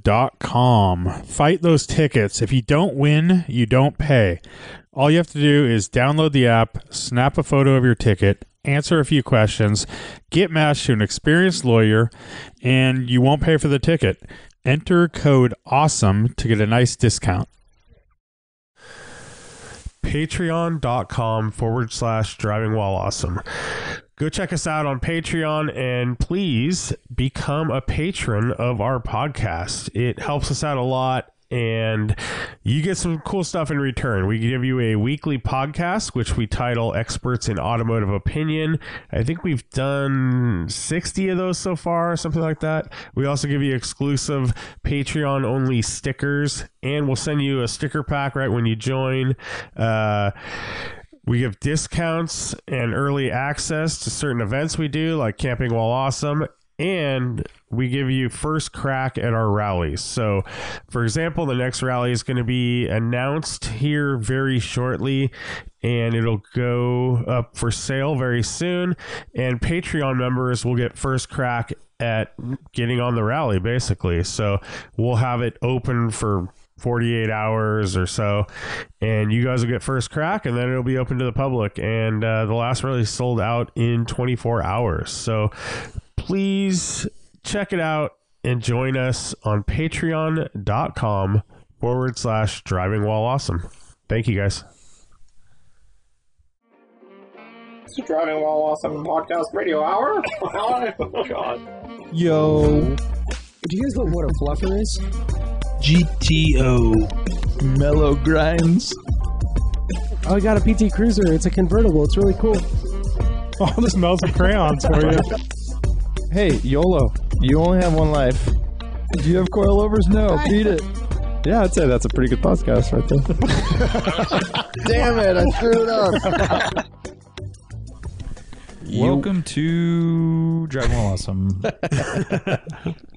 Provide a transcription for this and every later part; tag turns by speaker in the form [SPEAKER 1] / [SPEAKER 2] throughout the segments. [SPEAKER 1] offtherecord.com. Fight those tickets. If you don't win, you don't pay. All you have to do is download the app, snap a photo of your ticket, answer a few questions, get matched to an experienced lawyer, and you won't pay for the ticket. Enter code AWESOME to get a nice discount.
[SPEAKER 2] patreon.com forward slash driving while awesome. Go check us out on Patreon and please become a patron of our podcast. It helps us out a lot and you get some cool stuff in return. We give you a weekly podcast, which we title Experts in Automotive Opinion. I think we've done 60 of those so far, something like that. We also give you exclusive Patreon only stickers, and we'll send you a sticker pack right when you join. Uh, we give discounts and early access to certain events we do, like Camping While Awesome, and we give you first crack at our rallies. So, for example, the next rally is going to be announced here very shortly and it'll go up for sale very soon. And Patreon members will get first crack at getting on the rally, basically. So, we'll have it open for 48 hours or so and you guys will get first crack and then it'll be open to the public and uh, the last rally sold out in 24 hours so please check it out and join us on patreon.com forward slash driving while awesome thank you guys
[SPEAKER 3] It's the Driving While Awesome podcast radio hour. oh, God.
[SPEAKER 4] Yo, do you guys know what a fluffer is?
[SPEAKER 5] GTO Mellow Grinds.
[SPEAKER 4] Oh, I got a PT Cruiser. It's a convertible. It's really cool.
[SPEAKER 1] Oh, this smells of crayons for you.
[SPEAKER 5] Hey, YOLO, you only have one life. Do you have coilovers? No, beat it. Yeah, I'd say that's a pretty good podcast right there.
[SPEAKER 6] Damn it, I screwed up.
[SPEAKER 7] Welcome to Dragon Ball Awesome.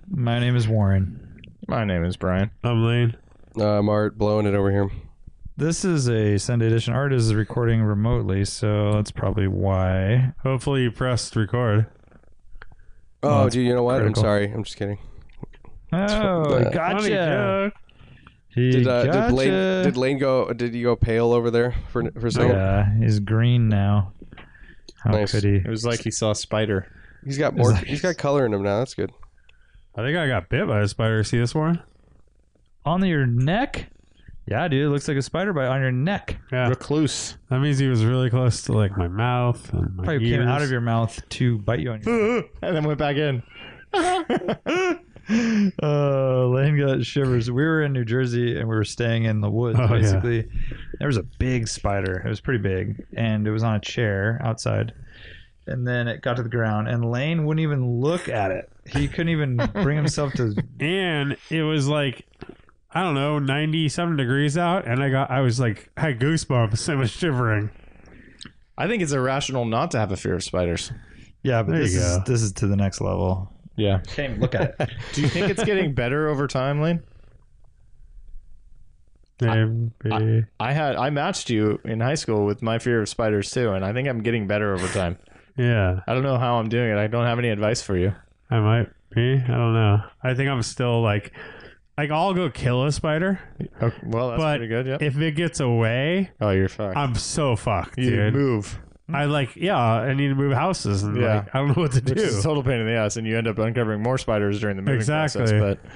[SPEAKER 7] My name is Warren.
[SPEAKER 5] My name is Brian.
[SPEAKER 2] i'm lane
[SPEAKER 6] Uh, I'm Art blowing it over here.
[SPEAKER 7] This is a Sunday edition. Art is recording remotely, so that's probably why.
[SPEAKER 2] hopefully you pressed record
[SPEAKER 6] Oh,
[SPEAKER 7] that's
[SPEAKER 6] dude, you know what?
[SPEAKER 7] critical.
[SPEAKER 6] I'm sorry. I'm just kidding.
[SPEAKER 7] Oh,
[SPEAKER 6] Funny
[SPEAKER 7] gotcha. He
[SPEAKER 6] Did, uh,
[SPEAKER 7] gotcha.
[SPEAKER 6] did Lane did Lane go? Did he go pale over there for for a second?
[SPEAKER 7] yeah, he's green now. How
[SPEAKER 6] Nice.
[SPEAKER 7] could he?
[SPEAKER 8] It was like he saw a spider.
[SPEAKER 6] He's got more. He's got color in him now. That's good.
[SPEAKER 2] i think i got bit by a spider see this one
[SPEAKER 7] On your neck? Yeah, dude, it looks like a spider bite on your neck.
[SPEAKER 2] yeah
[SPEAKER 8] Recluse.
[SPEAKER 2] that means he was really close to like my mouth and my
[SPEAKER 7] Probably
[SPEAKER 2] ears.
[SPEAKER 7] came out of your mouth to bite you on your
[SPEAKER 8] and then went back in.
[SPEAKER 7] uh, Lane got shivers. We were in New Jersey and we were staying in the woods.
[SPEAKER 2] Oh, yeah.
[SPEAKER 7] basically, there was a big spider. It was pretty big, and it was on a chair outside. And then it got to the ground, and Lane wouldn't even look at it. He couldn't even bring himself to.
[SPEAKER 2] and it was like i don't know 97 degrees out and i got i was like had goosebumps and was shivering
[SPEAKER 8] I think it's irrational not to have a fear of spiders.
[SPEAKER 7] Yeah, but
[SPEAKER 2] There
[SPEAKER 7] this
[SPEAKER 2] you
[SPEAKER 7] is
[SPEAKER 2] go.
[SPEAKER 7] this is to the next level.
[SPEAKER 8] Yeah.
[SPEAKER 7] Can't even look at it.
[SPEAKER 8] Do you think it's getting better over time, Lane?
[SPEAKER 2] Maybe.
[SPEAKER 8] I had I matched you in high school with my fear of spiders too, and I think I'm getting better over time.
[SPEAKER 2] yeah
[SPEAKER 8] I don't know how I'm doing it. I don't have any advice for you.
[SPEAKER 2] I might be. I don't know. I think I'm still like, like I'll go kill a spider.
[SPEAKER 8] Okay, Oh, well, that's
[SPEAKER 2] But
[SPEAKER 8] pretty good. Yep.
[SPEAKER 2] If it gets away,
[SPEAKER 8] oh, you're fucked.
[SPEAKER 2] I'm so fucked,
[SPEAKER 8] you
[SPEAKER 2] dude.
[SPEAKER 8] move,
[SPEAKER 2] I like, yeah, I need to move houses, and
[SPEAKER 8] Yeah.
[SPEAKER 2] like, I don't know what to
[SPEAKER 8] which is a
[SPEAKER 2] do.
[SPEAKER 8] total pain in the ass, and you end up uncovering more spiders during the moving
[SPEAKER 2] Exactly.
[SPEAKER 8] process. But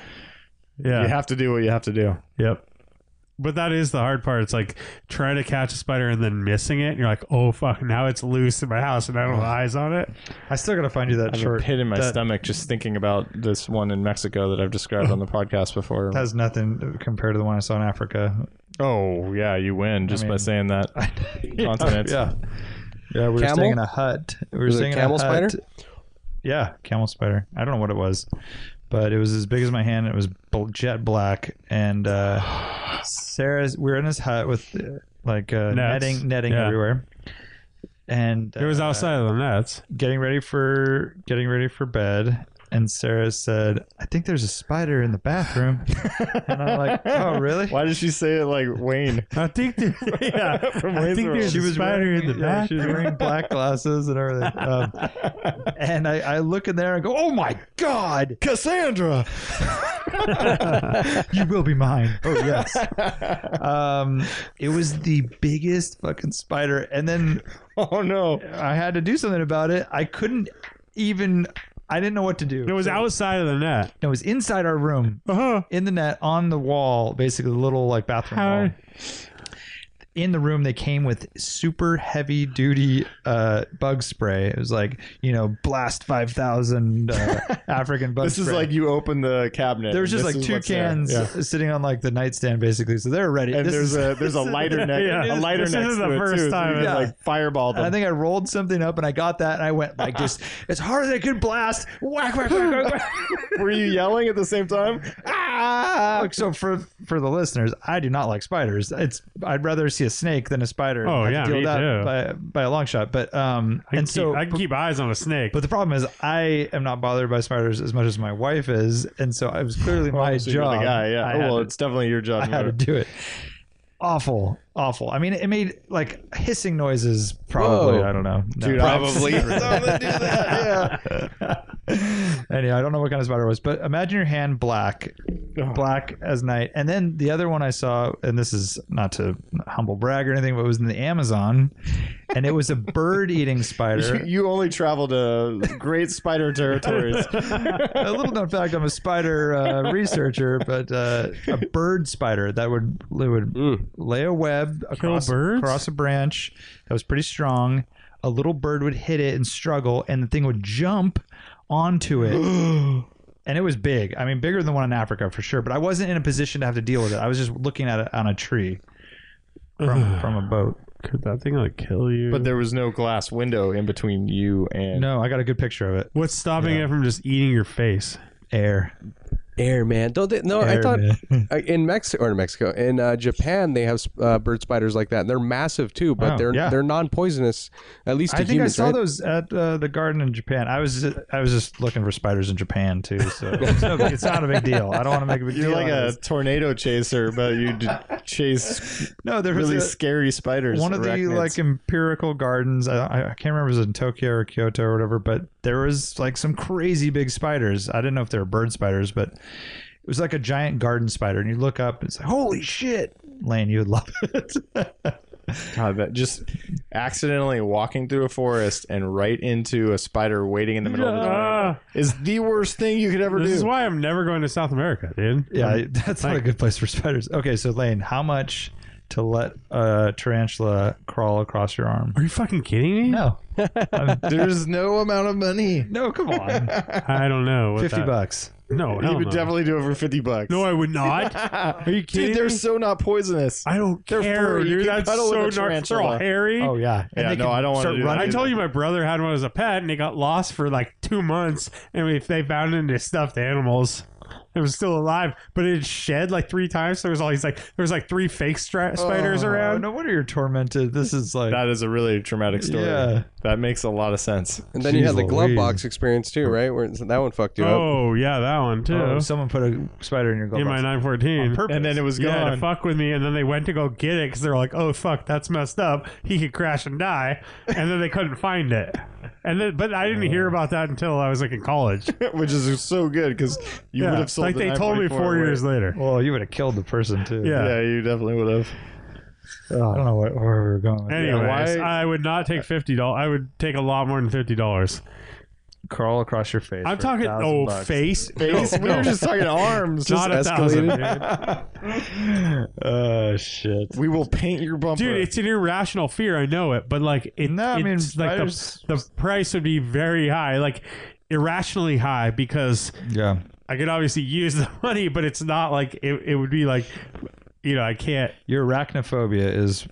[SPEAKER 2] Yeah,
[SPEAKER 8] you have to do what you have to do.
[SPEAKER 2] yep. But that is the hard part. It's like trying to catch a spider and then missing it. And you're like, oh fuck, now it's loose in my house, and I don't have eyes on it.
[SPEAKER 7] I still gotta find you that
[SPEAKER 8] I have
[SPEAKER 7] short.
[SPEAKER 8] a pit in my
[SPEAKER 7] that
[SPEAKER 8] stomach just thinking about this one in Mexico that I've described on the podcast before.
[SPEAKER 7] Has nothing compared to the one I saw in Africa.
[SPEAKER 8] Oh yeah, you win just by
[SPEAKER 7] mean-
[SPEAKER 8] saying that. Continents.
[SPEAKER 7] yeah. Yeah, we were
[SPEAKER 6] Camel?
[SPEAKER 7] staying in a hut. We were
[SPEAKER 6] Was it
[SPEAKER 7] staying
[SPEAKER 6] camel
[SPEAKER 7] in a hut.
[SPEAKER 6] spider?
[SPEAKER 7] Yeah, camel spider. I don't know what it was, but it was as big as my hand. It was bl- jet black, and uh, Sarah's. We were in this hut with uh, like uh,
[SPEAKER 2] Nets.
[SPEAKER 7] netting, netting
[SPEAKER 2] Yeah.
[SPEAKER 7] everywhere, and
[SPEAKER 2] It was
[SPEAKER 7] uh,
[SPEAKER 2] outside of the nets.
[SPEAKER 7] getting ready for getting ready for bed and Sarah said, "I think there's a spider in the bathroom," and I'm like, "Oh, really?"
[SPEAKER 8] Why did she say it like Wayne?
[SPEAKER 2] I think there, yeah,
[SPEAKER 8] From
[SPEAKER 2] I
[SPEAKER 8] Wayne's
[SPEAKER 2] think
[SPEAKER 8] World.
[SPEAKER 2] there's
[SPEAKER 7] she
[SPEAKER 2] a
[SPEAKER 7] was
[SPEAKER 2] spider
[SPEAKER 7] wearing,
[SPEAKER 2] in the
[SPEAKER 7] yeah,
[SPEAKER 2] back.
[SPEAKER 7] she was wearing black glasses and everything. Um, and I, I look in there and go, "Oh my god,
[SPEAKER 8] Cassandra.
[SPEAKER 7] you will be mine!" Oh yes. Um, it was the biggest fucking spider, and then
[SPEAKER 8] Oh no.
[SPEAKER 7] I had to do something about it. I couldn't even. I didn't know what to do.
[SPEAKER 2] It was outside of the net.
[SPEAKER 7] It was inside our room,
[SPEAKER 2] Uh-huh.
[SPEAKER 7] in the net, on the wall, basically the little like bathroom
[SPEAKER 2] How-
[SPEAKER 7] wall. In the room, they came with super heavy duty uh, bug spray. It was like you know, blast five thousand uh, African bug.
[SPEAKER 8] This is
[SPEAKER 7] spray.
[SPEAKER 8] like you open the cabinet.
[SPEAKER 7] there was just
[SPEAKER 8] and this
[SPEAKER 7] like
[SPEAKER 8] is
[SPEAKER 7] two
[SPEAKER 8] what's there.
[SPEAKER 7] cans
[SPEAKER 8] Yeah.
[SPEAKER 7] sitting on like the nightstand, basically. So they're ready.
[SPEAKER 8] And
[SPEAKER 7] This
[SPEAKER 8] there's
[SPEAKER 7] is-
[SPEAKER 8] a there's a lighter neck
[SPEAKER 2] Yeah.
[SPEAKER 8] a lighter
[SPEAKER 2] This
[SPEAKER 8] next
[SPEAKER 2] isn't
[SPEAKER 8] to
[SPEAKER 2] the
[SPEAKER 8] it,
[SPEAKER 2] first
[SPEAKER 8] too, so you
[SPEAKER 2] time.
[SPEAKER 8] can,
[SPEAKER 7] Yeah.
[SPEAKER 8] like fireball
[SPEAKER 7] And I
[SPEAKER 8] them.
[SPEAKER 7] think I rolled something up and I got that and I went like just as hard as I could blast. Whack, whack, whack, whack, whack.
[SPEAKER 8] Were you yelling at the same time?
[SPEAKER 7] ah! So for for the listeners, I do not like spiders. It's I'd rather see a snake than a spider.
[SPEAKER 2] Oh,
[SPEAKER 7] I've
[SPEAKER 2] yeah,
[SPEAKER 7] deal
[SPEAKER 2] me
[SPEAKER 7] with that
[SPEAKER 2] too.
[SPEAKER 7] by by a long shot. But um,
[SPEAKER 2] I can,
[SPEAKER 7] and so
[SPEAKER 2] keep, I can keep eyes on a snake.
[SPEAKER 7] but the problem is I am not bothered by spiders as much as my wife is, and so it was clearly my
[SPEAKER 8] So you're
[SPEAKER 7] job.
[SPEAKER 8] the guy, yeah.
[SPEAKER 7] I
[SPEAKER 8] Oh,
[SPEAKER 7] had
[SPEAKER 8] well,
[SPEAKER 7] to-
[SPEAKER 8] it's definitely your job.
[SPEAKER 7] I had to do it. Awful, awful. I mean, it made like hissing noises. Probably,
[SPEAKER 6] Whoa.
[SPEAKER 7] I don't know. No.
[SPEAKER 8] Dude, I-
[SPEAKER 6] Probably. Someone do that.
[SPEAKER 7] anyway, I don't know what kind of spider it was, but imagine your hand black, black as night. And then the other one I saw, and this is not to humble brag or anything, but it was in the Amazon, and it was a bird eating
[SPEAKER 8] You,
[SPEAKER 7] spider.
[SPEAKER 8] you only travel to great spider territories.
[SPEAKER 7] a little known fact: I'm a spider uh, researcher, but uh, a bird spider that would that would lay a web across
[SPEAKER 2] birds?
[SPEAKER 7] across a branch that was pretty strong. A little bird would hit it and struggle, and the thing would jump onto it. and it was big. I mean, bigger than the one in Africa for sure. But I wasn't in a position to have to deal with it. I was just looking at it on a tree from from a boat.
[SPEAKER 2] Could that thing like kill you?
[SPEAKER 8] but there was no glass window in between you and
[SPEAKER 7] No, I got a good picture of it.
[SPEAKER 2] What's stopping it from just eating your face?
[SPEAKER 7] Air.
[SPEAKER 6] Air man, don't they? No, Oh, I
[SPEAKER 7] Air,
[SPEAKER 6] thought
[SPEAKER 7] man.
[SPEAKER 6] uh, in Mexico or in Mexico in uh, Japan they have uh, bird spiders like that. And they're massive too, but
[SPEAKER 7] Oh,
[SPEAKER 6] they're
[SPEAKER 7] yeah.
[SPEAKER 6] they're non-poisonous. At least to
[SPEAKER 7] I think
[SPEAKER 6] humans,
[SPEAKER 7] I saw
[SPEAKER 6] right?
[SPEAKER 7] those at uh, the garden in Japan. I was I was just looking for spiders in Japan too. So it's, no big- it's not a big deal. I don't want to make a big
[SPEAKER 8] You're
[SPEAKER 7] deal.
[SPEAKER 8] like
[SPEAKER 7] out of
[SPEAKER 8] a
[SPEAKER 7] this.
[SPEAKER 8] tornado chaser, but you d- chase
[SPEAKER 7] no. There was
[SPEAKER 8] really
[SPEAKER 7] a-
[SPEAKER 8] scary spiders.
[SPEAKER 7] one of the
[SPEAKER 8] arachnids.
[SPEAKER 7] like empirical gardens. I, I I can't remember if it was in Tokyo or Kyoto or whatever, but there was like some crazy big spiders. I didn't know if they were bird spiders, but it was like a giant garden spider. And you look up and it's like, holy shit, Lane, you would love it.
[SPEAKER 8] God, that just accidentally walking through a forest and right into a spider waiting in the middle of the road
[SPEAKER 2] Ah,
[SPEAKER 8] is the worst thing you could ever
[SPEAKER 2] this
[SPEAKER 8] do.
[SPEAKER 2] is why I'm never going to South America, dude.
[SPEAKER 7] yeah, that's not a good place for spiders. Okay, so Lane, how much to let a tarantula crawl across your arm?
[SPEAKER 2] Are you fucking kidding me?
[SPEAKER 7] No,
[SPEAKER 8] There's no amount of money.
[SPEAKER 7] no, come on,
[SPEAKER 2] I don't know. what
[SPEAKER 7] fifty
[SPEAKER 2] that-
[SPEAKER 7] bucks.
[SPEAKER 2] No,
[SPEAKER 8] You
[SPEAKER 2] hell
[SPEAKER 8] would
[SPEAKER 2] no.
[SPEAKER 8] definitely do it for fifty bucks.
[SPEAKER 2] No, I would not. Are you kidding?
[SPEAKER 8] Dude, they're
[SPEAKER 2] me?
[SPEAKER 8] so not poisonous.
[SPEAKER 2] I don't
[SPEAKER 8] they're
[SPEAKER 2] care,
[SPEAKER 8] furry. You
[SPEAKER 2] dude.
[SPEAKER 8] can
[SPEAKER 2] That's
[SPEAKER 8] cuddle
[SPEAKER 2] so
[SPEAKER 8] with
[SPEAKER 2] gnarly.
[SPEAKER 8] a
[SPEAKER 2] They're all
[SPEAKER 8] tarantula.
[SPEAKER 2] hairy.
[SPEAKER 7] Oh yeah, and
[SPEAKER 8] yeah,
[SPEAKER 7] they
[SPEAKER 8] no,
[SPEAKER 7] can
[SPEAKER 8] I don't want
[SPEAKER 7] start
[SPEAKER 8] to do that
[SPEAKER 7] running.
[SPEAKER 2] I
[SPEAKER 8] either.
[SPEAKER 2] told you my brother had one as a pet, and it got lost for like two months, and we, they found it into stuffed animals. It was still alive, but it shed like three times. So there was all these like there was like three fake stri- spiders
[SPEAKER 7] Oh,
[SPEAKER 2] around.
[SPEAKER 7] no wonder you're tormented. This is like
[SPEAKER 8] That is a really traumatic story.
[SPEAKER 7] Yeah.
[SPEAKER 8] That makes a lot of sense.
[SPEAKER 6] And then you had the glove
[SPEAKER 7] Louise.
[SPEAKER 6] box experience too, right? Where that one fucked you up.
[SPEAKER 2] Oh yeah, that one too.
[SPEAKER 7] Oh, someone put a spider in your glove
[SPEAKER 2] in my
[SPEAKER 7] box.
[SPEAKER 2] 914.
[SPEAKER 7] purpose.
[SPEAKER 8] And then it was
[SPEAKER 2] Yeah, to
[SPEAKER 8] gone.
[SPEAKER 2] fuck with me, and then they went to go get it because they're like, "Oh fuck, that's messed up. He could crash and die," and then they couldn't find it. And then, but I didn't
[SPEAKER 8] Uh.
[SPEAKER 2] hear about that until I was like in college.
[SPEAKER 8] Which is so good because you
[SPEAKER 2] Yeah,
[SPEAKER 8] would have sold.
[SPEAKER 2] like
[SPEAKER 8] the
[SPEAKER 2] they told me
[SPEAKER 8] 944
[SPEAKER 2] four
[SPEAKER 8] away.
[SPEAKER 2] years later.
[SPEAKER 7] Well, you would have killed the person too.
[SPEAKER 2] Yeah.
[SPEAKER 8] Yeah, you definitely would have.
[SPEAKER 7] I don't know what, where we were going. with that.
[SPEAKER 2] Anyways,
[SPEAKER 8] why-
[SPEAKER 2] I would not
[SPEAKER 7] Uh,
[SPEAKER 2] take fifty dollars. I would take a lot more than fifty dollars.
[SPEAKER 7] crawl across your face.
[SPEAKER 2] I'm
[SPEAKER 7] for
[SPEAKER 2] talking
[SPEAKER 7] 1,000
[SPEAKER 2] oh
[SPEAKER 7] bucks.
[SPEAKER 2] face,
[SPEAKER 8] Face? we were just talking arms.
[SPEAKER 2] not a thousand,
[SPEAKER 6] escalated.
[SPEAKER 2] dude.
[SPEAKER 7] Oh shit.
[SPEAKER 8] we will paint your bumper.
[SPEAKER 2] dude. It's an irrational fear. I know it, but like it,
[SPEAKER 7] No, I mean,
[SPEAKER 2] it's like the,
[SPEAKER 7] spiders-
[SPEAKER 2] the price would be very high, like irrationally high because
[SPEAKER 7] Yeah.
[SPEAKER 2] I could obviously use the money, but it's not like it, it would be like, you know, I can't.
[SPEAKER 7] Your arachnophobia is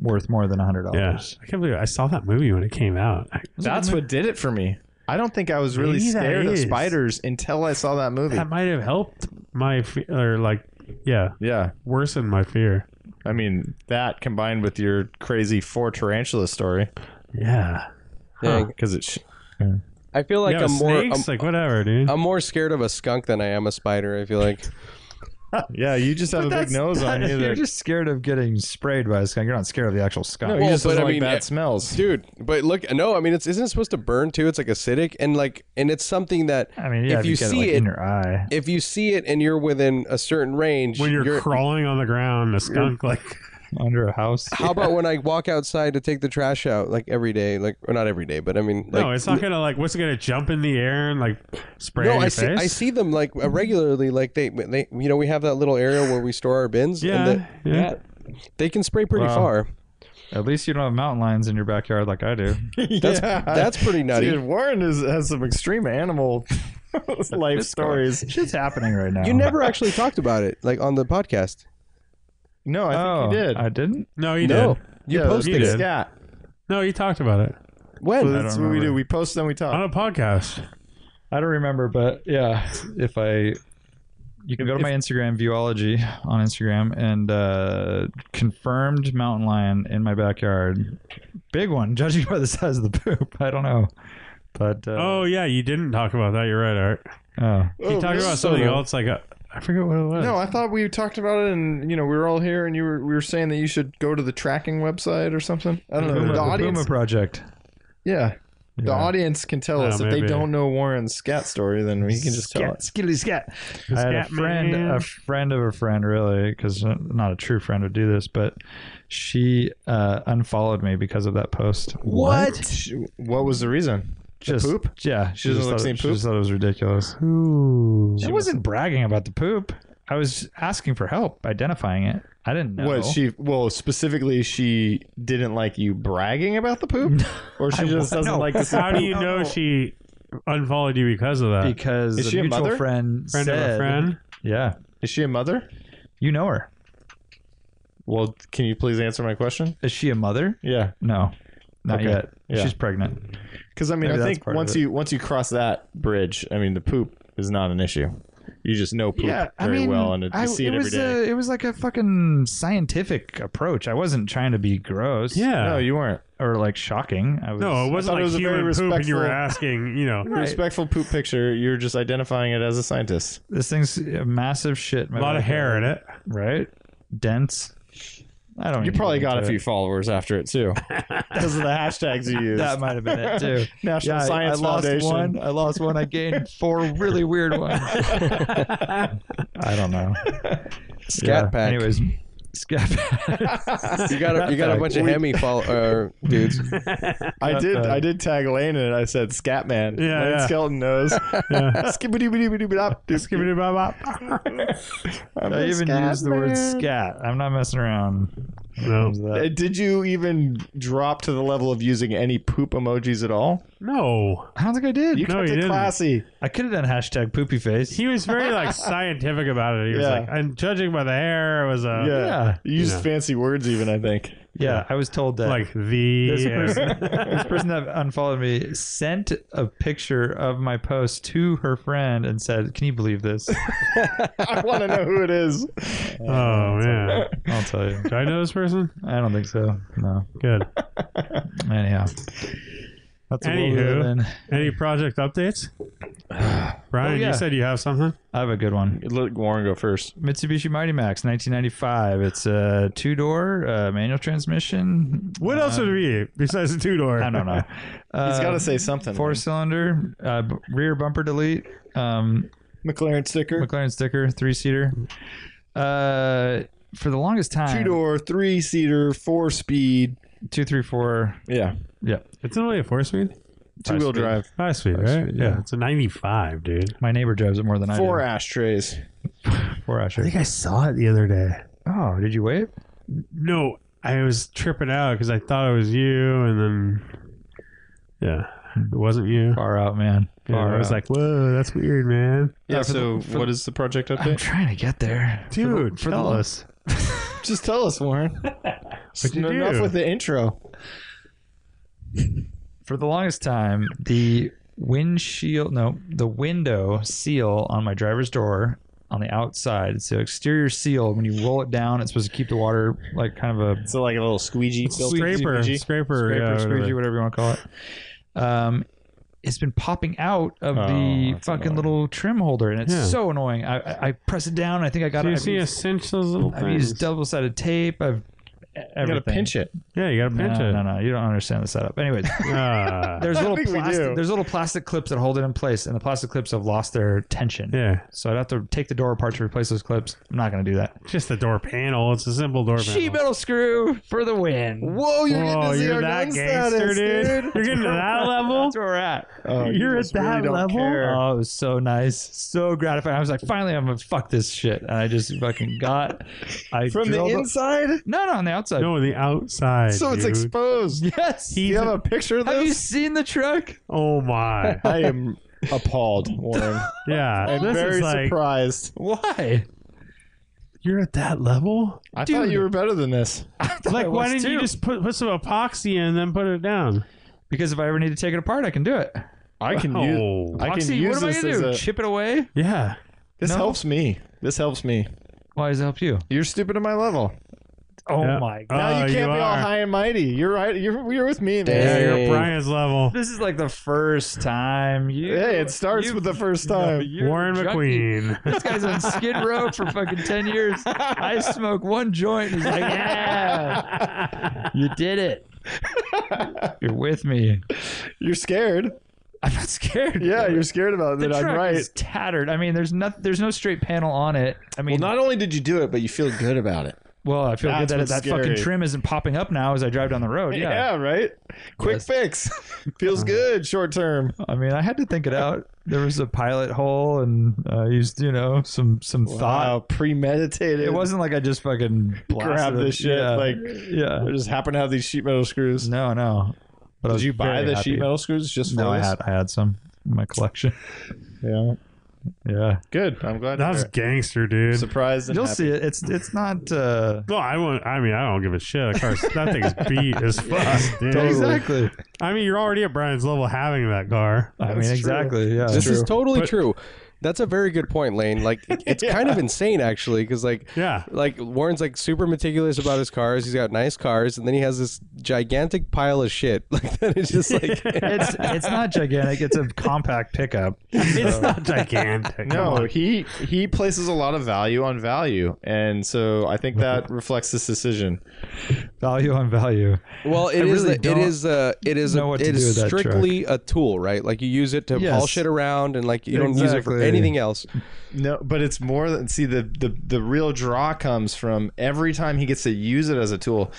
[SPEAKER 7] worth more than hundred dollars.
[SPEAKER 2] I can't believe it. I saw that movie when it came out.
[SPEAKER 8] That's what did it for me. I don't think I was really
[SPEAKER 2] Maybe that
[SPEAKER 8] scared of
[SPEAKER 2] is.
[SPEAKER 8] spiders until I saw that movie.
[SPEAKER 2] That might have helped my fe- or like, yeah,
[SPEAKER 8] yeah.
[SPEAKER 2] worsen my fear.
[SPEAKER 8] I mean, that combined with your crazy four tarantula story.
[SPEAKER 2] Yeah.
[SPEAKER 6] Dang.
[SPEAKER 8] Because it sh-
[SPEAKER 6] I feel like
[SPEAKER 2] yeah,
[SPEAKER 6] I'm more I'm,
[SPEAKER 2] snakes, like whatever, dude.
[SPEAKER 6] I'm more scared of a skunk than I am a spider. I feel like
[SPEAKER 8] Yeah, you just have a big nose on you.
[SPEAKER 7] You're
[SPEAKER 8] That,
[SPEAKER 7] just scared of getting sprayed by a skunk. You're not scared of the actual skunk.
[SPEAKER 8] no,
[SPEAKER 6] Well,
[SPEAKER 8] you just
[SPEAKER 6] but
[SPEAKER 8] don't
[SPEAKER 6] I
[SPEAKER 8] like
[SPEAKER 6] mean,
[SPEAKER 8] bad
[SPEAKER 6] yeah.
[SPEAKER 8] smells.
[SPEAKER 6] dude but look no i mean it's isn't it supposed to burn too it's like acidic and like and it's something that
[SPEAKER 7] I mean, yeah,
[SPEAKER 6] if you
[SPEAKER 7] get
[SPEAKER 6] see
[SPEAKER 7] it, like,
[SPEAKER 6] it
[SPEAKER 7] in your eye,
[SPEAKER 6] if you see it and you're within a certain range
[SPEAKER 2] when you're, crawling on the ground, a skunk like
[SPEAKER 7] under a house,
[SPEAKER 6] how about when i walk outside to take the trash out like every day like or not every day but i mean like
[SPEAKER 2] no, it's not gonna like. What's it gonna jump in the air and like spray?
[SPEAKER 6] no,
[SPEAKER 2] on your
[SPEAKER 6] I see.
[SPEAKER 2] Face?
[SPEAKER 6] I see them like uh, regularly. Like they, they, you know, we have that little area where we store our bins.
[SPEAKER 2] Yeah,
[SPEAKER 6] and
[SPEAKER 2] yeah.
[SPEAKER 6] they can spray pretty
[SPEAKER 7] Wow.
[SPEAKER 6] far.
[SPEAKER 7] at least you don't have mountain lions in your backyard like I do.
[SPEAKER 6] That's that's pretty nutty.
[SPEAKER 8] Dude, Warren is, has some extreme animal life stories.
[SPEAKER 7] Shit's happening right now.
[SPEAKER 6] you never actually talked about it, like on the podcast.
[SPEAKER 8] No, I
[SPEAKER 7] Oh,
[SPEAKER 8] think he did.
[SPEAKER 7] I didn't.
[SPEAKER 2] No, you
[SPEAKER 6] no,
[SPEAKER 2] did.
[SPEAKER 6] you
[SPEAKER 8] yeah,
[SPEAKER 6] posted
[SPEAKER 2] you
[SPEAKER 6] it.
[SPEAKER 2] did.
[SPEAKER 8] Yeah,
[SPEAKER 2] No, you talked about it
[SPEAKER 8] so
[SPEAKER 6] when?
[SPEAKER 8] that's what we do. We post them, we
[SPEAKER 2] on
[SPEAKER 8] talk.
[SPEAKER 2] a podcast.
[SPEAKER 7] I don't remember, but yeah, if I. You can go to my Instagram, Viewology, on Instagram, and uh, confirmed mountain lion in my backyard. Big one, judging by the size of the poop. I don't know. But, uh,
[SPEAKER 2] Oh yeah, you didn't talk about that. You're right, Art.
[SPEAKER 7] oh.
[SPEAKER 2] You talked about something else. Like uh, a, I forget what it was.
[SPEAKER 8] No, I thought we talked about it, and you know we were all here, and you were we were saying that you should go to the tracking website or something. I don't know.
[SPEAKER 7] Puma-
[SPEAKER 8] the
[SPEAKER 7] the
[SPEAKER 8] audience,
[SPEAKER 7] Puma Project.
[SPEAKER 8] yeah, the audience can tell
[SPEAKER 2] Oh,
[SPEAKER 8] us if
[SPEAKER 2] maybe.
[SPEAKER 8] they don't know Warren's scat story, then we can just tell us.
[SPEAKER 7] skilly scat. I had a
[SPEAKER 2] Scat
[SPEAKER 7] friend,
[SPEAKER 2] man.
[SPEAKER 7] a friend of a friend, really, because not a true friend would do this, but she uh, unfollowed me because of that post.
[SPEAKER 8] What? What was the reason?
[SPEAKER 7] Just
[SPEAKER 8] poop?
[SPEAKER 7] Yeah, she,
[SPEAKER 8] doesn't
[SPEAKER 7] just
[SPEAKER 8] like
[SPEAKER 7] thought,
[SPEAKER 8] seeing
[SPEAKER 7] she
[SPEAKER 8] poop?
[SPEAKER 7] just thought it was ridiculous. She wasn't bragging about the poop. I was asking for help identifying it. I didn't know.
[SPEAKER 8] What she? Well, specifically, she didn't like you bragging about the poop, or she just doesn't
[SPEAKER 7] no.
[SPEAKER 8] like to see
[SPEAKER 2] How do you
[SPEAKER 8] poop?
[SPEAKER 2] know she unfollowed you because of that?
[SPEAKER 7] because
[SPEAKER 8] Is
[SPEAKER 7] Uh, a
[SPEAKER 8] she a
[SPEAKER 7] mutual
[SPEAKER 8] mother?
[SPEAKER 7] friend
[SPEAKER 2] friend
[SPEAKER 7] said,
[SPEAKER 2] of a friend.
[SPEAKER 7] Yeah,
[SPEAKER 8] Is she a mother?
[SPEAKER 7] you know her.
[SPEAKER 8] Well, can you please answer my question?
[SPEAKER 7] Is she a mother?
[SPEAKER 8] Yeah,
[SPEAKER 7] No, not
[SPEAKER 8] Okay.
[SPEAKER 7] yet.
[SPEAKER 8] Yeah.
[SPEAKER 7] She's pregnant.
[SPEAKER 8] because I mean,
[SPEAKER 7] Maybe
[SPEAKER 8] I
[SPEAKER 7] that's
[SPEAKER 8] think
[SPEAKER 7] part of
[SPEAKER 8] once
[SPEAKER 7] it.
[SPEAKER 8] you once you cross that bridge, I mean, the poop is not an issue. You just know poop very well, and it, you
[SPEAKER 7] I-
[SPEAKER 8] see it, every
[SPEAKER 7] was
[SPEAKER 8] day.
[SPEAKER 7] A, it was like a fucking scientific approach. I wasn't trying to be gross,
[SPEAKER 2] Yeah.
[SPEAKER 8] No, you weren't.
[SPEAKER 7] or like shocking. I was,
[SPEAKER 2] No, it wasn't
[SPEAKER 8] thought
[SPEAKER 2] like
[SPEAKER 8] it was a very
[SPEAKER 2] human poop, and you were
[SPEAKER 8] respectful-
[SPEAKER 2] asking, you know,
[SPEAKER 8] Respectful poop picture. You're just identifying it as a scientist.
[SPEAKER 7] this thing's a massive shit.
[SPEAKER 2] a lot of hair in it.
[SPEAKER 7] right? Dense. I don't.
[SPEAKER 8] You
[SPEAKER 7] need to
[SPEAKER 8] probably
[SPEAKER 7] get
[SPEAKER 8] got a
[SPEAKER 7] into
[SPEAKER 8] few
[SPEAKER 7] it.
[SPEAKER 8] followers after it too, because of the hashtags you used.
[SPEAKER 7] That might have been it too.
[SPEAKER 8] National
[SPEAKER 7] I-
[SPEAKER 8] Science
[SPEAKER 7] I lost
[SPEAKER 8] Foundation.
[SPEAKER 7] one. I lost one. I gained four really weird ones. I don't know.
[SPEAKER 6] Scat pack.
[SPEAKER 7] Anyways, scat pack.
[SPEAKER 6] You got a, you got a bunch of Hemi follow, uh, dudes.
[SPEAKER 8] I did. I did tag Lane and I said Scatman.
[SPEAKER 2] Yeah,
[SPEAKER 8] Lane
[SPEAKER 2] yeah.
[SPEAKER 8] Skeleton knows. Skibbity
[SPEAKER 7] I even used the word scat. I'm not messing around.
[SPEAKER 2] No,
[SPEAKER 8] Uh, Did you even drop to the level of using any poop emojis at all?
[SPEAKER 2] no,
[SPEAKER 7] I don't think I did.
[SPEAKER 8] You
[SPEAKER 2] No,
[SPEAKER 8] kept
[SPEAKER 2] he
[SPEAKER 8] it
[SPEAKER 2] didn't.
[SPEAKER 8] classy.
[SPEAKER 7] I could have done hashtag poopy face.
[SPEAKER 2] he was very like scientific about it. He was
[SPEAKER 8] Yeah.
[SPEAKER 2] like, and judging by the hair, it was uh,
[SPEAKER 8] yeah. You used
[SPEAKER 2] Yeah.
[SPEAKER 8] fancy words even, I think.
[SPEAKER 7] Yeah, I was told that.
[SPEAKER 2] like the
[SPEAKER 7] this
[SPEAKER 2] and-
[SPEAKER 7] person, this person that unfollowed me sent a picture of my post to her friend and said, "Can you believe this?"
[SPEAKER 8] I want to know who it is.
[SPEAKER 2] Oh man,
[SPEAKER 7] I'll tell you.
[SPEAKER 2] do I know this person?
[SPEAKER 7] I don't think so. No.
[SPEAKER 2] Good.
[SPEAKER 7] Anyhow, that's what we
[SPEAKER 2] Anywho.
[SPEAKER 7] live in.
[SPEAKER 2] Any project updates? Brian,
[SPEAKER 7] Oh, yeah.
[SPEAKER 2] you said you have something.
[SPEAKER 7] I have a good one.
[SPEAKER 8] Let Warren go first.
[SPEAKER 7] Mitsubishi Mighty Max, 1995. It's a two-door uh, manual transmission.
[SPEAKER 2] What else would it be besides the two door?
[SPEAKER 7] I don't know. Uh,
[SPEAKER 8] He's got to say something.
[SPEAKER 7] Four cylinder, uh, b- rear bumper delete, um,
[SPEAKER 8] McLaren sticker.
[SPEAKER 7] McLaren sticker, three seater. Uh, for the longest time,
[SPEAKER 8] Two door, three seater, four speed.
[SPEAKER 7] two, three, four,
[SPEAKER 8] Yeah.
[SPEAKER 2] It's only a four speed.
[SPEAKER 8] Two wheel drive.
[SPEAKER 2] Five speed, right? yeah. it's a ninety-five, dude.
[SPEAKER 7] My neighbor drives it more than I
[SPEAKER 8] Four
[SPEAKER 7] do.
[SPEAKER 8] ashtrays.
[SPEAKER 7] Four
[SPEAKER 2] I
[SPEAKER 7] hours.
[SPEAKER 2] think I saw it the other day.
[SPEAKER 7] Oh, did you wave?
[SPEAKER 2] No, I was tripping out because I thought it was you, and then yeah, it wasn't you.
[SPEAKER 7] Far out, man.
[SPEAKER 2] Yeah,
[SPEAKER 7] Far
[SPEAKER 2] I was
[SPEAKER 7] out.
[SPEAKER 2] like, whoa, that's weird, man.
[SPEAKER 8] Yeah, so what is the project
[SPEAKER 7] I'm
[SPEAKER 8] update?
[SPEAKER 7] trying to get there,
[SPEAKER 2] Dude,
[SPEAKER 7] For the,
[SPEAKER 2] tell
[SPEAKER 7] for the,
[SPEAKER 2] us.
[SPEAKER 8] Just tell us, Warren.
[SPEAKER 2] What'd you
[SPEAKER 8] Enough
[SPEAKER 2] do?
[SPEAKER 8] with the intro.
[SPEAKER 7] for the longest time, the windshield, no, the window seal on my driver's door on the outside. So exterior seal, when you roll it down, it's supposed to keep the water like kind of a
[SPEAKER 8] So like a little squeegee
[SPEAKER 2] Scraper, scraper,
[SPEAKER 7] scraper,
[SPEAKER 2] yeah,
[SPEAKER 7] squeegee,
[SPEAKER 2] whatever.
[SPEAKER 7] whatever you want to call it. Um, has been popping out of
[SPEAKER 9] Oh,
[SPEAKER 7] the
[SPEAKER 9] that's
[SPEAKER 7] fucking
[SPEAKER 9] annoying.
[SPEAKER 7] little trim holder, and it's
[SPEAKER 2] Yeah.
[SPEAKER 7] so annoying. I, I, I press it down. I think I got
[SPEAKER 2] Do you
[SPEAKER 7] it. I've
[SPEAKER 2] see a
[SPEAKER 7] used,
[SPEAKER 2] cinch those little
[SPEAKER 7] I've
[SPEAKER 2] things?
[SPEAKER 7] used double sided tape. I've e, everything.
[SPEAKER 8] You gotta pinch it.
[SPEAKER 2] yeah, you gotta
[SPEAKER 7] No,
[SPEAKER 2] pinch
[SPEAKER 7] no, no, you don't understand the setup. Anyways,
[SPEAKER 2] it. Ah.
[SPEAKER 7] there's little
[SPEAKER 8] think we do.
[SPEAKER 7] plastic, there's little plastic clips that hold it in place, and the plastic clips have lost their tension.
[SPEAKER 2] yeah,
[SPEAKER 7] So I'd have to take the door apart to replace those clips. I'm not gonna do that.
[SPEAKER 2] just the door panel. It's a simple door panel.
[SPEAKER 7] Sheet metal screw for the win.
[SPEAKER 6] Whoa, you're getting
[SPEAKER 2] Whoa,
[SPEAKER 6] to see
[SPEAKER 2] you're
[SPEAKER 6] our
[SPEAKER 2] that
[SPEAKER 6] gun
[SPEAKER 2] gangster,
[SPEAKER 6] status,
[SPEAKER 2] dude. You're getting to that level.
[SPEAKER 7] That's where we're at.
[SPEAKER 2] You're at
[SPEAKER 8] just Oh, really
[SPEAKER 2] that
[SPEAKER 8] don't
[SPEAKER 2] level.
[SPEAKER 8] care.
[SPEAKER 7] Oh, it was so nice, so gratifying. I was like, finally, I'm gonna fuck this shit, and I just fucking got. I
[SPEAKER 6] From the
[SPEAKER 7] drilled a-
[SPEAKER 6] inside,
[SPEAKER 7] No, no, on the outside.
[SPEAKER 2] No, the outside.
[SPEAKER 6] so it's
[SPEAKER 2] dude.
[SPEAKER 6] exposed.
[SPEAKER 7] Yes.
[SPEAKER 6] Do you have a picture of
[SPEAKER 7] have you
[SPEAKER 6] this?
[SPEAKER 7] seen the truck?
[SPEAKER 2] Oh my.
[SPEAKER 8] I am appalled, Warren.
[SPEAKER 2] Yeah.
[SPEAKER 8] I'm
[SPEAKER 2] this
[SPEAKER 8] very
[SPEAKER 2] is like
[SPEAKER 8] surprised.
[SPEAKER 7] Why?
[SPEAKER 2] you're at that level.
[SPEAKER 8] I thought you were better than this.
[SPEAKER 2] Like, why
[SPEAKER 7] I was
[SPEAKER 2] didn't you
[SPEAKER 7] too.
[SPEAKER 2] just put put some epoxy in and then put it down?
[SPEAKER 7] Because if I ever need to take it apart, I can do it.
[SPEAKER 8] I can use
[SPEAKER 2] oh.
[SPEAKER 8] I can
[SPEAKER 7] Oxy,
[SPEAKER 8] use
[SPEAKER 7] what am I
[SPEAKER 8] this
[SPEAKER 7] gonna
[SPEAKER 8] as
[SPEAKER 7] do?
[SPEAKER 8] a.
[SPEAKER 7] Chip it away?
[SPEAKER 2] yeah.
[SPEAKER 8] This
[SPEAKER 7] No?
[SPEAKER 8] helps me. This helps me.
[SPEAKER 7] Why does it help you?
[SPEAKER 8] You're stupid at my level.
[SPEAKER 7] Oh
[SPEAKER 2] Yeah.
[SPEAKER 7] my god.
[SPEAKER 8] Now
[SPEAKER 2] Oh,
[SPEAKER 8] you can't be all
[SPEAKER 2] are.
[SPEAKER 8] high and mighty. You're right. You're you're with me,
[SPEAKER 2] Yeah,
[SPEAKER 8] man.
[SPEAKER 2] you're at
[SPEAKER 6] Hey.
[SPEAKER 2] Brian's level.
[SPEAKER 7] This is like the first time you.
[SPEAKER 8] Hey, it starts
[SPEAKER 7] you-
[SPEAKER 8] with the first
[SPEAKER 7] you know,
[SPEAKER 8] time.
[SPEAKER 7] you're
[SPEAKER 2] Warren
[SPEAKER 7] junkie.
[SPEAKER 2] McQueen.
[SPEAKER 7] This guy's on Skid Row for fucking 10 years. I smoke one joint. He's like, yeah, you did it. You're with me.
[SPEAKER 8] You're scared.
[SPEAKER 7] I'm not scared.
[SPEAKER 8] Yeah, you're scared about
[SPEAKER 7] The
[SPEAKER 8] that.
[SPEAKER 7] truck
[SPEAKER 8] I'm right.
[SPEAKER 7] is tattered. I mean, there's not, there's no straight panel on it. I mean,
[SPEAKER 8] not only did you do it, but you feel good about it.
[SPEAKER 7] well, I feel good
[SPEAKER 8] That's
[SPEAKER 7] that
[SPEAKER 8] what's
[SPEAKER 7] that fucking
[SPEAKER 8] scary.
[SPEAKER 7] trim isn't popping up now as I drive down the road.
[SPEAKER 8] Yeah,
[SPEAKER 7] Oh, Yeah.
[SPEAKER 8] right. Quick
[SPEAKER 7] Yes. Uh-huh.
[SPEAKER 8] fix. Feels good short term.
[SPEAKER 7] I mean, I had to think it out. There was a pilot hole, and I used, you know, some some thought.
[SPEAKER 8] Wow, premeditated.
[SPEAKER 7] It wasn't like I just fucking blasted
[SPEAKER 8] grab
[SPEAKER 7] it.
[SPEAKER 8] this shit.
[SPEAKER 7] Yeah.
[SPEAKER 8] Like
[SPEAKER 7] yeah.
[SPEAKER 8] I just happen to have these sheet metal screws.
[SPEAKER 7] No, no. But I
[SPEAKER 8] Did
[SPEAKER 7] was
[SPEAKER 8] you buy
[SPEAKER 7] very
[SPEAKER 8] the
[SPEAKER 7] happy.
[SPEAKER 8] sheet metal screws just for
[SPEAKER 7] No, I
[SPEAKER 8] this?
[SPEAKER 7] had I had some in my collection.
[SPEAKER 8] Yeah.
[SPEAKER 7] Yeah,
[SPEAKER 8] Good. I'm glad.
[SPEAKER 2] that was
[SPEAKER 8] you're
[SPEAKER 2] gangster, dude.
[SPEAKER 8] surprised. And
[SPEAKER 7] you'll
[SPEAKER 8] happy.
[SPEAKER 7] see it. It's it's not. Uh,
[SPEAKER 2] No, I won't. I mean, I don't give a shit. Of course, that thing's beat as fuck, dude.
[SPEAKER 7] Exactly.
[SPEAKER 2] I mean, you're already at Brian's level having that car.
[SPEAKER 7] I mean,
[SPEAKER 8] That's true.
[SPEAKER 7] exactly. Yeah.
[SPEAKER 6] This is totally true. That's a very good point, Lane. Like, it's kind of insane, actually, because like,
[SPEAKER 2] Yeah.
[SPEAKER 6] like Warren's like super meticulous about his cars. He's got nice cars, and then he has this gigantic pile of shit. Like that is just like
[SPEAKER 7] it's it's not gigantic. It's a compact pickup.
[SPEAKER 2] It's not gigantic. Come
[SPEAKER 8] No,
[SPEAKER 2] on.
[SPEAKER 8] he he places a lot of value on value, and so I think that reflects this decision.
[SPEAKER 7] Value on value.
[SPEAKER 6] Well, it
[SPEAKER 7] I
[SPEAKER 6] is.
[SPEAKER 7] really
[SPEAKER 6] a- it
[SPEAKER 7] don't
[SPEAKER 6] is. A, it is.
[SPEAKER 7] know
[SPEAKER 6] A,
[SPEAKER 7] what to
[SPEAKER 6] it
[SPEAKER 7] do with
[SPEAKER 6] is
[SPEAKER 7] that
[SPEAKER 6] strictly a tool, right? Like you use it to
[SPEAKER 7] Yes.
[SPEAKER 6] haul shit around, and like you don't use it for
[SPEAKER 7] Exactly.
[SPEAKER 6] anything else.
[SPEAKER 8] No, but it's more than see the the the real draw comes from every time he gets to use it as a tool.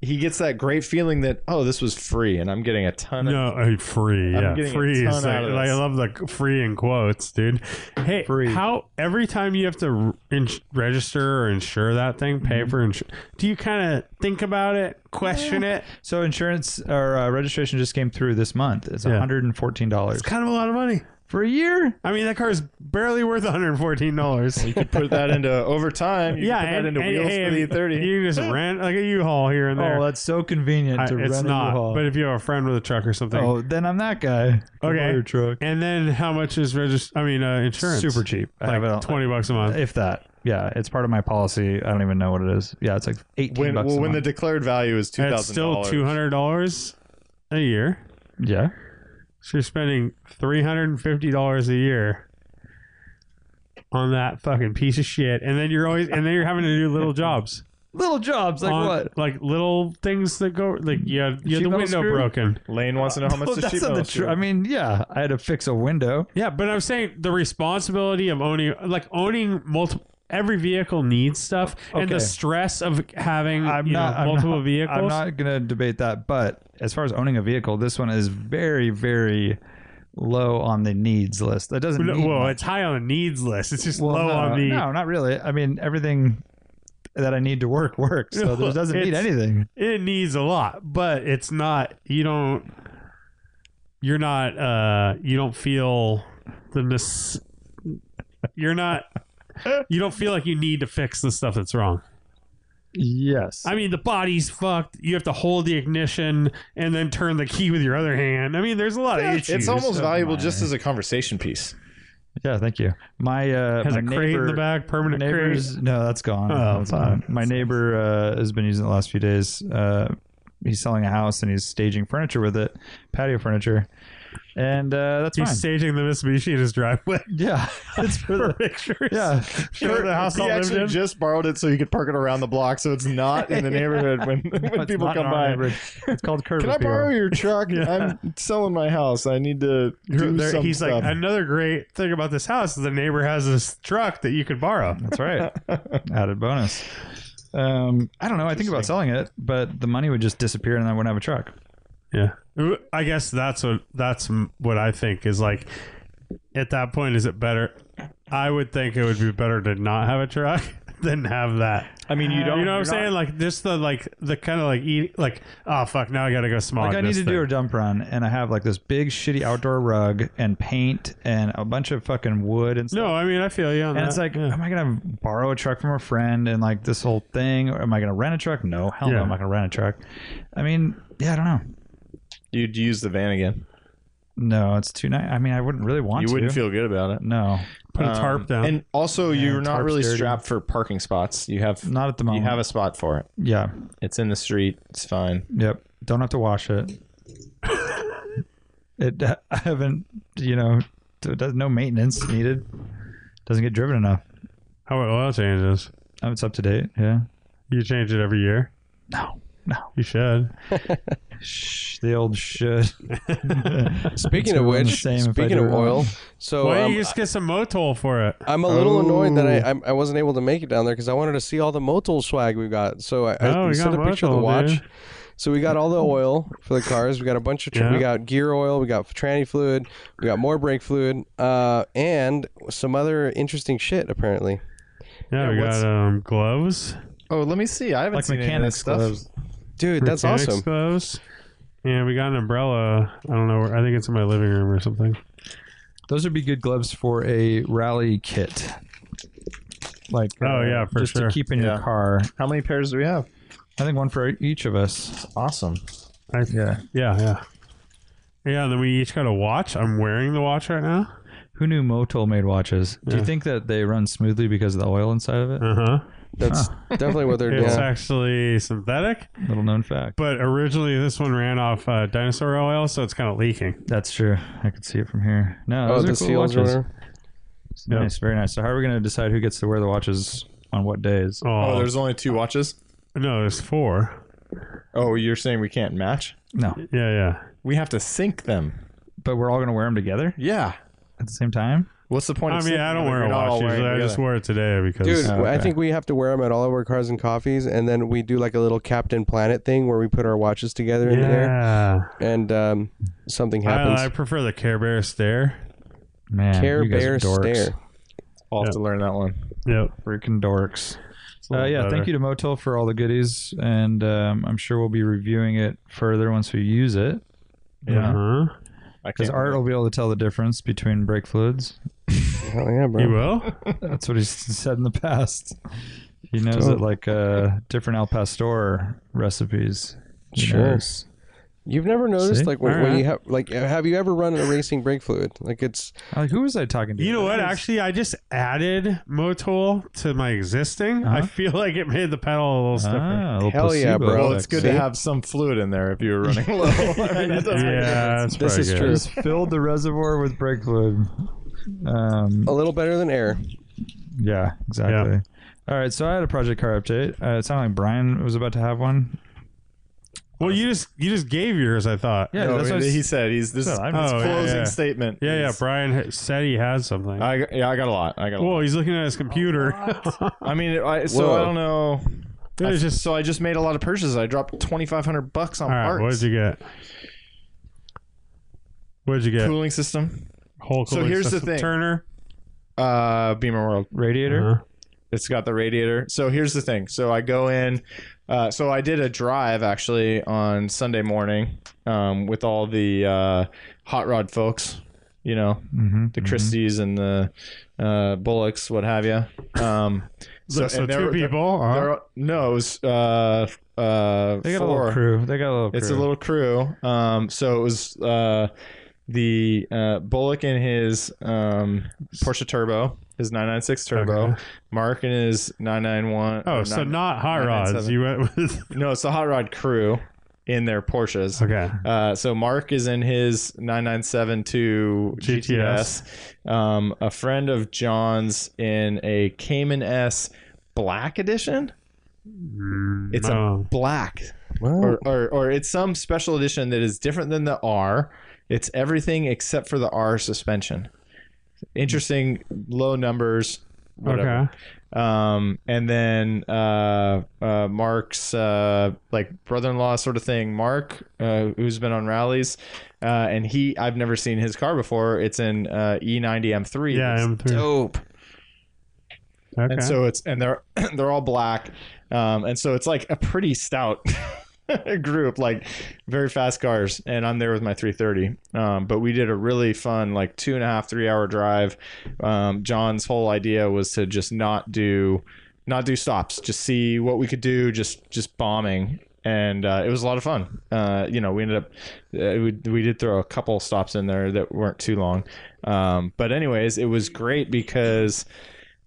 [SPEAKER 8] He gets that great feeling that oh, this was free, and I'm getting a ton of
[SPEAKER 2] No, uh, free.
[SPEAKER 8] I'm
[SPEAKER 2] Yeah,
[SPEAKER 8] getting a
[SPEAKER 2] free.
[SPEAKER 8] ton
[SPEAKER 2] Is like,
[SPEAKER 8] out of
[SPEAKER 2] like, I
[SPEAKER 8] this.
[SPEAKER 2] love the c- free in quotes, dude. Hey,
[SPEAKER 7] Free.
[SPEAKER 2] how every time you have to r- ins- register or insure that thing, pay
[SPEAKER 8] Mm-hmm.
[SPEAKER 2] for insurance, do you kind of think about it, question it?
[SPEAKER 7] So insurance or uh, registration just came through this month. It's
[SPEAKER 2] Yeah.
[SPEAKER 7] one hundred and fourteen dollars
[SPEAKER 2] Kind of a lot of money.
[SPEAKER 7] for a year.
[SPEAKER 2] I mean, that car is barely worth one hundred fourteen dollars.
[SPEAKER 8] put that into overtime. You
[SPEAKER 2] yeah,
[SPEAKER 8] can
[SPEAKER 2] and,
[SPEAKER 8] put that into
[SPEAKER 2] and-
[SPEAKER 8] wheels
[SPEAKER 2] hey,
[SPEAKER 8] for the E thirty.
[SPEAKER 2] You can just rent like a U-Haul here and there.
[SPEAKER 7] Oh, that's so convenient
[SPEAKER 2] I-
[SPEAKER 7] to
[SPEAKER 2] it's
[SPEAKER 7] rent a
[SPEAKER 2] not.
[SPEAKER 7] U-Haul.
[SPEAKER 2] But if you have a friend with a truck or something,
[SPEAKER 7] oh, then I'm that guy.
[SPEAKER 2] Okay.
[SPEAKER 7] Fire truck.
[SPEAKER 2] and then how much is register? I mean, uh, insurance?
[SPEAKER 7] Super cheap. I have it on-
[SPEAKER 2] like twenty bucks a month.
[SPEAKER 7] if that. Yeah, it's part of my policy. I don't even know what it is. Yeah, it's like eighteen
[SPEAKER 8] when
[SPEAKER 7] bucks.
[SPEAKER 8] well,
[SPEAKER 7] a
[SPEAKER 8] when the
[SPEAKER 7] month.
[SPEAKER 8] declared value is two
[SPEAKER 2] And it's
[SPEAKER 8] thousand
[SPEAKER 2] still
[SPEAKER 8] dollars.
[SPEAKER 2] two hundred dollars a year.
[SPEAKER 7] yeah,
[SPEAKER 2] So you're spending three hundred and fifty dollars a year on that fucking piece of shit, and then you're always and then you're having to do little jobs,
[SPEAKER 7] little jobs like
[SPEAKER 2] on-
[SPEAKER 7] what?
[SPEAKER 2] like little things that go like you had, you had the
[SPEAKER 7] Sheet metal
[SPEAKER 2] window
[SPEAKER 7] screw?
[SPEAKER 2] broken.
[SPEAKER 8] Lane wants to know how much
[SPEAKER 7] Well,
[SPEAKER 8] the sheet
[SPEAKER 7] that's not
[SPEAKER 8] metal
[SPEAKER 7] the
[SPEAKER 8] screw-
[SPEAKER 7] tr- I mean, yeah, I had to fix a window.
[SPEAKER 2] Yeah, but I'm saying the responsibility of owning like owning multiple. Every vehicle needs stuff, and the
[SPEAKER 7] Okay.
[SPEAKER 2] stress of having
[SPEAKER 7] I'm
[SPEAKER 2] you know,
[SPEAKER 7] not I'm
[SPEAKER 2] multiple
[SPEAKER 7] not-
[SPEAKER 2] vehicles.
[SPEAKER 7] I'm not gonna debate that, but as far as owning a vehicle, this one is very, very low on the needs list. That doesn't.
[SPEAKER 2] No,
[SPEAKER 7] mean
[SPEAKER 2] well, it's high on the needs list. It's just
[SPEAKER 7] Well,
[SPEAKER 2] low
[SPEAKER 7] no,
[SPEAKER 2] on the.
[SPEAKER 7] no, not really. I mean, everything that I need to work works, so
[SPEAKER 2] Well,
[SPEAKER 7] there doesn't need
[SPEAKER 2] it's-
[SPEAKER 7] anything.
[SPEAKER 2] It needs a lot, but it's not. You don't. You're not. Uh, you don't feel the. Mis- you're not. You don't feel like you need to fix the stuff that's wrong.
[SPEAKER 7] Yes,
[SPEAKER 2] I mean, the body's fucked. You have to hold the ignition and then turn the key with your other hand. I mean, there's a lot of issues.
[SPEAKER 8] it's almost
[SPEAKER 7] so
[SPEAKER 8] valuable
[SPEAKER 7] minor.
[SPEAKER 8] just as a conversation piece.
[SPEAKER 7] Yeah, thank you. My uh,
[SPEAKER 2] has
[SPEAKER 7] my
[SPEAKER 2] a crate in
[SPEAKER 7] neighbor-
[SPEAKER 2] the back, permanent crate.
[SPEAKER 7] neighbors, no, that's gone.
[SPEAKER 2] Oh,
[SPEAKER 7] That's gone. My neighbor uh, has been using it the last few days. Uh, he's selling a house and he's staging furniture with it, patio furniture. and uh, that's
[SPEAKER 2] He's
[SPEAKER 7] fine.
[SPEAKER 2] staging the Mitsubishi in his driveway
[SPEAKER 7] Yeah, it's for
[SPEAKER 2] for
[SPEAKER 7] the
[SPEAKER 2] pictures.
[SPEAKER 7] yeah.
[SPEAKER 2] Show the house
[SPEAKER 8] He
[SPEAKER 2] all lived
[SPEAKER 8] actually
[SPEAKER 2] in.
[SPEAKER 8] just borrowed it so he could park it around the block, so it's not in the neighborhood when, when
[SPEAKER 7] It's
[SPEAKER 8] people
[SPEAKER 7] not
[SPEAKER 8] come
[SPEAKER 7] an
[SPEAKER 8] by.
[SPEAKER 7] hybrid. It's called curb
[SPEAKER 8] Can I
[SPEAKER 7] appeal.
[SPEAKER 8] borrow your truck? I'm selling my house. I need to
[SPEAKER 2] You're
[SPEAKER 8] do
[SPEAKER 2] there-
[SPEAKER 8] some
[SPEAKER 2] he's
[SPEAKER 8] stuff.
[SPEAKER 2] like, another great thing about this house is the neighbor has this truck that you could borrow.
[SPEAKER 7] That's right. Added bonus. Um, I don't know. I think about selling it, but the money would just disappear, and I wouldn't have a truck.
[SPEAKER 2] Yeah, I guess that's what that's m- what I think is like. At that point, is it better? I would think it would be better to not have a truck than have that.
[SPEAKER 7] I mean, you
[SPEAKER 2] You know what I'm saying? Like just the like the kind of like eat like oh fuck now I gotta go small.
[SPEAKER 7] Like I
[SPEAKER 2] on
[SPEAKER 7] need
[SPEAKER 2] this
[SPEAKER 7] to
[SPEAKER 2] thing.
[SPEAKER 7] do a dump run, and I have like this big shitty outdoor rug and paint and a bunch of fucking wood and stuff.
[SPEAKER 2] No, I mean I feel you on
[SPEAKER 7] And
[SPEAKER 2] that.
[SPEAKER 7] it's like,
[SPEAKER 2] Yeah.
[SPEAKER 7] am I gonna borrow a truck from a friend and like this whole thing, or am I gonna rent a truck? No, hell
[SPEAKER 2] Yeah.
[SPEAKER 7] no, I'm not gonna rent a truck. I mean, yeah, I don't know.
[SPEAKER 8] You'd use the van again.
[SPEAKER 7] No, it's too nice. I mean, I wouldn't really want
[SPEAKER 8] You
[SPEAKER 7] to.
[SPEAKER 8] wouldn't feel good about it. Um,
[SPEAKER 7] no,
[SPEAKER 2] put a tarp down.
[SPEAKER 8] And also, you're not
[SPEAKER 7] tarp's
[SPEAKER 8] really
[SPEAKER 7] dirty.
[SPEAKER 8] strapped for parking spots. You have
[SPEAKER 7] not at the
[SPEAKER 8] you
[SPEAKER 7] moment.
[SPEAKER 8] have a spot for it.
[SPEAKER 7] yeah,
[SPEAKER 8] It's in the street. It's fine.
[SPEAKER 7] yep. Don't have to wash it. it I haven't, you know, it does no maintenance needed. Doesn't get driven enough.
[SPEAKER 2] How about oil changes?
[SPEAKER 7] Oh, it's up to date. Yeah.
[SPEAKER 2] You change it every year.
[SPEAKER 7] No, no.
[SPEAKER 2] You should.
[SPEAKER 7] Shh, the old should.
[SPEAKER 6] Speaking
[SPEAKER 7] It's
[SPEAKER 6] of
[SPEAKER 7] all the
[SPEAKER 6] which,
[SPEAKER 7] same if I
[SPEAKER 6] speaking
[SPEAKER 7] do
[SPEAKER 6] of
[SPEAKER 7] it wrong.
[SPEAKER 6] oil, so
[SPEAKER 2] Why don't
[SPEAKER 6] um, uh,
[SPEAKER 2] you just get some Motol for it?
[SPEAKER 6] I'm a little annoyed that
[SPEAKER 2] Oh.
[SPEAKER 6] I, I I wasn't able to make it down there because I wanted to see all the Motul swag we got. So I,
[SPEAKER 2] Oh,
[SPEAKER 6] I
[SPEAKER 2] we
[SPEAKER 6] sent a
[SPEAKER 2] got
[SPEAKER 6] picture of the
[SPEAKER 2] Motul,
[SPEAKER 6] watch.
[SPEAKER 2] dude.
[SPEAKER 6] So we got all the oil for the cars. We got a bunch of tr-
[SPEAKER 2] Yeah.
[SPEAKER 6] we got gear oil, we got tranny fluid, we got more brake fluid, uh, and some other interesting shit apparently.
[SPEAKER 2] Yeah, we
[SPEAKER 8] what's-
[SPEAKER 2] got um, gloves.
[SPEAKER 8] Oh, let me see. I haven't
[SPEAKER 7] Like
[SPEAKER 8] seen any of that
[SPEAKER 7] mechanics
[SPEAKER 8] stuff.
[SPEAKER 7] gloves.
[SPEAKER 6] Dude, that's
[SPEAKER 2] Mechanics
[SPEAKER 6] awesome.
[SPEAKER 2] Gloves. Yeah, we got an umbrella. I don't know. Where, I think it's in my living room or something.
[SPEAKER 7] Those would be good gloves for a rally kit. Like uh,
[SPEAKER 2] Oh, yeah, for
[SPEAKER 7] just
[SPEAKER 2] sure.
[SPEAKER 7] to keep in your
[SPEAKER 8] Yeah.
[SPEAKER 7] car.
[SPEAKER 8] How many pairs do we have?
[SPEAKER 7] I think one for each of us.
[SPEAKER 8] Awesome.
[SPEAKER 2] I, yeah, yeah, yeah. Yeah, then we each got a watch. I'm wearing the watch right now.
[SPEAKER 7] Who knew Motul made watches? Do you think that they run smoothly because of the oil inside of it?
[SPEAKER 2] Uh huh.
[SPEAKER 6] That's definitely what they're doing.
[SPEAKER 2] It's actually synthetic,
[SPEAKER 7] Little known fact.
[SPEAKER 2] but originally this one ran off uh, dinosaur oil, so it's kind of leaking.
[SPEAKER 7] That's true. I could see it from here. No,
[SPEAKER 6] Oh,
[SPEAKER 7] those
[SPEAKER 6] the
[SPEAKER 7] are cool
[SPEAKER 6] seals or
[SPEAKER 7] watches.
[SPEAKER 6] whatever.
[SPEAKER 2] Yeah.
[SPEAKER 7] Nice, very nice. So how are we going to decide who gets to wear the watches on what days?
[SPEAKER 2] Oh,
[SPEAKER 8] Oh, there's only two watches.
[SPEAKER 2] no, there's four.
[SPEAKER 8] Oh, you're saying we can't match?
[SPEAKER 7] No,
[SPEAKER 2] Yeah, yeah.
[SPEAKER 8] We have to sync them.
[SPEAKER 7] but we're all going to wear them together
[SPEAKER 8] Yeah.
[SPEAKER 7] at the same time.
[SPEAKER 8] What's the point?
[SPEAKER 2] I
[SPEAKER 8] of
[SPEAKER 2] mean,
[SPEAKER 8] syncing
[SPEAKER 2] I don't
[SPEAKER 8] them if
[SPEAKER 2] wear
[SPEAKER 8] you're
[SPEAKER 2] a
[SPEAKER 8] not all
[SPEAKER 2] watch
[SPEAKER 8] wearing
[SPEAKER 2] usually. I just
[SPEAKER 8] together?
[SPEAKER 2] wore it today because
[SPEAKER 6] Dude,
[SPEAKER 8] Oh,
[SPEAKER 6] I
[SPEAKER 8] okay.
[SPEAKER 6] think we have to wear them at all of our cars and coffees, and then we do like a little Captain Planet thing where we put our watches together in the air,
[SPEAKER 2] yeah,
[SPEAKER 6] and um, something happens.
[SPEAKER 2] I, I prefer the Care Bear stare.
[SPEAKER 7] Man,
[SPEAKER 6] Care
[SPEAKER 7] you guys
[SPEAKER 6] Bear
[SPEAKER 7] are dorks.
[SPEAKER 6] stare.
[SPEAKER 8] I'll have to learn that one.
[SPEAKER 2] Yep.
[SPEAKER 7] freaking
[SPEAKER 2] a
[SPEAKER 7] dorks. Uh,
[SPEAKER 2] little
[SPEAKER 7] yeah,
[SPEAKER 2] better.
[SPEAKER 7] thank you to Motul for all the goodies, and um, I'm sure we'll be reviewing it further once we use it.
[SPEAKER 2] Uh huh.
[SPEAKER 8] I
[SPEAKER 7] because
[SPEAKER 8] can't
[SPEAKER 7] Art will be able to tell the difference between brake fluids.
[SPEAKER 6] Hell yeah,
[SPEAKER 2] You
[SPEAKER 6] bro.
[SPEAKER 2] will.
[SPEAKER 7] That's what he's said in the past. He knows it like uh, different al pastor recipes. He
[SPEAKER 6] Sure.
[SPEAKER 7] knows.
[SPEAKER 6] You've never noticed
[SPEAKER 7] See?
[SPEAKER 6] like when, when
[SPEAKER 2] Alright.
[SPEAKER 6] you have like have you ever run a racing brake fluid? Like it's
[SPEAKER 7] Uh, who was I talking to?
[SPEAKER 2] You know what? Actually, I just added Motul to my existing. I
[SPEAKER 7] Uh-huh.
[SPEAKER 2] feel like it made the pedal a little stiffer.
[SPEAKER 7] Ah, a little
[SPEAKER 6] Hell yeah,
[SPEAKER 7] placebo
[SPEAKER 6] bro.
[SPEAKER 8] Well,
[SPEAKER 7] effect.
[SPEAKER 8] it's good
[SPEAKER 6] See?
[SPEAKER 8] to have some fluid in there if you're running low. I mean, it does make a
[SPEAKER 2] yeah, that's
[SPEAKER 6] This
[SPEAKER 8] difference.
[SPEAKER 2] probably
[SPEAKER 6] is
[SPEAKER 2] good.
[SPEAKER 6] true.
[SPEAKER 7] Just filled the reservoir with brake fluid. Um,
[SPEAKER 6] a little better than air.
[SPEAKER 7] yeah, exactly. All right, so I had a project car update. Uh, it sounded like Brian was about to have one.
[SPEAKER 2] Well, you just you just gave yours. I thought.
[SPEAKER 7] Yeah,
[SPEAKER 8] No,
[SPEAKER 7] that's what I
[SPEAKER 8] he
[SPEAKER 7] s-
[SPEAKER 8] said. He's this is
[SPEAKER 7] I'm
[SPEAKER 8] his
[SPEAKER 2] just- Oh, yeah,
[SPEAKER 8] closing
[SPEAKER 2] yeah.
[SPEAKER 8] statement.
[SPEAKER 2] Yeah, yeah.
[SPEAKER 8] is-
[SPEAKER 2] Brian ha- said he had something.
[SPEAKER 8] I got- yeah, I got a lot. I got. A
[SPEAKER 2] Well,
[SPEAKER 8] lot.
[SPEAKER 2] he's looking at his computer.
[SPEAKER 8] I mean, I, so
[SPEAKER 6] Whoa.
[SPEAKER 8] I don't know. I,
[SPEAKER 2] There's just
[SPEAKER 8] so I just made a lot of purchases. I dropped twenty five hundred bucks on
[SPEAKER 2] all right.
[SPEAKER 8] parts.
[SPEAKER 2] What did you get? What did you get?
[SPEAKER 8] Cooling system,
[SPEAKER 2] Whole
[SPEAKER 8] So
[SPEAKER 2] cooling
[SPEAKER 8] here's the
[SPEAKER 2] system.
[SPEAKER 8] thing.
[SPEAKER 2] Turner.
[SPEAKER 8] uh, Beamer World.
[SPEAKER 7] radiator.
[SPEAKER 2] Uh-huh.
[SPEAKER 8] It's got the radiator. So here's the thing. So I go in. Uh, so I did a drive actually on Sunday morning um, with all the uh, hot rod folks. You know,
[SPEAKER 7] Mm-hmm.
[SPEAKER 8] the Christies and the uh, Bullocks, what have you. Um,
[SPEAKER 2] So, so
[SPEAKER 8] and there
[SPEAKER 2] two
[SPEAKER 8] were- there-
[SPEAKER 2] people. uh-huh.
[SPEAKER 8] there- no, it was uh, uh,
[SPEAKER 7] They got a
[SPEAKER 8] four.
[SPEAKER 7] little crew. They got a little. Crew.
[SPEAKER 8] It's a little crew. Um, so it was uh, the uh, Bullock and his um, Porsche Turbo, his 996 Turbo,
[SPEAKER 2] Okay.
[SPEAKER 8] Mark and his 991.
[SPEAKER 2] Oh,
[SPEAKER 8] or
[SPEAKER 2] so
[SPEAKER 8] nine-
[SPEAKER 2] not high rods.
[SPEAKER 8] 997.
[SPEAKER 2] You went with
[SPEAKER 8] no, it's the Hot Rod crew. in their Porsches.
[SPEAKER 2] Okay.
[SPEAKER 8] Uh, so Mark is in his 9972
[SPEAKER 2] GTS.
[SPEAKER 8] GTS. Um, a friend of John's in a Cayman S Black Edition. It's
[SPEAKER 2] no.
[SPEAKER 8] a black, or,
[SPEAKER 2] Oh.
[SPEAKER 8] or or it's some special edition that is different than the R. It's everything except for the R suspension. Interesting low numbers. Whatever
[SPEAKER 2] Okay.
[SPEAKER 8] um, and then uh, uh, Mark's uh, like brother-in-law sort of thing. Mark, uh, who's been on rallies, uh, and he I've never seen his car before. It's an uh, E90 M3.
[SPEAKER 2] Yeah,
[SPEAKER 8] It's
[SPEAKER 2] M three.
[SPEAKER 8] dope.
[SPEAKER 2] Okay.
[SPEAKER 8] And so it's and they're they're all black, um, and so it's like a pretty stout. group like very fast cars and i'm there with my 330 um but we did a really fun like two and a half three hour drive um john's whole idea was to just not do not do stops just see what we could do just just bombing and uh, it was a lot of fun uh you know we ended up uh, we, we did throw a couple stops in there that weren't too long um but anyways it was great because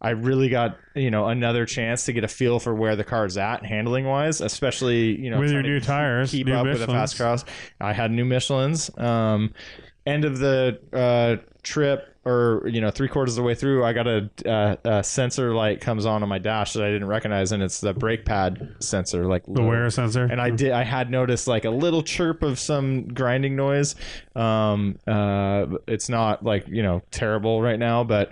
[SPEAKER 8] I really got you know another chance to get a feel for where the car's at handling wise, especially you know
[SPEAKER 2] With your
[SPEAKER 8] trying to
[SPEAKER 2] new
[SPEAKER 8] keep-
[SPEAKER 2] tires,
[SPEAKER 8] keep
[SPEAKER 2] new
[SPEAKER 8] up with a fast
[SPEAKER 2] Michelins.
[SPEAKER 8] cross. I had new Michelin's. Um, end of the uh, trip, or you know three quarters of the way through, I got a, uh, a sensor light comes on on my dash that I didn't recognize, and it's the brake pad sensor, like
[SPEAKER 2] the wear sensor.
[SPEAKER 8] and I did. I had noticed like a little chirp of some grinding noise. Um, uh, it's not like you know terrible right now, but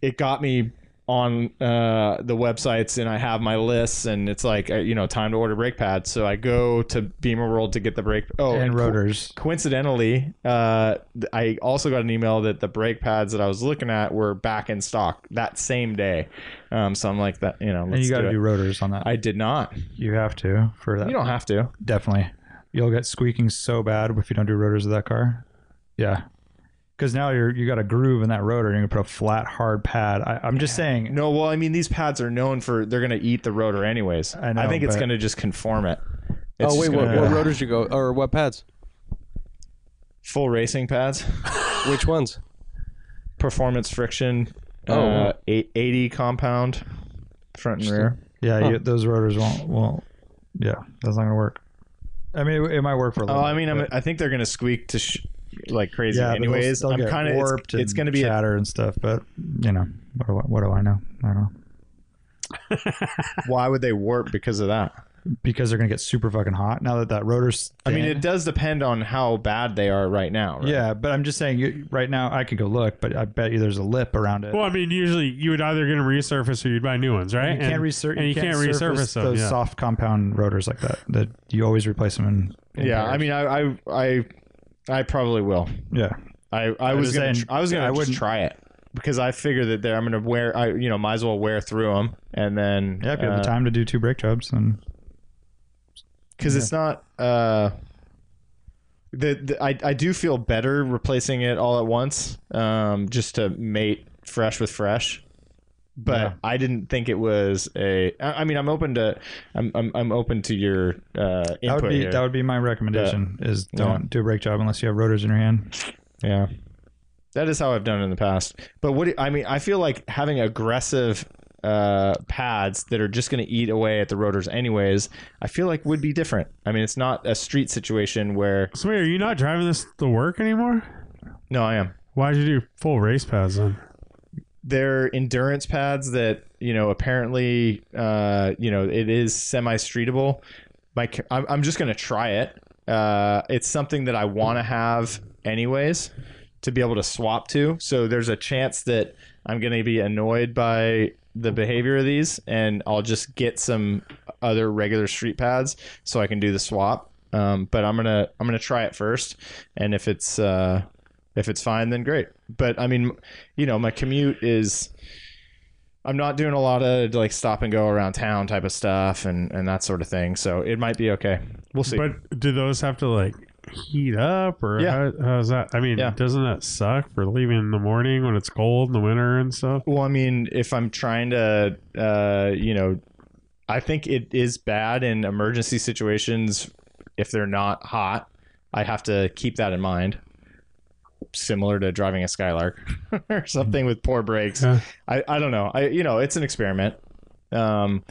[SPEAKER 8] it got me on uh, the websites, and I have my lists, and it's like uh, you know time to order brake pads. So I go to Beamer World to get the brake. Oh,
[SPEAKER 7] and
[SPEAKER 8] co-
[SPEAKER 7] rotors.
[SPEAKER 8] coincidentally, uh, th- I also got an email that the brake pads that I was looking at were back in stock that same day. Um, so I'm like that, you know.
[SPEAKER 7] And
[SPEAKER 8] Let's
[SPEAKER 7] you got
[SPEAKER 8] do
[SPEAKER 7] to
[SPEAKER 8] it.
[SPEAKER 7] do rotors on that.
[SPEAKER 8] I did not.
[SPEAKER 7] you have to for that.
[SPEAKER 8] You don't have to.
[SPEAKER 7] Definitely. You'll get squeaking so bad if you don't do rotors of that car. Yeah. Because now you're you got a groove in that rotor and you can put a flat hard pad. I, I'm just saying
[SPEAKER 8] No, well, I mean, these pads are known for they're going to eat the rotor anyways.
[SPEAKER 7] I
[SPEAKER 8] I,
[SPEAKER 7] know,
[SPEAKER 8] think it's
[SPEAKER 7] but-
[SPEAKER 8] going to just conform it. It's
[SPEAKER 6] oh
[SPEAKER 8] just
[SPEAKER 6] wait, what,
[SPEAKER 8] gonna
[SPEAKER 6] what
[SPEAKER 8] go-
[SPEAKER 6] rotors you go or what pads?
[SPEAKER 8] full racing pads,
[SPEAKER 6] Which ones?
[SPEAKER 8] performance friction, uh, eight- 80 compound, front and rear.
[SPEAKER 7] yeah, you, those rotors won't won't yeah, that's not gonna work. I mean it, it might work for a little
[SPEAKER 8] Oh, I
[SPEAKER 7] bit,
[SPEAKER 8] mean, I'm,
[SPEAKER 7] but-
[SPEAKER 8] I think they're going to squeak to sh- like crazy.
[SPEAKER 7] yeah, but they'll-
[SPEAKER 8] anyways,
[SPEAKER 7] they'll
[SPEAKER 8] I'm
[SPEAKER 7] get
[SPEAKER 8] kind of
[SPEAKER 7] warped
[SPEAKER 8] it's, it's
[SPEAKER 7] and
[SPEAKER 8] going to be. A,
[SPEAKER 7] chatter and stuff, but you know, what do I, what do I know? I don't know.
[SPEAKER 8] why would they warp because of that?
[SPEAKER 7] Because they're gonna get super fucking hot now that that rotor's
[SPEAKER 8] I mean,
[SPEAKER 7] thin.
[SPEAKER 8] it does depend on how bad they are right now. Right?
[SPEAKER 7] Yeah, but I'm just saying. You, right now, I could go look, but I bet you there's a lip around it.
[SPEAKER 2] well, I mean, usually you would either get them resurfaced or you'd buy new ones, right?
[SPEAKER 7] you can't
[SPEAKER 2] And-
[SPEAKER 7] resur-
[SPEAKER 2] and you can't,
[SPEAKER 7] surface
[SPEAKER 2] resurface them.
[SPEAKER 7] those
[SPEAKER 2] yeah.
[SPEAKER 7] soft compound rotors like that. That you always replace them in. in
[SPEAKER 8] yeah.
[SPEAKER 7] pairs.
[SPEAKER 8] I mean, I, I, I, I probably will.
[SPEAKER 7] yeah.
[SPEAKER 8] I, I
[SPEAKER 7] was
[SPEAKER 8] was gonna
[SPEAKER 7] saying,
[SPEAKER 8] tr- I was gonna
[SPEAKER 7] I
[SPEAKER 8] just
[SPEAKER 7] wouldn't-
[SPEAKER 8] try it because I figure that there I'm gonna wear I you know might as well wear through them and then
[SPEAKER 7] Yeah, if you have
[SPEAKER 8] uh,
[SPEAKER 7] the time to do two brake jobs, and
[SPEAKER 8] because it's not uh the, the I, I do feel better replacing it all at once um just to mate fresh with fresh but I didn't think it was a I, I mean I'm open to I'm, I'm I'm open to your uh input
[SPEAKER 7] that would be
[SPEAKER 8] here.
[SPEAKER 7] that would be my recommendation: is don't do a brake job unless you have rotors in your hand.
[SPEAKER 8] Yeah. That is how I've done it in the past. But what do, I mean, I feel like having aggressive uh, pads that are just going to eat away at the rotors, anyways, I feel like would be different. I mean, it's not a street situation where.
[SPEAKER 2] So wait, are you not driving this to work anymore?
[SPEAKER 8] No, I am.
[SPEAKER 2] Why'd you do full race pads then?
[SPEAKER 8] They're endurance pads that, you know, apparently, uh, you know, it is semi streetable. My, ca- I'm, I'm just going to try it. Uh, it's something that I want to have, anyways. to be able to swap to. So there's a chance that I'm going to be annoyed by the behavior of these, and I'll just get some other regular street pads so I can do the swap. Um, but I'm gonna I'm gonna try it first, and if it's uh, if it's fine, then great. But I mean, you know, my commute is. I'm not doing a lot of like stop and go around town type of stuff and, and that sort of thing, so it might be okay. We'll see.
[SPEAKER 2] But do those have to like heat up or
[SPEAKER 8] Yeah.
[SPEAKER 2] how, how's that? I mean,
[SPEAKER 8] Yeah.
[SPEAKER 2] doesn't that suck for leaving in the morning when it's cold in the winter and stuff?
[SPEAKER 8] Well, I mean, if I'm trying to, uh, you know, I think it is bad in emergency situations if they're not hot. I have to keep that in mind. Similar to driving a Skylark or something with poor brakes.
[SPEAKER 2] Yeah.
[SPEAKER 8] I, I don't know. I you know it's an experiment. Um,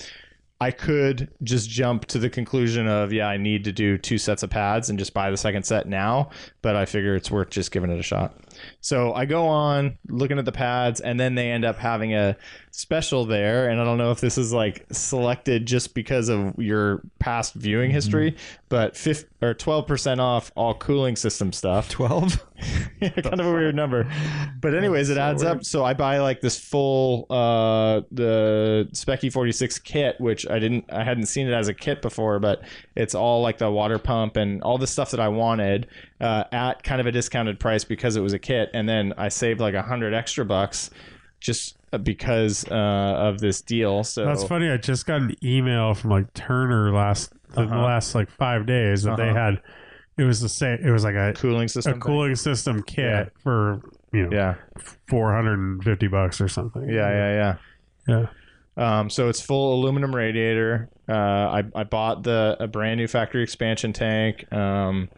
[SPEAKER 8] I could just jump to the conclusion of yeah, I need to do two sets of pads and just buy the second set now, but I figure it's worth just giving it a shot. So I go on looking at the pads, and then they end up having a special there. And I don't know if this is like selected just because of your past viewing history, but fifth or twelve percent off all cooling system stuff.
[SPEAKER 7] 12?
[SPEAKER 8] Yeah, kind of a weird number. But anyways, it adds up. So I buy like this full uh the Specky 46 kit, which I didn't I hadn't seen it as a kit before, but it's all like the water pump and all the stuff that I wanted uh, at kind of a discounted price because it was a kit and then I saved like a 100 extra bucks just because uh, of this deal. So
[SPEAKER 2] That's funny. I just got an email from like Turner last in the last like five days that they
[SPEAKER 8] Uh-huh.
[SPEAKER 2] had. It was the same. It was like a
[SPEAKER 8] cooling system.
[SPEAKER 2] a
[SPEAKER 8] thing.
[SPEAKER 2] cooling system kit for you know
[SPEAKER 8] Yeah.
[SPEAKER 2] four hundred and fifty bucks or something.
[SPEAKER 8] Yeah, yeah, yeah.
[SPEAKER 2] Yeah.
[SPEAKER 8] Um, so it's full aluminum radiator. Uh, I, I bought the a brand new factory expansion tank. Um,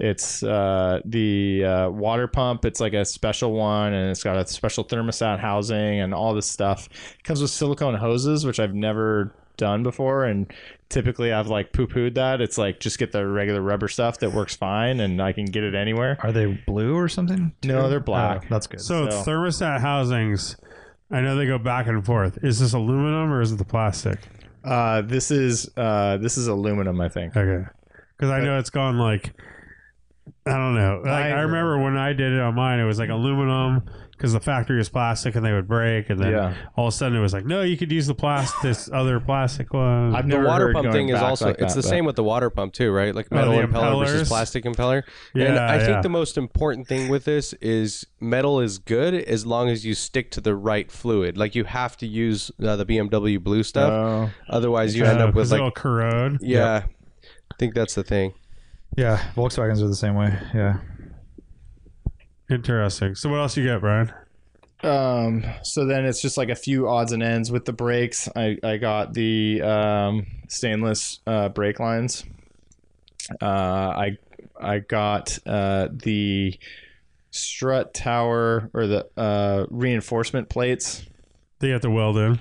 [SPEAKER 8] it's uh, the uh, water pump. It's like a special one, and it's got a special thermostat housing and all this stuff. It comes with silicone hoses, which I've never done before, and typically I've like poo pooed that. It's like just get the regular rubber stuff that works fine, and I can get it anywhere.
[SPEAKER 7] Are they blue or something?
[SPEAKER 8] No, they're
[SPEAKER 7] Oh,
[SPEAKER 8] black.
[SPEAKER 7] that's good.
[SPEAKER 2] So,
[SPEAKER 8] So-
[SPEAKER 2] thermostat housings. I know they go back and forth. Is this aluminum or is it the plastic?
[SPEAKER 8] Uh, this is uh, this is aluminum, I think.
[SPEAKER 2] Okay. Because I know it's gone like I don't know. Like, I,
[SPEAKER 8] I-
[SPEAKER 2] remember when I did it on mine, it was like aluminum because the factory was plastic and they would break, and then
[SPEAKER 8] Yeah.
[SPEAKER 2] all of a sudden it was like, no, you could use the plastic, this other plastic one.
[SPEAKER 8] I've
[SPEAKER 2] i
[SPEAKER 8] never
[SPEAKER 6] the water
[SPEAKER 8] heard
[SPEAKER 6] pump
[SPEAKER 8] going
[SPEAKER 6] thing is
[SPEAKER 8] back
[SPEAKER 6] also
[SPEAKER 8] like
[SPEAKER 6] it's
[SPEAKER 8] that,
[SPEAKER 6] the
[SPEAKER 8] but-
[SPEAKER 6] same with the water pump too, right? Like
[SPEAKER 2] Oh,
[SPEAKER 6] metal
[SPEAKER 2] the
[SPEAKER 6] impeller
[SPEAKER 2] impellers.
[SPEAKER 6] versus plastic impeller. and
[SPEAKER 2] Yeah,
[SPEAKER 6] I
[SPEAKER 2] yeah.
[SPEAKER 6] think the most important thing with this is metal is good as long as you stick to the right fluid. Like you have to use uh, the BMW blue stuff,
[SPEAKER 8] Oh.
[SPEAKER 6] otherwise you end up with like
[SPEAKER 2] it'll corrode.
[SPEAKER 6] yeah. I think that's the thing.
[SPEAKER 7] yeah, Volkswagens are the same way. Yeah.
[SPEAKER 2] Interesting. So what else you got, Brian?
[SPEAKER 8] Um, so then it's just like a few odds and ends with the brakes. I, I got the um, stainless uh, brake lines. Uh, I I got uh, the strut tower or the uh, reinforcement plates.
[SPEAKER 2] They have to weld in.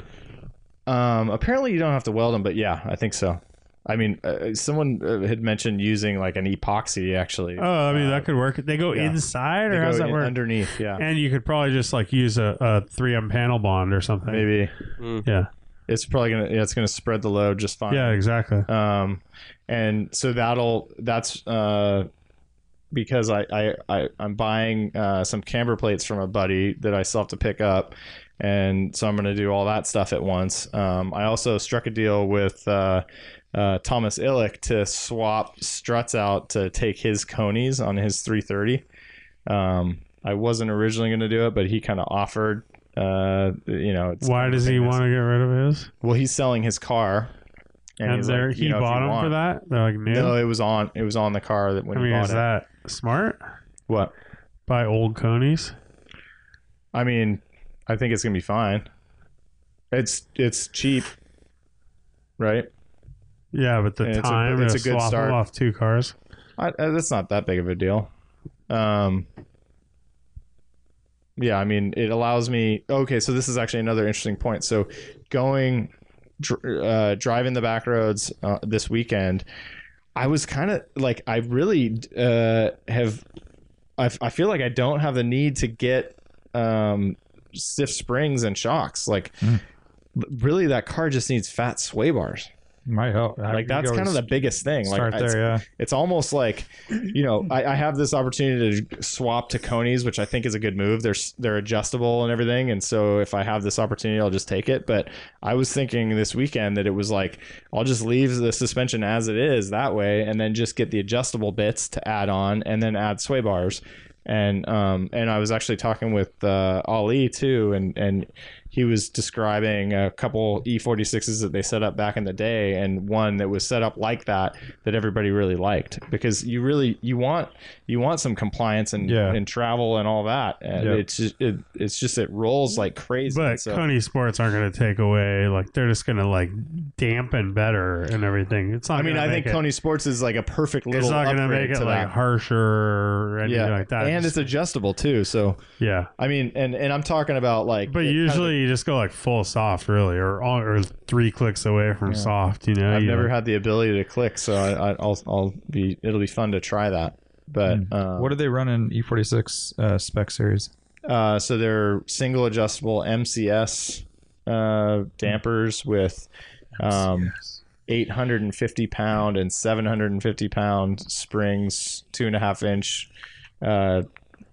[SPEAKER 8] Um, apparently you don't have to weld them, but yeah, I think so. I mean, uh, someone uh, had mentioned using like an epoxy actually.
[SPEAKER 2] Oh, I mean that could work. They go
[SPEAKER 8] Uh, yeah.
[SPEAKER 2] inside,
[SPEAKER 8] They
[SPEAKER 2] or
[SPEAKER 8] go
[SPEAKER 2] how's that
[SPEAKER 8] in-
[SPEAKER 2] work?
[SPEAKER 8] underneath? Yeah,
[SPEAKER 2] and you could probably just like use a, a 3M panel bond or something.
[SPEAKER 8] maybe
[SPEAKER 2] Yeah.
[SPEAKER 8] it's probably gonna yeah, it's gonna spread the load just fine.
[SPEAKER 2] Yeah. Exactly.
[SPEAKER 8] um and so that'll that's uh because I, I, I I'm buying uh, some camber plates from a buddy that I still have to pick up, and so I'm going to do all that stuff at once. Um, I also struck a deal with uh, uh, Thomas Illick to swap struts out to take his conies on his 330. Um, I wasn't originally going to do it, but he kind of offered. Uh, you know, it's
[SPEAKER 2] Why
[SPEAKER 8] kind of
[SPEAKER 2] does
[SPEAKER 8] thing
[SPEAKER 2] he
[SPEAKER 8] that's-
[SPEAKER 2] want to get rid of his?
[SPEAKER 8] Well, he's selling his car,
[SPEAKER 2] And
[SPEAKER 8] he's
[SPEAKER 2] there
[SPEAKER 8] like,
[SPEAKER 2] he
[SPEAKER 8] you know, if you
[SPEAKER 2] bought them for
[SPEAKER 8] want-
[SPEAKER 2] that. They're like new.
[SPEAKER 8] no, it was on. It was on the car that when
[SPEAKER 2] I
[SPEAKER 8] you
[SPEAKER 2] mean,
[SPEAKER 8] bought
[SPEAKER 2] is
[SPEAKER 8] it.
[SPEAKER 2] that smart?
[SPEAKER 8] What?
[SPEAKER 2] Buy old conies.
[SPEAKER 8] I mean, I think it's gonna be fine. It's it's cheap, right?
[SPEAKER 2] Yeah, but the
[SPEAKER 8] And it's a-
[SPEAKER 2] time
[SPEAKER 8] it's
[SPEAKER 2] to
[SPEAKER 8] a good
[SPEAKER 2] swap 'em
[SPEAKER 8] start.
[SPEAKER 2] off two cars.
[SPEAKER 8] I, uh, that's not that big of a deal. Um, yeah, I mean, it allows me. Okay, so this is actually another interesting point. So, going dr- uh, driving the back roads uh, this weekend, I was kind of like, I really uh, have. I, f- I feel like I don't have the need to get um, stiff springs and shocks. Like,
[SPEAKER 7] Hmm.
[SPEAKER 8] really, that car just needs fat sway bars.
[SPEAKER 7] My help.
[SPEAKER 8] Like, that's kind of the biggest thing.
[SPEAKER 7] start
[SPEAKER 8] like, it's-
[SPEAKER 7] there. Yeah.
[SPEAKER 8] it's almost like you know I, I have this opportunity to swap to conies which i think is a good move they're s- they're adjustable and everything and so if i have this opportunity i'll just take it but i was thinking this weekend that it was like i'll just leave the suspension as it is that way and then just get the adjustable bits to add on and then add sway bars and um and i was actually talking with uh ali too and and he was describing a couple E46s that they set up back in the day and one that was set up like that that everybody really liked because you really you want you want some compliance and
[SPEAKER 7] Yeah.
[SPEAKER 8] and travel and all that and
[SPEAKER 7] Yeah.
[SPEAKER 8] it's just it, it's just it rolls like crazy
[SPEAKER 2] But
[SPEAKER 8] so
[SPEAKER 2] Coney Sports aren't going to take away. Like they're just going to like dampen better and everything. It's not.
[SPEAKER 8] I mean
[SPEAKER 2] gonna
[SPEAKER 8] I
[SPEAKER 2] make
[SPEAKER 8] think
[SPEAKER 2] it,
[SPEAKER 8] Coney Sports is like a perfect little
[SPEAKER 2] It's not going to
[SPEAKER 8] upgrade
[SPEAKER 2] make it
[SPEAKER 8] to
[SPEAKER 2] like
[SPEAKER 8] that.
[SPEAKER 2] harsher or anything
[SPEAKER 8] yeah
[SPEAKER 2] like that.
[SPEAKER 8] and it's adjustable too so
[SPEAKER 2] yeah.
[SPEAKER 8] I mean and and I'm talking about like
[SPEAKER 2] But
[SPEAKER 8] it kind of
[SPEAKER 2] usually you just go like full soft, really, or on- or three clicks away from soft. You know,
[SPEAKER 8] I've
[SPEAKER 2] You
[SPEAKER 8] never
[SPEAKER 2] know.
[SPEAKER 8] had the ability to click, so I, I, I'll I'll be it'll be fun to try that. But
[SPEAKER 2] Hmm.
[SPEAKER 8] um,
[SPEAKER 7] What do they run in E46 uh, spec series?
[SPEAKER 8] Uh, so they're single adjustable MCS uh, dampers with um, 850 pound and 750 pound springs, two and a half inch uh,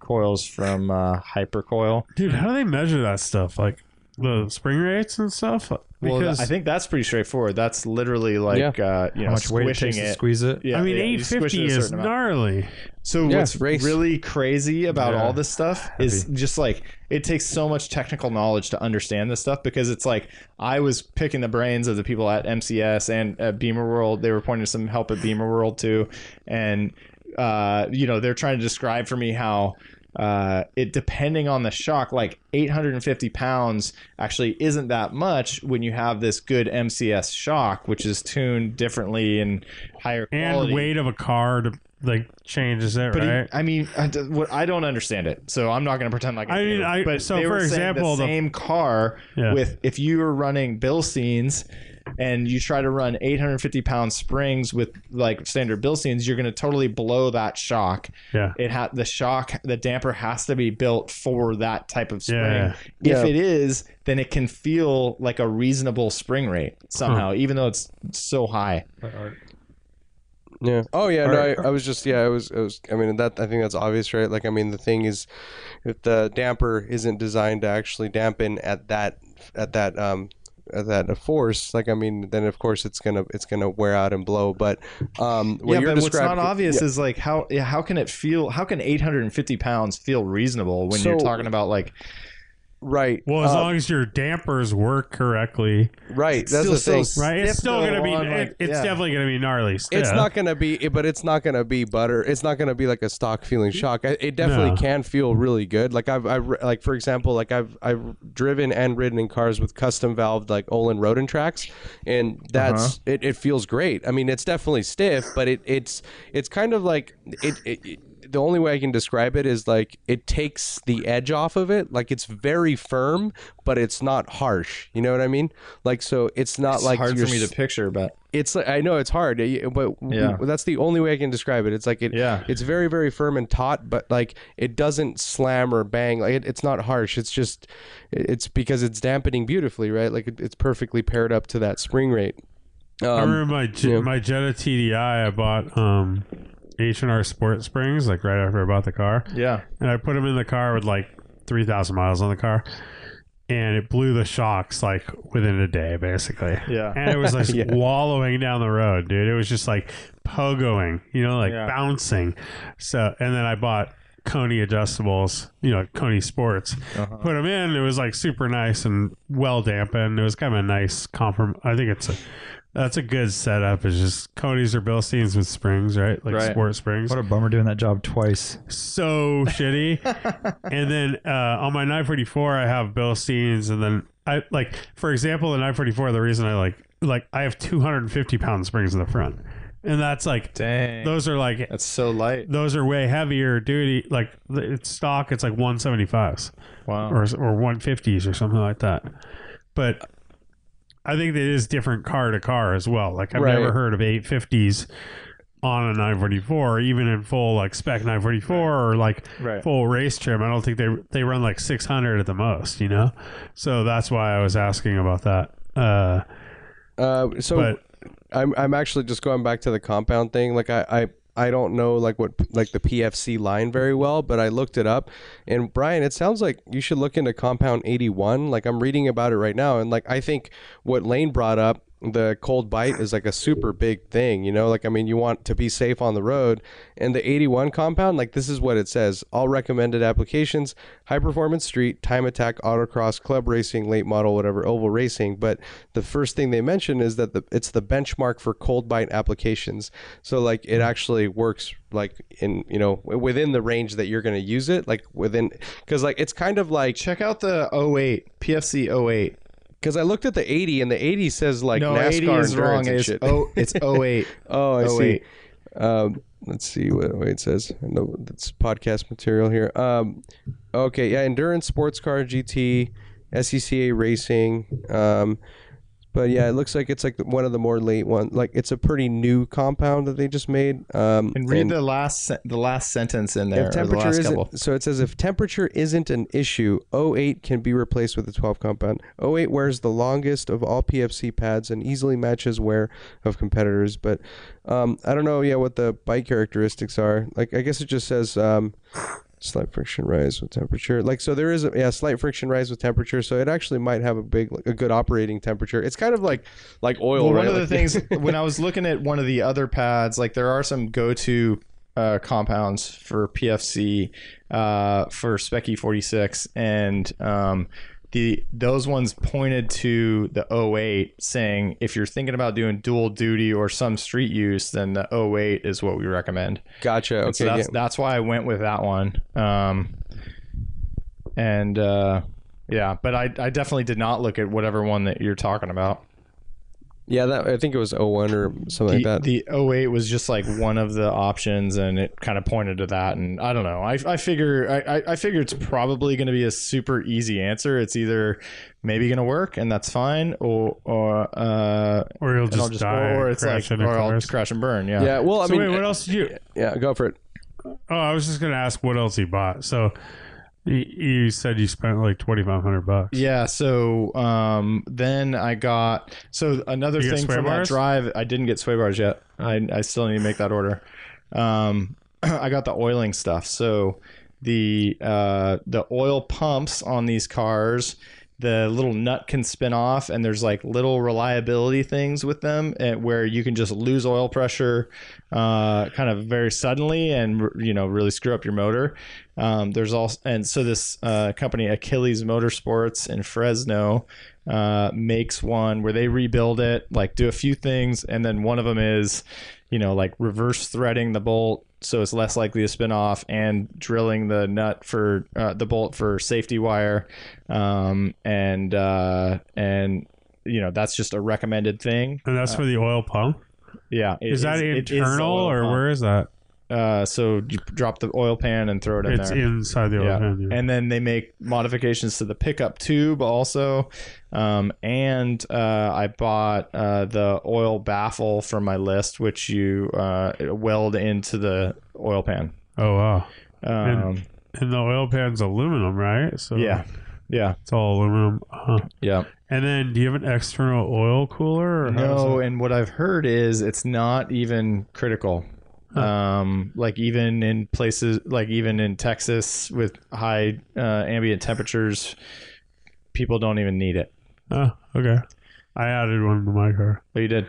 [SPEAKER 8] coils from uh, Hypercoil.
[SPEAKER 2] dude. How do they measure that stuff? Like the spring rates and stuff.
[SPEAKER 8] Well,
[SPEAKER 2] Because
[SPEAKER 8] I think that's pretty straightforward. That's literally like uh, you know
[SPEAKER 7] How much weight it
[SPEAKER 8] squishing
[SPEAKER 7] takes to
[SPEAKER 8] it.
[SPEAKER 7] squeeze it?
[SPEAKER 8] Yeah,
[SPEAKER 2] I mean,
[SPEAKER 8] yeah, you
[SPEAKER 2] eight
[SPEAKER 8] squish it
[SPEAKER 2] fifty
[SPEAKER 8] a
[SPEAKER 2] is
[SPEAKER 8] certain amount.
[SPEAKER 2] gnarly.
[SPEAKER 8] So
[SPEAKER 6] Yeah,
[SPEAKER 8] what's
[SPEAKER 6] race.
[SPEAKER 8] really crazy about all this stuff is just like it takes so much technical knowledge to understand this stuff because it's like I was picking the brains of the people at MCS and at Beamer World. They were pointing to some help at Beamer World too, and uh, you know they're trying to describe for me how. Uh, it depending on the shock, like 850 pounds actually isn't that much when you have this good MCS shock, which is tuned differently and higher
[SPEAKER 2] And
[SPEAKER 8] quality.
[SPEAKER 2] weight of a car to, like changes it,
[SPEAKER 8] But he-
[SPEAKER 2] right?
[SPEAKER 8] I mean, I, d- what- I don't understand it, so I'm not going to pretend like I,
[SPEAKER 2] I mean,
[SPEAKER 8] do.
[SPEAKER 2] I-
[SPEAKER 8] but
[SPEAKER 2] so
[SPEAKER 8] they
[SPEAKER 2] for
[SPEAKER 8] were saying
[SPEAKER 2] example,
[SPEAKER 8] the
[SPEAKER 2] the-
[SPEAKER 8] same car
[SPEAKER 2] Yeah.
[SPEAKER 8] with if you were running Bilsteins and you try to run 850 pound springs with like standard Bilsteins, you're going to totally blow that shock.
[SPEAKER 2] yeah.
[SPEAKER 8] It ha- the shock, the damper has to be built for that type of spring.
[SPEAKER 2] Yeah.
[SPEAKER 8] If
[SPEAKER 5] Yeah.
[SPEAKER 8] it is, then it can feel like a reasonable spring rate somehow, even though it's so high.
[SPEAKER 7] uh,
[SPEAKER 6] Yeah. Oh yeah. No, I, I was just yeah. I was. I was. I mean, that I think that's obvious, right? Like, I mean, the thing is, if the damper isn't designed to actually dampen at that at that um at that force, like, I mean, then of course it's gonna it's gonna wear out and blow. But um, what
[SPEAKER 8] yeah,
[SPEAKER 6] you're
[SPEAKER 8] but what's not
[SPEAKER 6] describing-
[SPEAKER 8] obvious is like how yeah, how can it feel? How can 850 pounds feel reasonable when you're
[SPEAKER 6] So-
[SPEAKER 8] talking about like
[SPEAKER 6] right?
[SPEAKER 2] Well, as
[SPEAKER 6] uh,
[SPEAKER 2] long as your dampers work correctly,
[SPEAKER 6] right. That's
[SPEAKER 8] still
[SPEAKER 6] the
[SPEAKER 8] so
[SPEAKER 6] thing.
[SPEAKER 8] s-
[SPEAKER 2] right? It's
[SPEAKER 8] stiff
[SPEAKER 2] still
[SPEAKER 8] though
[SPEAKER 2] gonna be.
[SPEAKER 8] on, like,
[SPEAKER 2] it- it's
[SPEAKER 8] yeah.
[SPEAKER 2] definitely gonna be gnarly. Stiff.
[SPEAKER 6] It's not gonna be, it- but it's not gonna be butter. It's not gonna be like a stock feeling shock. I- It definitely
[SPEAKER 2] No.
[SPEAKER 6] can feel really good. Like I've, I've, ri- like for example, like I've, I've driven and ridden in cars with custom valved like Olin Roden tracks, and that's
[SPEAKER 8] Uh-huh.
[SPEAKER 6] it, it. feels great. I mean, it's definitely stiff, but it, it's, it's kind of like it. it, it the only way I can describe it is like it takes the edge off of it. Like it's very firm, but it's not harsh. You know what I mean? Like so, it's not
[SPEAKER 8] it's
[SPEAKER 6] uh, like
[SPEAKER 8] hard for
[SPEAKER 6] you're
[SPEAKER 8] me
[SPEAKER 6] s-
[SPEAKER 8] to picture, but
[SPEAKER 6] it's like I know it's hard, eh, but w-
[SPEAKER 8] Yeah.
[SPEAKER 6] that's the only way I can describe it. It's like it,
[SPEAKER 8] Yeah.
[SPEAKER 6] it's very very firm and taut, but like it doesn't slam or bang. Like it, it's not harsh. It's just it's because it's dampening beautifully, right? Like it, it's perfectly paired up to that spring rate.
[SPEAKER 2] I
[SPEAKER 6] Um,
[SPEAKER 2] remember my Je-
[SPEAKER 6] yeah.
[SPEAKER 2] my Jetta TDI. I bought um H and R Sport Springs like right after I bought the car,
[SPEAKER 8] yeah,
[SPEAKER 2] and I put them in the car with like three thousand miles on the car, and it blew the shocks like within a day, basically.
[SPEAKER 8] Yeah.
[SPEAKER 2] and it was like wallowing down the road, dude. It was just like pogoing, you know, like
[SPEAKER 8] Yeah.
[SPEAKER 2] bouncing. So, and then I bought. Coney adjustables, you know, Coney Sports.
[SPEAKER 8] Uh-huh.
[SPEAKER 2] Put them in. It was like super nice and well dampened. It was kind of a nice comprom. I think it's a, that's a good setup. It's just Coney's or Bilsteins with springs, right? Like
[SPEAKER 8] Right.
[SPEAKER 2] sport springs
[SPEAKER 7] What a bummer doing that job twice.
[SPEAKER 2] so shitty. and then uh, on my 944, I have Bill Steens, and then I like, for example, the 944. The reason I like, like, I have 250 pound springs in the front, and that's like,
[SPEAKER 8] dang,
[SPEAKER 2] those are like,
[SPEAKER 8] that's so light.
[SPEAKER 2] those are way heavier duty. Like, it's stock, it's like 175s
[SPEAKER 8] Wow.
[SPEAKER 2] or or 150s or something like that. But I think that it is different car to car as well. Like I've
[SPEAKER 6] Right.
[SPEAKER 2] never heard of 850s on a 944, even in full like spec 944 or like
[SPEAKER 8] Right.
[SPEAKER 2] full race trim. I don't think they they run like 600 at the most, you know. So that's why I was asking about that. Uh,
[SPEAKER 6] Uh, so
[SPEAKER 2] But-
[SPEAKER 6] I'm I'm actually just going back to the compound thing. Like I, I I don't know like what like the PFC line very well, but I looked it up. And Brian, it sounds like you should look into compound 81. Like I'm reading about it right now, and like I think what Lane brought up. The cold bite is like a super big thing, you know. Like, I mean, you want to be safe on the road, and the 81 compound, like, this is what it says all recommended applications high performance street, time attack, autocross, club racing, late model, whatever, oval racing. But the first thing they mention is that the, it's the benchmark for cold bite applications. So like it actually works like in you know w- within the range that you're going to use it like within because like it's kind of like
[SPEAKER 8] Check out the 08 PFC 08.
[SPEAKER 6] because I looked at the 80 and the 80 says like
[SPEAKER 8] no,
[SPEAKER 6] NASCAR
[SPEAKER 8] 80 is
[SPEAKER 6] endurance
[SPEAKER 8] wrong.
[SPEAKER 6] and
[SPEAKER 8] It's
[SPEAKER 6] shit.
[SPEAKER 8] oh, it's 08.
[SPEAKER 6] oh I see.
[SPEAKER 8] 08.
[SPEAKER 6] Um, let's see what, what it says. I know that's podcast material here. Um, okay, yeah, endurance sports car GT. SCCA Racing. Um, but yeah, it looks like it's like one of the more late ones. Like it's a pretty new compound that they just made. Um,
[SPEAKER 8] And read the last sen- the last sentence in
[SPEAKER 6] if
[SPEAKER 8] there. or the
[SPEAKER 6] temperature
[SPEAKER 8] last
[SPEAKER 6] isn't
[SPEAKER 8] couple.
[SPEAKER 6] so it says if temperature isn't an issue 08 can be replaced with a 12 compound 08 wears the longest of all pfc pads and easily matches wear of competitors but um, i don't know yeah what the bike characteristics are like i guess it just says um, slight friction rise with temperature like so there is a yeah slight friction rise with temperature so it actually might have a big like, a good operating temperature it's kind of like like oil
[SPEAKER 8] Well,
[SPEAKER 6] right
[SPEAKER 8] one of the
[SPEAKER 6] Like-
[SPEAKER 8] things when I was looking at one of the other pads, like there are some go-to uh, compounds for PFC uh, for Spec E 46 and um, the those ones pointed to the 08 saying if you're thinking about doing dual duty or some street use, then the 08 is what we recommend.
[SPEAKER 6] gotcha okay
[SPEAKER 8] And so that's
[SPEAKER 6] yeah.
[SPEAKER 8] that's why I went with that one. Um, and uh, yeah, but I, I definitely did not look at whatever one that you're talking about.
[SPEAKER 6] yeah that i think it was 01 or something like
[SPEAKER 8] the,
[SPEAKER 6] that
[SPEAKER 8] the 08 was just like one of the options and it kind of pointed to that and i don't know i, I figure I- I, I figure it's probably going to be a super easy answer it's either maybe going to work and that's fine or or uh
[SPEAKER 2] Or you'll
[SPEAKER 8] and I'll
[SPEAKER 2] just, die.
[SPEAKER 8] or it's like
[SPEAKER 2] crash
[SPEAKER 8] or
[SPEAKER 2] into
[SPEAKER 8] i'll
[SPEAKER 2] cars.
[SPEAKER 8] crash and burn yeah,
[SPEAKER 6] yeah well i
[SPEAKER 2] so
[SPEAKER 6] mean
[SPEAKER 2] wait, what else did you?
[SPEAKER 6] yeah go for it
[SPEAKER 2] Oh, I was just gonna ask what else he bought. So y- you said you spent like twenty five hundred bucks.
[SPEAKER 8] Yeah, so um, then I got so another
[SPEAKER 2] You got
[SPEAKER 8] thing
[SPEAKER 2] sway
[SPEAKER 8] from
[SPEAKER 2] bars?
[SPEAKER 8] that drive. I didn't get sway bars yet. I I still need to make that order. Um, I got the oiling stuff. So the uh, the oil pumps on these cars. The little nut can spin off, and there's like little reliability things with them eh, where you can just lose oil pressure uh, kind of very suddenly and you know really screw up your motor. Um, there's also and so this uh, company Achilles Motorsports in Fresno uh, makes one where they rebuild it, like do a few things, and then one of them is you know like reverse threading the bolt so it's less likely to spin off and drilling the nut for uh, the bolt for safety wire um, and uh, and you know that's just a recommended thing
[SPEAKER 2] And that's for the oil pump.
[SPEAKER 8] yeah it
[SPEAKER 2] Is that
[SPEAKER 8] it the
[SPEAKER 2] internal
[SPEAKER 8] oil
[SPEAKER 2] or
[SPEAKER 8] pump.
[SPEAKER 2] where is that?
[SPEAKER 8] Uh, so you drop the oil pan and throw it in
[SPEAKER 2] It's
[SPEAKER 8] there.
[SPEAKER 2] inside the oil
[SPEAKER 8] yeah.
[SPEAKER 2] pan. yeah.
[SPEAKER 8] and then they make modifications to the pickup tube also, um, and uh, I bought uh, the oil baffle from my list, which you uh, weld into the oil pan.
[SPEAKER 2] oh wow.
[SPEAKER 8] Um,
[SPEAKER 2] And the oil pan's aluminum, right? So
[SPEAKER 8] yeah, yeah,
[SPEAKER 2] it's all aluminum. Uh-huh.
[SPEAKER 8] yeah.
[SPEAKER 2] And then, do you have an external oil cooler? Or how does
[SPEAKER 8] No,
[SPEAKER 2] it-
[SPEAKER 8] and what I've heard is it's not even critical. Um, like even in places like even in Texas with high uh, ambient temperatures, people don't even need it.
[SPEAKER 2] Oh, okay. I added one to my car.
[SPEAKER 8] Oh, you did.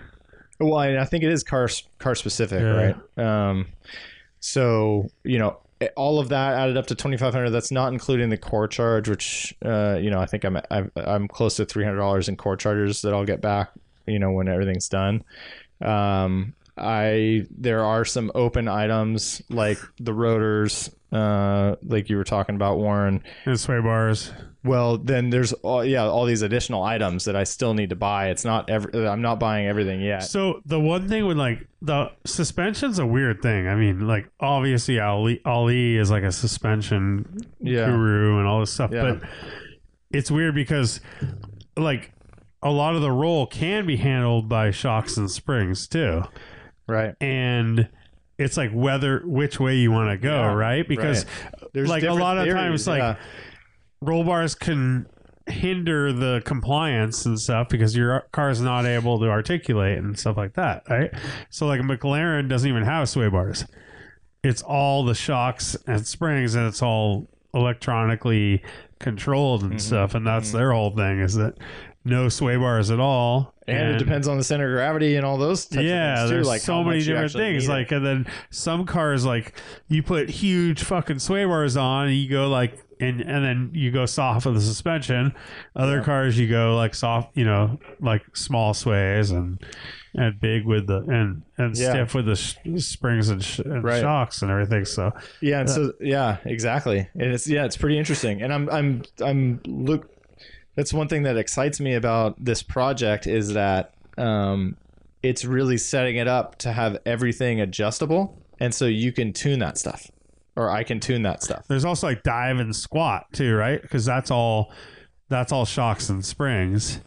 [SPEAKER 8] Well, I, I think it is car car specific,
[SPEAKER 2] Yeah.
[SPEAKER 8] right? Um, so you know, it- all of that added up to twenty five hundred. That's not including the core charge, which uh, you know, I think I'm I'm, I'm close to three hundred dollars in core charges that I'll get back. You know, when everything's done. Um, I there are some open items like the rotors, uh, like you were talking about, Warren.
[SPEAKER 2] And sway bars.
[SPEAKER 8] Well, then there's all, yeah all these additional items that I still need to buy. It's not every I'm not buying everything yet.
[SPEAKER 2] So the one thing with like the suspension's a weird thing. I mean, like obviously Ali Ali is like a suspension
[SPEAKER 8] Yeah.
[SPEAKER 2] guru and all this stuff,
[SPEAKER 8] Yeah.
[SPEAKER 2] but it's weird because like a lot of the roll can be handled by shocks and springs too,
[SPEAKER 8] Right.
[SPEAKER 2] and it's like whether which way you want to go,
[SPEAKER 8] Yeah,
[SPEAKER 2] right? Because
[SPEAKER 8] There's
[SPEAKER 2] like a
[SPEAKER 8] different
[SPEAKER 2] lot of
[SPEAKER 8] theories,
[SPEAKER 2] times, like
[SPEAKER 8] yeah.
[SPEAKER 2] roll bars can hinder the compliance and stuff because your car's not able to articulate and stuff like that, right? So like a McLaren doesn't even have sway bars. It's all the shocks and springs and it's all electronically controlled
[SPEAKER 8] Mm-hmm.
[SPEAKER 2] and stuff and that's their whole thing is that no sway bars at all
[SPEAKER 8] and, it depends on the center of gravity and all those types
[SPEAKER 2] yeah,
[SPEAKER 8] of things too,
[SPEAKER 2] there's
[SPEAKER 8] like
[SPEAKER 2] so
[SPEAKER 8] how
[SPEAKER 2] many
[SPEAKER 8] much you
[SPEAKER 2] different
[SPEAKER 8] actually
[SPEAKER 2] things.
[SPEAKER 8] need it.
[SPEAKER 2] Like, and then some cars, like you put huge fucking sway bars on, and you go like, and and then you go soft with the suspension. Other cars, you go like soft, you know, like small sways and and big with the and and
[SPEAKER 8] Yeah.
[SPEAKER 2] stiff with the sh- springs and, sh- and
[SPEAKER 8] Right.
[SPEAKER 2] shocks and everything. So
[SPEAKER 8] yeah, and
[SPEAKER 2] uh,
[SPEAKER 8] so yeah, exactly. And it's yeah, it's pretty interesting. And I'm I'm I'm look. That's one thing that excites me about this project is that um, it's really setting it up to have everything adjustable, and so you can tune that stuff, or I can tune that stuff.
[SPEAKER 2] there's also like dive and squat too, right? Because that's all That's all shocks and springs.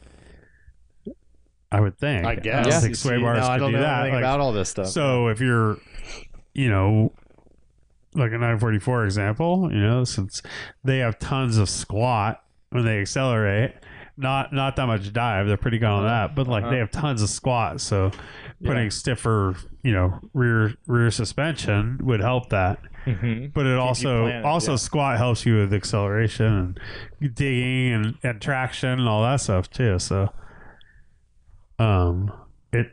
[SPEAKER 2] I would think.
[SPEAKER 8] I guess.
[SPEAKER 2] don't
[SPEAKER 8] Yeah.
[SPEAKER 2] think sway
[SPEAKER 8] See,
[SPEAKER 2] bars
[SPEAKER 8] now I
[SPEAKER 2] could
[SPEAKER 8] don't
[SPEAKER 2] do
[SPEAKER 8] know
[SPEAKER 2] that.
[SPEAKER 8] anything
[SPEAKER 2] Like,
[SPEAKER 8] about all this stuff.
[SPEAKER 2] so if you're, you know, like a 944 example, you know, since they have tons of squat when they accelerate, not not that much dive. They're pretty good on that, but like they have tons of squat, so putting stiffer, you know, rear rear suspension would help that.
[SPEAKER 8] Mhm.
[SPEAKER 2] But it also
[SPEAKER 8] planted,
[SPEAKER 2] also
[SPEAKER 8] yeah.
[SPEAKER 2] squat helps you with acceleration and digging and, and traction and all that stuff too. So, um, it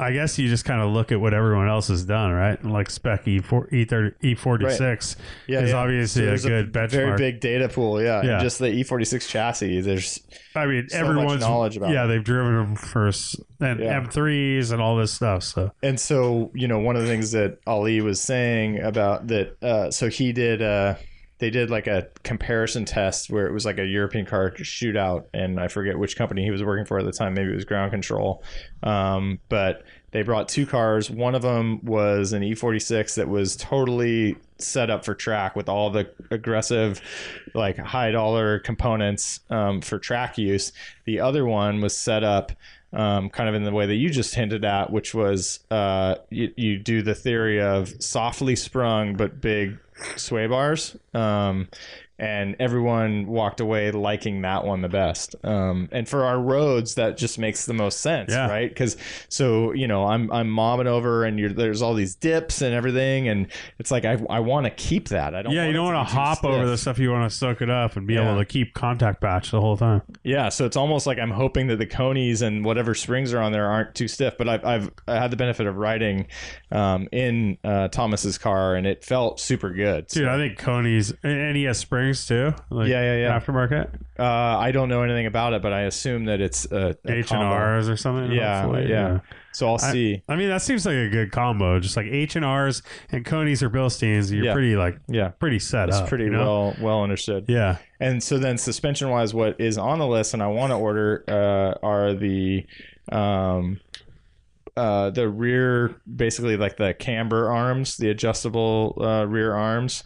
[SPEAKER 2] I guess you just kind of look at what everyone else has done, right? And like spec E four E thirty E forty six
[SPEAKER 8] Yeah,
[SPEAKER 2] is
[SPEAKER 8] yeah.
[SPEAKER 2] obviously
[SPEAKER 8] So
[SPEAKER 2] a
[SPEAKER 8] there's
[SPEAKER 2] good benchmark.
[SPEAKER 8] Very big data pool, yeah. And
[SPEAKER 2] Yeah.
[SPEAKER 8] just the E46 chassis, there's
[SPEAKER 2] I mean,
[SPEAKER 8] so much
[SPEAKER 2] everyone's
[SPEAKER 8] knowledge about
[SPEAKER 2] yeah,
[SPEAKER 8] it.
[SPEAKER 2] they've driven them first and
[SPEAKER 8] Yeah.
[SPEAKER 2] M threes and all this stuff. So
[SPEAKER 8] and so you know one of the things that ali was saying about that uh, so he did uh, they did like a comparison test where it was like a european car shootout and i forget which company he was working for at the time maybe it was ground control um, but they brought two cars one of them was an e46 that was totally set up for track with all the aggressive like high dollar components um, for track use the other one was set up um, kind of in the way that you just hinted at, which was uh, you, you do the theory of softly sprung but big sway bars. Um, and everyone walked away liking that one the best. Um, and for our roads, that just makes the most sense,
[SPEAKER 2] Yeah.
[SPEAKER 8] right? Because so you know, I'm I'm momming over, and you're, there's all these dips and everything, and it's like I, I want to keep that. I don't.
[SPEAKER 2] yeah, you
[SPEAKER 8] want
[SPEAKER 2] don't
[SPEAKER 8] it
[SPEAKER 2] want
[SPEAKER 8] be
[SPEAKER 2] to
[SPEAKER 8] too
[SPEAKER 2] hop over
[SPEAKER 8] stiff.
[SPEAKER 2] the stuff. You want to soak it up and be
[SPEAKER 8] Yeah.
[SPEAKER 2] able to keep contact patch the whole time.
[SPEAKER 8] Yeah, so it's almost like I'm hoping that the conies and whatever springs are on there aren't too stiff. But I've I've I had the benefit of riding um, in uh, Thomas's car, and it felt super good.
[SPEAKER 2] Dude, I think Coney's and, and he has springs too. Like
[SPEAKER 8] Yeah, yeah, yeah.
[SPEAKER 2] Aftermarket
[SPEAKER 8] Uh, I don't know anything about it, but I assume that it's a, a
[SPEAKER 2] H and
[SPEAKER 8] combo.
[SPEAKER 2] R's or something.
[SPEAKER 8] Yeah,
[SPEAKER 2] hopefully,
[SPEAKER 8] yeah. So I'll see.
[SPEAKER 2] I mean, that seems like a good combo. Just like H and R's and Coney's or Bilsteins, you're
[SPEAKER 8] Yeah.
[SPEAKER 2] pretty like
[SPEAKER 8] Yeah,
[SPEAKER 2] pretty set
[SPEAKER 8] it's
[SPEAKER 2] up.
[SPEAKER 8] pretty
[SPEAKER 2] you know?
[SPEAKER 8] well well understood.
[SPEAKER 2] Yeah.
[SPEAKER 8] And so then suspension wise, what is on the list and I want to order uh, are the um, uh, the rear, basically like the camber arms, the adjustable uh, rear arms.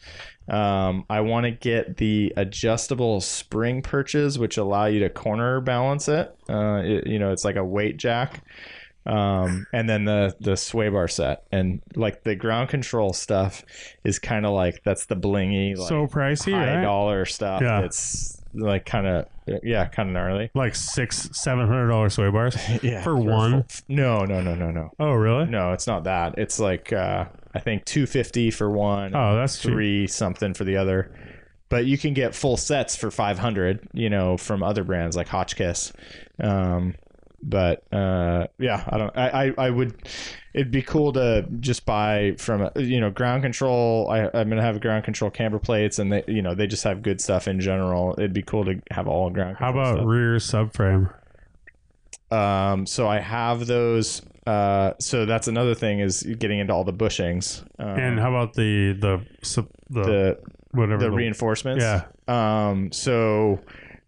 [SPEAKER 8] Um, I want to get the adjustable spring perches, which allow you to corner balance it. Uh, it you know, it's like a weight jack. Um, and then the the sway bar set and like the ground control stuff is kind of like that's the blingy like,
[SPEAKER 2] so pricey,
[SPEAKER 8] high
[SPEAKER 2] right?
[SPEAKER 8] dollar stuff
[SPEAKER 2] Yeah.
[SPEAKER 8] that's like kind of yeah kind of gnarly
[SPEAKER 2] Like six, seven hundred dollar sway bars
[SPEAKER 8] yeah
[SPEAKER 2] for one.
[SPEAKER 8] no no no no no
[SPEAKER 2] Oh, really?
[SPEAKER 8] no it's not that it's like uh i think 250 for one
[SPEAKER 2] Oh, that's cheap.
[SPEAKER 8] three something for the other but you can get full sets for 500 you know from other brands like hotchkiss um but uh yeah i don't I, I i would it'd be cool to just buy from uh, you know ground control i i'm gonna have ground control camber plates and they you know they just have good stuff in general it'd be cool to have all ground
[SPEAKER 2] How
[SPEAKER 8] control
[SPEAKER 2] about
[SPEAKER 8] stuff.
[SPEAKER 2] rear subframe?
[SPEAKER 8] Um, so I have those. Uh, so that's another thing is getting into all the bushings um,
[SPEAKER 2] and how about the the sub- the,
[SPEAKER 8] the
[SPEAKER 2] whatever
[SPEAKER 8] the reinforcements.
[SPEAKER 2] Yeah.
[SPEAKER 8] Um, so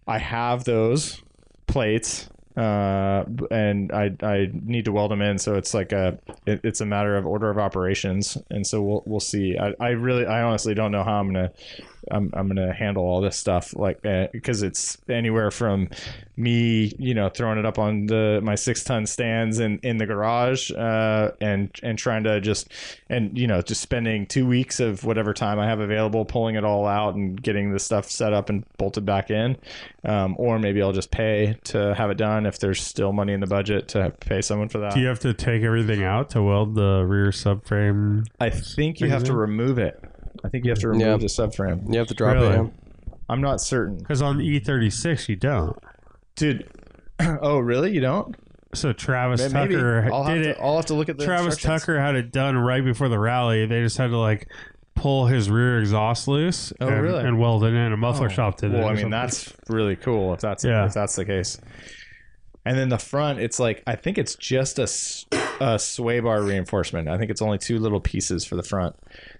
[SPEAKER 8] I have those plates, uh, b- and I I need to weld them in. So it's like a it, it's a matter of order of operations, and so we'll we'll see. I, I really I honestly don't know how I'm gonna I'm I'm gonna handle all this stuff like because it's anywhere from me you know throwing it up on the my six ton stands in in the garage uh and and trying to just and you know just spending two weeks of whatever time I have available pulling it all out and getting the stuff set up and bolted back in um, or maybe I'll just pay to have it done if there's still money in the budget to pay someone for that
[SPEAKER 2] Do you have to take everything out to weld the rear subframe?
[SPEAKER 8] I think you have
[SPEAKER 2] Mm-hmm.
[SPEAKER 8] to remove it I think you have to remove
[SPEAKER 6] Yeah.
[SPEAKER 8] the subframe
[SPEAKER 6] You have to drop
[SPEAKER 2] Really?
[SPEAKER 6] it down.
[SPEAKER 8] I'm not certain
[SPEAKER 2] Because on the E36 you don't.
[SPEAKER 8] dude oh really you don't
[SPEAKER 2] So Travis
[SPEAKER 8] May- Maybe.
[SPEAKER 2] Tucker
[SPEAKER 8] I'll have
[SPEAKER 2] did
[SPEAKER 8] to,
[SPEAKER 2] it.
[SPEAKER 8] I'll have to look at the
[SPEAKER 2] Travis
[SPEAKER 8] instructions.
[SPEAKER 2] Tucker had it done right before the rally. They just had to like pull his rear exhaust loose
[SPEAKER 8] Oh,
[SPEAKER 2] and,
[SPEAKER 8] really? Oh.
[SPEAKER 2] and weld it in. A muffler shop did it.
[SPEAKER 8] Well,
[SPEAKER 2] or
[SPEAKER 8] I mean
[SPEAKER 2] something.
[SPEAKER 8] that's really cool if that's
[SPEAKER 2] Yeah.
[SPEAKER 8] if that's the case. And then the front, it's like I think it's just a, s- a sway bar reinforcement. I think it's only two little pieces for the front.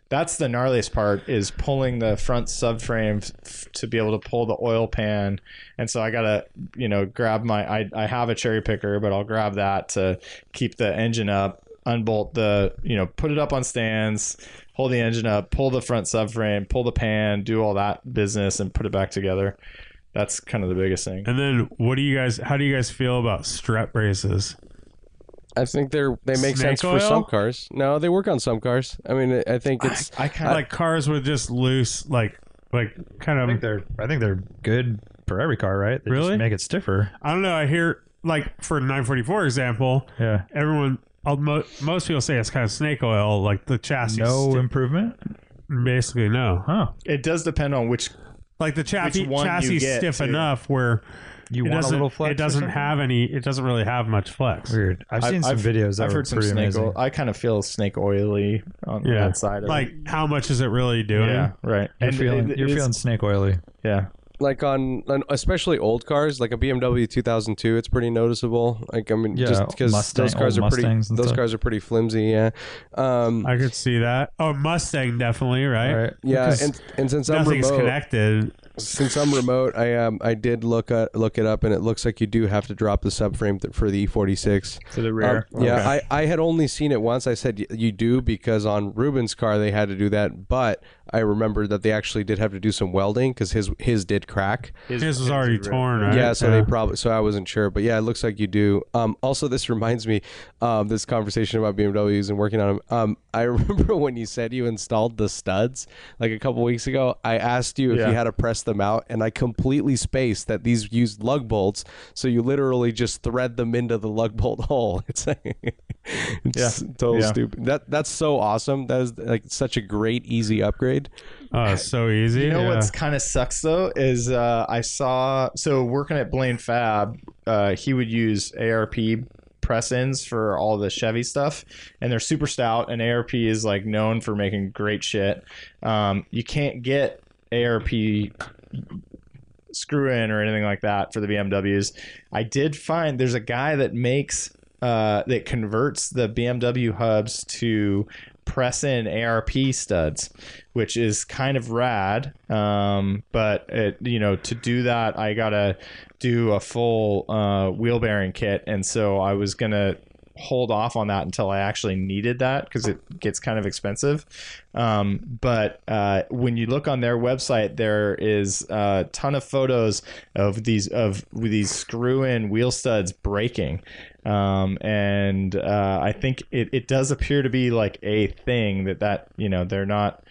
[SPEAKER 8] That's the gnarliest part is pulling the front subframe f- to be able to pull the oil pan. And so I gotta, you know, grab my. I I have a cherry picker, but I'll grab that to keep the engine up. Unbolt the, you know, put it up on stands, hold the engine up, pull the front subframe, pull the pan, do all that business, and put it back together. That's kind of the biggest thing.
[SPEAKER 9] And then, what do you guys? How do you guys feel about strap braces?
[SPEAKER 6] I think they're they make
[SPEAKER 9] Snake
[SPEAKER 6] sense for some
[SPEAKER 9] oil?
[SPEAKER 6] cars. No, they work on some cars. I mean, I I think it's
[SPEAKER 8] I kind of
[SPEAKER 9] Like cars with just loose, like, like kind
[SPEAKER 7] I
[SPEAKER 9] of
[SPEAKER 7] think they're I think they're good for every car, right? They
[SPEAKER 9] Really?
[SPEAKER 7] just make it stiffer.
[SPEAKER 9] I don't know. I hear like for 944 example,
[SPEAKER 7] Yeah.
[SPEAKER 9] everyone al- mo- most people say it's kind of snake oil, like the chassis.
[SPEAKER 7] No
[SPEAKER 9] sti-
[SPEAKER 7] improvement.
[SPEAKER 9] basically no.
[SPEAKER 7] Huh.
[SPEAKER 8] it does depend on which.
[SPEAKER 9] Like the chassis,
[SPEAKER 8] Which one you
[SPEAKER 9] chassis
[SPEAKER 8] get,
[SPEAKER 9] stiff
[SPEAKER 8] too.
[SPEAKER 9] enough where
[SPEAKER 7] You
[SPEAKER 9] it
[SPEAKER 7] want a
[SPEAKER 9] doesn't
[SPEAKER 7] little flex?
[SPEAKER 9] it
[SPEAKER 7] or
[SPEAKER 9] doesn't
[SPEAKER 7] something?
[SPEAKER 9] have any it doesn't really have much flex.
[SPEAKER 7] Weird. I've
[SPEAKER 8] I-
[SPEAKER 7] seen some
[SPEAKER 8] I've-
[SPEAKER 7] videos. That
[SPEAKER 8] I've
[SPEAKER 7] were
[SPEAKER 8] heard some
[SPEAKER 7] pretty
[SPEAKER 8] snake
[SPEAKER 7] amazing.
[SPEAKER 8] oil. I kind of feel snake oily on
[SPEAKER 9] Yeah.
[SPEAKER 8] that side. Of
[SPEAKER 9] Like
[SPEAKER 8] it.
[SPEAKER 9] how much is it really doing?
[SPEAKER 8] yeah, right.
[SPEAKER 7] You're feeling
[SPEAKER 8] it-
[SPEAKER 7] you're
[SPEAKER 8] it is-
[SPEAKER 7] feeling snake oily.
[SPEAKER 8] yeah.
[SPEAKER 6] like on, on especially old cars, like a BMW 2002. It's pretty noticeable. Like I mean,
[SPEAKER 7] Yeah,
[SPEAKER 6] just because
[SPEAKER 7] Mustang-
[SPEAKER 6] those cars
[SPEAKER 7] old
[SPEAKER 6] are pretty
[SPEAKER 7] Mustangs and
[SPEAKER 6] those
[SPEAKER 7] stuff.
[SPEAKER 6] cars are pretty flimsy. Yeah, um,
[SPEAKER 9] I could see that. Oh, Mustang definitely, right?
[SPEAKER 7] All right.
[SPEAKER 6] yeah,
[SPEAKER 7] Because-
[SPEAKER 6] and, and since I'm
[SPEAKER 9] Nothing's
[SPEAKER 6] remote,
[SPEAKER 9] connected.
[SPEAKER 6] since I'm remote, I um I did look up, look it up, and it looks like you do have to drop the subframe th- for the E E46
[SPEAKER 8] To the
[SPEAKER 6] Um, yeah, I, I had only seen it once. I said y- you do because on Ruben's car they had to do that, but I remembered that they actually did have to do some welding because his his did crack.
[SPEAKER 9] His was already torn, right? Uh,
[SPEAKER 6] Yeah, so
[SPEAKER 8] Uh-huh.
[SPEAKER 6] they probably so I wasn't sure, but yeah, it looks like you do. Um, also, this reminds me, um, this conversation about BMWs and working on them. Um, I remember when you said you installed the studs like a couple weeks ago. I asked you if
[SPEAKER 8] Yeah.
[SPEAKER 6] you had to press them out, and I completely spaced that these used lug bolts, so you literally just thread them into the lug bolt hole. It's like it's total
[SPEAKER 8] Yeah.
[SPEAKER 6] stupid. That that's so awesome. That is like such a great easy upgrade.
[SPEAKER 9] Oh, it's so easy.
[SPEAKER 8] You know
[SPEAKER 9] yeah.
[SPEAKER 8] what's kind of sucks though is uh, I saw so working at Blaine Fab, uh, he would use ARP press ins for all the Chevy stuff, and they're super stout. And ARP is like known for making great shit. Um, you can't get ARP screw in or anything like that for the BMWs. I did find there's a guy that makes uh, that converts the BMW hubs to press in ARP studs, which is kind of rad. Um, but it, you know, to do that, I gotta do a full uh, wheel bearing kit, and so I was gonna hold off on that until I actually needed that because it gets kind of expensive. Um, but uh, when you look on their website, there is a ton of photos of these of these screw-in wheel studs breaking, um, and uh, I think it, it does appear to be like a thing that that you know they're not.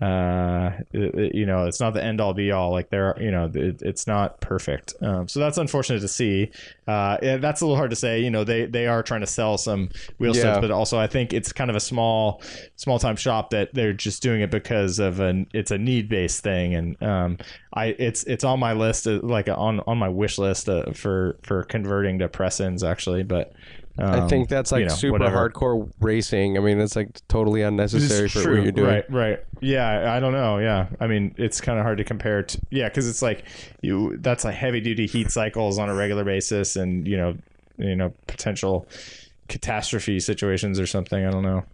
[SPEAKER 8] Uh, it- it- you know, it's not the end all be all. Like there, are, you know, it, it's not perfect. Um, so that's unfortunate to see. Uh, yeah, that's a little hard to say. You know, they they are trying to sell some wheel
[SPEAKER 6] Yeah.
[SPEAKER 8] studs, but also I think it's kind of a small small time shop that they're just doing it because of an it's a need based thing. And um, I it's it's on my list, uh, like on on my wish list uh, for for converting to press ins actually. But
[SPEAKER 6] I
[SPEAKER 8] um,
[SPEAKER 6] think that's like
[SPEAKER 8] you know,
[SPEAKER 6] super
[SPEAKER 8] whatever.
[SPEAKER 6] hardcore racing. I mean, it's like totally
[SPEAKER 8] This is
[SPEAKER 6] unnecessary for what you're doing.
[SPEAKER 8] Right, right. Yeah, I don't know. Yeah, I mean, it's kind of hard to compare. To, yeah, because it's like you that's like heavy duty heat cycles on a regular basis, and you know, you know, potential catastrophe situations or something. I don't know.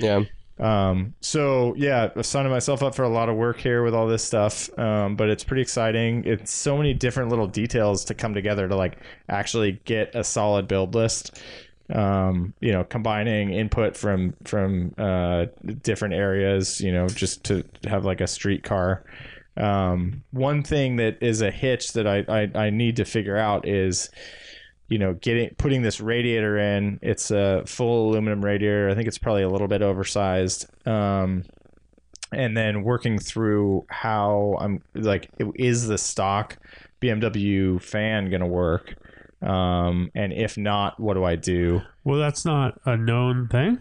[SPEAKER 6] Yeah.
[SPEAKER 8] Um, so yeah, I've signed myself up for a lot of work here with all this stuff. Um, but it's pretty exciting. It's so many different little details to come together to like actually get a solid build list. Um, you know, combining input from from uh different areas, you know, just to have like a streetcar. Um, one thing that is a hitch that I, I, I need to figure out is you know, getting putting this radiator in. It's a full aluminum radiator. I think it's probably a little bit oversized. Um, and then working through how I'm like, is the stock BMW fan going to work? Um, and if not, what do I do?
[SPEAKER 9] Well, that's not a known thing.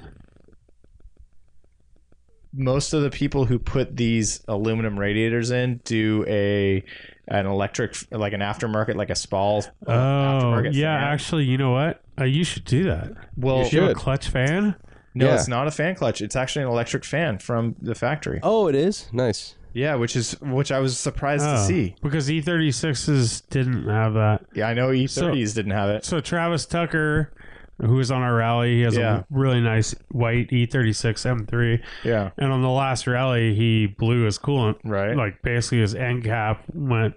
[SPEAKER 8] most of the people who put these aluminum radiators in do a an electric like an aftermarket like a Spal.
[SPEAKER 9] Oh, yeah.
[SPEAKER 8] fan.
[SPEAKER 9] Actually, you know what? Uh, you should do that.
[SPEAKER 8] well,
[SPEAKER 6] You
[SPEAKER 9] Do you have a
[SPEAKER 6] Good.
[SPEAKER 9] clutch fan?
[SPEAKER 8] no,
[SPEAKER 6] Yeah.
[SPEAKER 8] it's not a fan clutch. It's actually an electric fan from the factory.
[SPEAKER 6] Oh, it is nice.
[SPEAKER 8] Yeah, which is which I was surprised to
[SPEAKER 9] Oh,
[SPEAKER 8] see.
[SPEAKER 9] Because E36s didn't have that.
[SPEAKER 8] Yeah, I know E30s didn't have it.
[SPEAKER 9] So Travis Tucker, who was on our rally, he has
[SPEAKER 8] Yeah.
[SPEAKER 9] a really nice white E E36 M3.
[SPEAKER 8] Yeah,
[SPEAKER 9] And on the last rally, he blew his coolant.
[SPEAKER 8] right.
[SPEAKER 9] Like basically his end cap went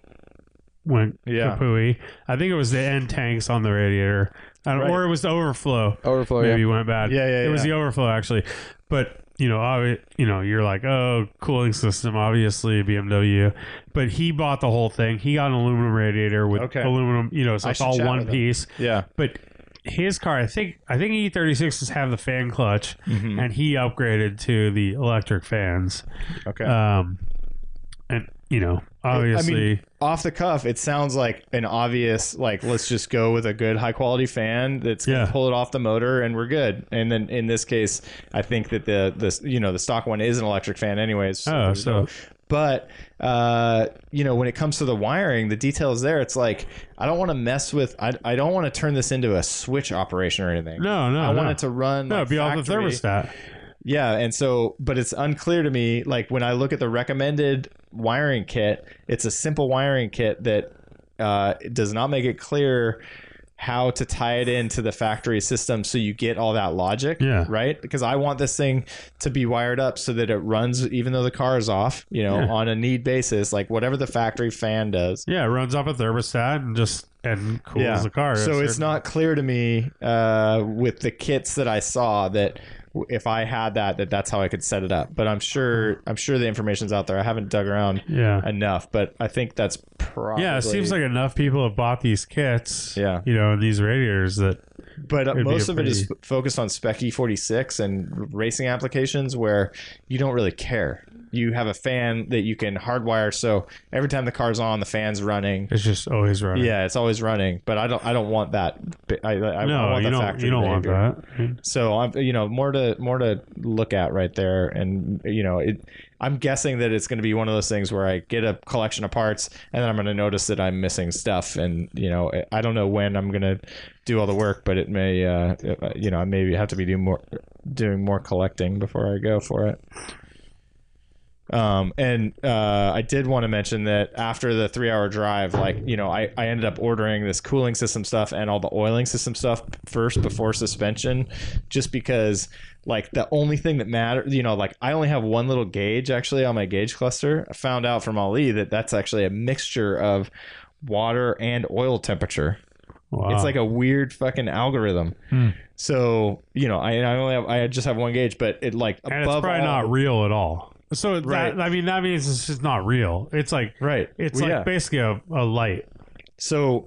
[SPEAKER 2] went
[SPEAKER 8] Yeah.
[SPEAKER 2] kapooey. I think it was the end tanks on the radiator, I don't- or it was the overflow.
[SPEAKER 6] Overflow.
[SPEAKER 2] maybe
[SPEAKER 6] Yeah.
[SPEAKER 2] went bad.
[SPEAKER 8] Yeah, yeah,
[SPEAKER 2] It was
[SPEAKER 8] yeah.
[SPEAKER 2] the overflow actually, but you know, obvi- you know, you're like, oh, cooling system, obviously BMW. But he bought the whole thing. He got an aluminum radiator with
[SPEAKER 8] Okay.
[SPEAKER 2] aluminum, you know, so
[SPEAKER 8] I
[SPEAKER 2] it's
[SPEAKER 8] should
[SPEAKER 2] all
[SPEAKER 8] chat
[SPEAKER 2] one
[SPEAKER 8] with him.
[SPEAKER 2] piece.
[SPEAKER 8] Yeah.
[SPEAKER 2] But his car, I think, I think E36s have the fan clutch,
[SPEAKER 8] Mhm.
[SPEAKER 2] and he upgraded to the electric fans.
[SPEAKER 8] Okay.
[SPEAKER 2] Um, and you know, obviously,
[SPEAKER 8] Off the cuff, it sounds like an obvious like let's just go with a good high quality fan that's gonna
[SPEAKER 2] Yeah.
[SPEAKER 8] pull it off the motor and we're good. And then in this case, I think that the the you know the stock one is an electric fan anyways. so
[SPEAKER 2] oh,
[SPEAKER 8] there's no-
[SPEAKER 2] so
[SPEAKER 8] But uh, you know, when it comes to the wiring, the details there, it's like I don't want to mess with. I, I don't want to turn this into a switch operation or anything.
[SPEAKER 2] no, no,
[SPEAKER 8] I
[SPEAKER 2] no.
[SPEAKER 8] want it to run.
[SPEAKER 2] no,
[SPEAKER 8] like,
[SPEAKER 2] it'd be off the
[SPEAKER 8] factory.
[SPEAKER 2] thermostat.
[SPEAKER 8] Yeah, and so, but it's unclear to me. Like when I look at the recommended wiring kit, it's a simple wiring kit that uh, it does not make it clear how to tie it into the factory system so you get all that logic
[SPEAKER 2] Yeah.
[SPEAKER 8] right because i want this thing to be wired up so that it runs even though the car is off you know
[SPEAKER 2] Yeah.
[SPEAKER 8] on a need basis like whatever the factory fan does
[SPEAKER 2] Yeah, it runs off a thermostat and just and cools
[SPEAKER 8] Yeah.
[SPEAKER 2] the car.
[SPEAKER 8] So it's
[SPEAKER 2] certain-
[SPEAKER 8] not clear to me uh, with the kits that I saw that w- if I had that, that that's how I could set it up. But I'm sure I'm sure the information's out there. I haven't dug around
[SPEAKER 2] Yeah.
[SPEAKER 8] enough, but I think that's probably
[SPEAKER 2] yeah, it seems like enough people have bought these kits.
[SPEAKER 8] Yeah.
[SPEAKER 2] You know, and these radiators that
[SPEAKER 8] But uh,
[SPEAKER 2] it'd be
[SPEAKER 8] most
[SPEAKER 2] a
[SPEAKER 8] of it is f- focused on Spec E46 and r- racing applications where you don't really care. You have a fan that you can hardwire, so every time the car's on, the fan's running.
[SPEAKER 2] it's just always running.
[SPEAKER 8] Yeah, it's always running, but I don't. I don't want that. bi- I, I, I
[SPEAKER 2] No,
[SPEAKER 8] want
[SPEAKER 2] you
[SPEAKER 8] the
[SPEAKER 2] don't.
[SPEAKER 8] factory
[SPEAKER 2] You don't want
[SPEAKER 8] behavior.
[SPEAKER 2] that.
[SPEAKER 8] So I'm, you know, more to more to look at right there, and you know, it. I'm guessing that it's going to be one of those things where I get a collection of parts, and then I'm going to notice that I'm missing stuff, and you know, I- I don't know when I'm going to do all the work, but it may, uh, you know, I maybe have to be doing more, doing more collecting before I go for it. Um, and uh, I did want to mention that after the three hour drive, like, you know, I, I ended up ordering this cooling system stuff and all the oiling system stuff first before suspension, just because, like, the only thing that matters, you know, like, I only have one little gauge actually on my gauge cluster. I found out from Ali that that's actually a mixture of water and oil temperature.
[SPEAKER 2] Wow. Hmm.
[SPEAKER 8] It's like a weird fucking algorithm. So, you know, I, I only have, I just have one gauge, but it, like,
[SPEAKER 2] and it's
[SPEAKER 8] above
[SPEAKER 2] probably
[SPEAKER 8] all-
[SPEAKER 2] not real at all. So
[SPEAKER 8] Right.
[SPEAKER 2] that I mean that means it's just not real. It's like
[SPEAKER 8] Right.
[SPEAKER 2] It's
[SPEAKER 8] Well,
[SPEAKER 2] like
[SPEAKER 8] yeah.
[SPEAKER 2] basically a, a light.
[SPEAKER 8] So,